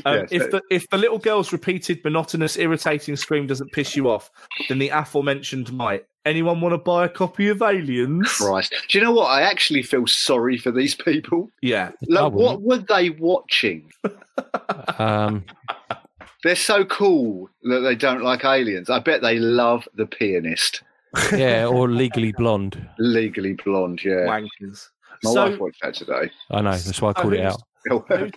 [SPEAKER 2] Yeah,
[SPEAKER 3] if
[SPEAKER 2] so-
[SPEAKER 3] the if the little girl's repeated monotonous, irritating scream doesn't piss you off, then the aforementioned might. Anyone want to buy a copy of Aliens?
[SPEAKER 2] Christ, do you know what? I actually feel sorry for these people.
[SPEAKER 3] Yeah,
[SPEAKER 2] Like,
[SPEAKER 5] Double.
[SPEAKER 2] what were they watching?
[SPEAKER 5] Um,
[SPEAKER 2] They're so cool that they don't like aliens. I bet they love the pianist,
[SPEAKER 5] yeah, or Legally Blonde.
[SPEAKER 2] Legally Blonde. Yeah,
[SPEAKER 3] wankers.
[SPEAKER 2] my wife
[SPEAKER 3] so,
[SPEAKER 2] watched that today.
[SPEAKER 5] I know that's why I
[SPEAKER 3] So
[SPEAKER 5] called it
[SPEAKER 3] who's-
[SPEAKER 5] out.
[SPEAKER 2] uh,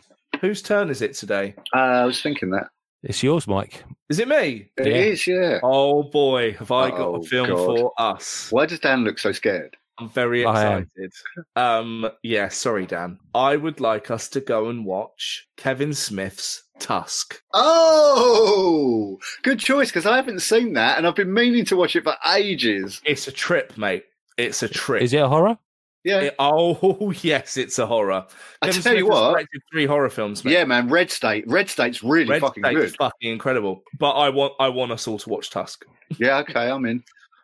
[SPEAKER 3] whose turn is it today?
[SPEAKER 2] I was thinking that
[SPEAKER 5] It's yours, Mike.
[SPEAKER 3] Is it me?
[SPEAKER 2] it
[SPEAKER 5] Yeah.
[SPEAKER 2] is. Yeah.
[SPEAKER 3] Oh boy, have I got
[SPEAKER 2] Oh,
[SPEAKER 3] a film
[SPEAKER 2] God.
[SPEAKER 3] for us?
[SPEAKER 2] Why does Dan look so scared?
[SPEAKER 3] I'm very
[SPEAKER 5] I am.
[SPEAKER 3] excited. Um, yeah, sorry, Dan. I would like us to go and watch Kevin Smith's Tusk.
[SPEAKER 2] Oh, good choice because I haven't seen that and I've been meaning to watch it for ages.
[SPEAKER 3] It's a trip, mate. It's a trip.
[SPEAKER 5] Is it a horror?
[SPEAKER 2] Yeah,
[SPEAKER 3] It- oh yes, it's a horror.
[SPEAKER 2] I
[SPEAKER 3] Kevin
[SPEAKER 2] tell you
[SPEAKER 3] Smith has
[SPEAKER 2] what.
[SPEAKER 3] directed three horror films, mate.
[SPEAKER 2] yeah, man. Red State, Red State's really
[SPEAKER 3] Red
[SPEAKER 2] fucking
[SPEAKER 3] State
[SPEAKER 2] good.
[SPEAKER 3] is fucking incredible. But I want I want us all to watch Tusk
[SPEAKER 2] yeah, okay, I'm in.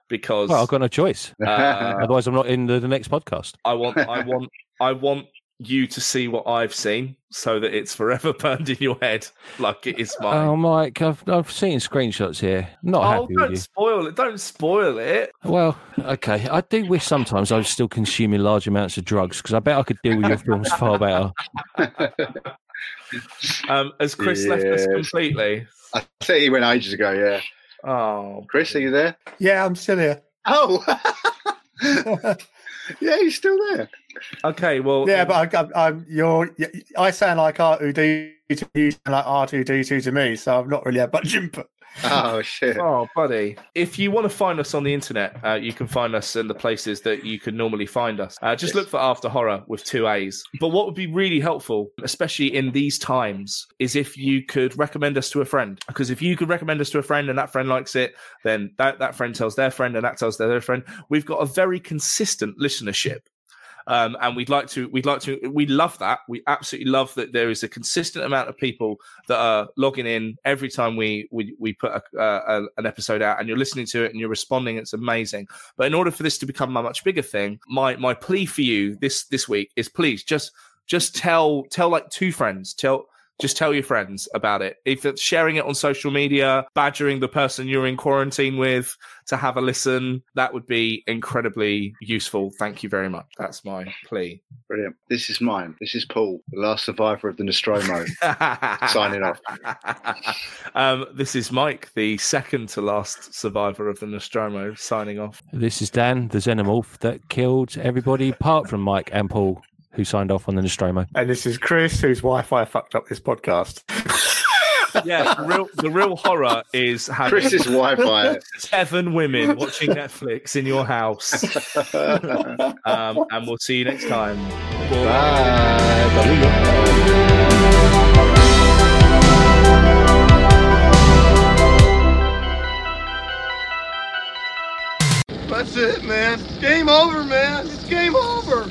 [SPEAKER 3] because
[SPEAKER 5] Well, I've got no choice.
[SPEAKER 3] uh,
[SPEAKER 5] Otherwise, I'm not in the, the next podcast.
[SPEAKER 3] I want I want I want you to see what I've seen so that it's forever burned in your head like it is mine.
[SPEAKER 5] Oh, Mike, I've, I've seen screenshots here. Not
[SPEAKER 3] oh,
[SPEAKER 5] happy
[SPEAKER 3] don't
[SPEAKER 5] with you.
[SPEAKER 3] spoil it. Don't spoil it.
[SPEAKER 5] Well, okay. I do wish sometimes I was still consuming large amounts of drugs because I bet I could deal with your films far better.
[SPEAKER 3] Um, has Chris left us
[SPEAKER 2] Yes.
[SPEAKER 3] completely?
[SPEAKER 2] I think he went ages ago. Yeah,
[SPEAKER 3] Oh,
[SPEAKER 2] Chris, are you there?
[SPEAKER 6] Yeah, I'm still here.
[SPEAKER 2] Oh, yeah, he's still there.
[SPEAKER 3] okay. Well,
[SPEAKER 6] Yeah, but I, I, I'm you're. I sound like R two D two. You sound like R two D two to me. So I'm not really a much input.
[SPEAKER 2] Oh shit.
[SPEAKER 3] Oh, buddy. If you want to find us on the internet, uh, you can find us in the places that you can normally find us. Uh, just look for After Horror with two A's. But what would be really helpful, especially in these times, is if you could recommend us to a friend. Because if you could recommend us to a friend and that friend likes it, then that, that friend tells their friend and that tells their other friend. We've got a very consistent listenership. Um, and we'd like to, we'd like to, we love that. We absolutely love that there is a consistent amount of people that are logging in every time we we, we put a, uh, a, an episode out and you're listening to it and you're responding it's amazing but in order for this to become a much bigger thing my my plea for you this this week is please just just tell tell like two friends tell just tell your friends about it if it's sharing it on social media badgering the person you're in quarantine with to have a listen that would be incredibly useful thank you very much that's my plea
[SPEAKER 2] Brilliant. This is mine. This is Paul, the last survivor of the Nostromo, signing off.
[SPEAKER 3] um, this is Mike, the second to last survivor of the Nostromo, signing off.
[SPEAKER 5] This is Dan, the xenomorph that killed everybody apart from Mike and Paul, who signed off on the Nostromo.
[SPEAKER 6] And this is Chris, whose Wi-Fi fucked up this podcast.
[SPEAKER 3] Yeah, the real, the real horror is having
[SPEAKER 2] Chris's Wi-Fi.
[SPEAKER 3] seven women watching Netflix in your house. Um, and we'll see you next time.
[SPEAKER 2] Bye.
[SPEAKER 7] That's it, man. Game over, man. It's game over.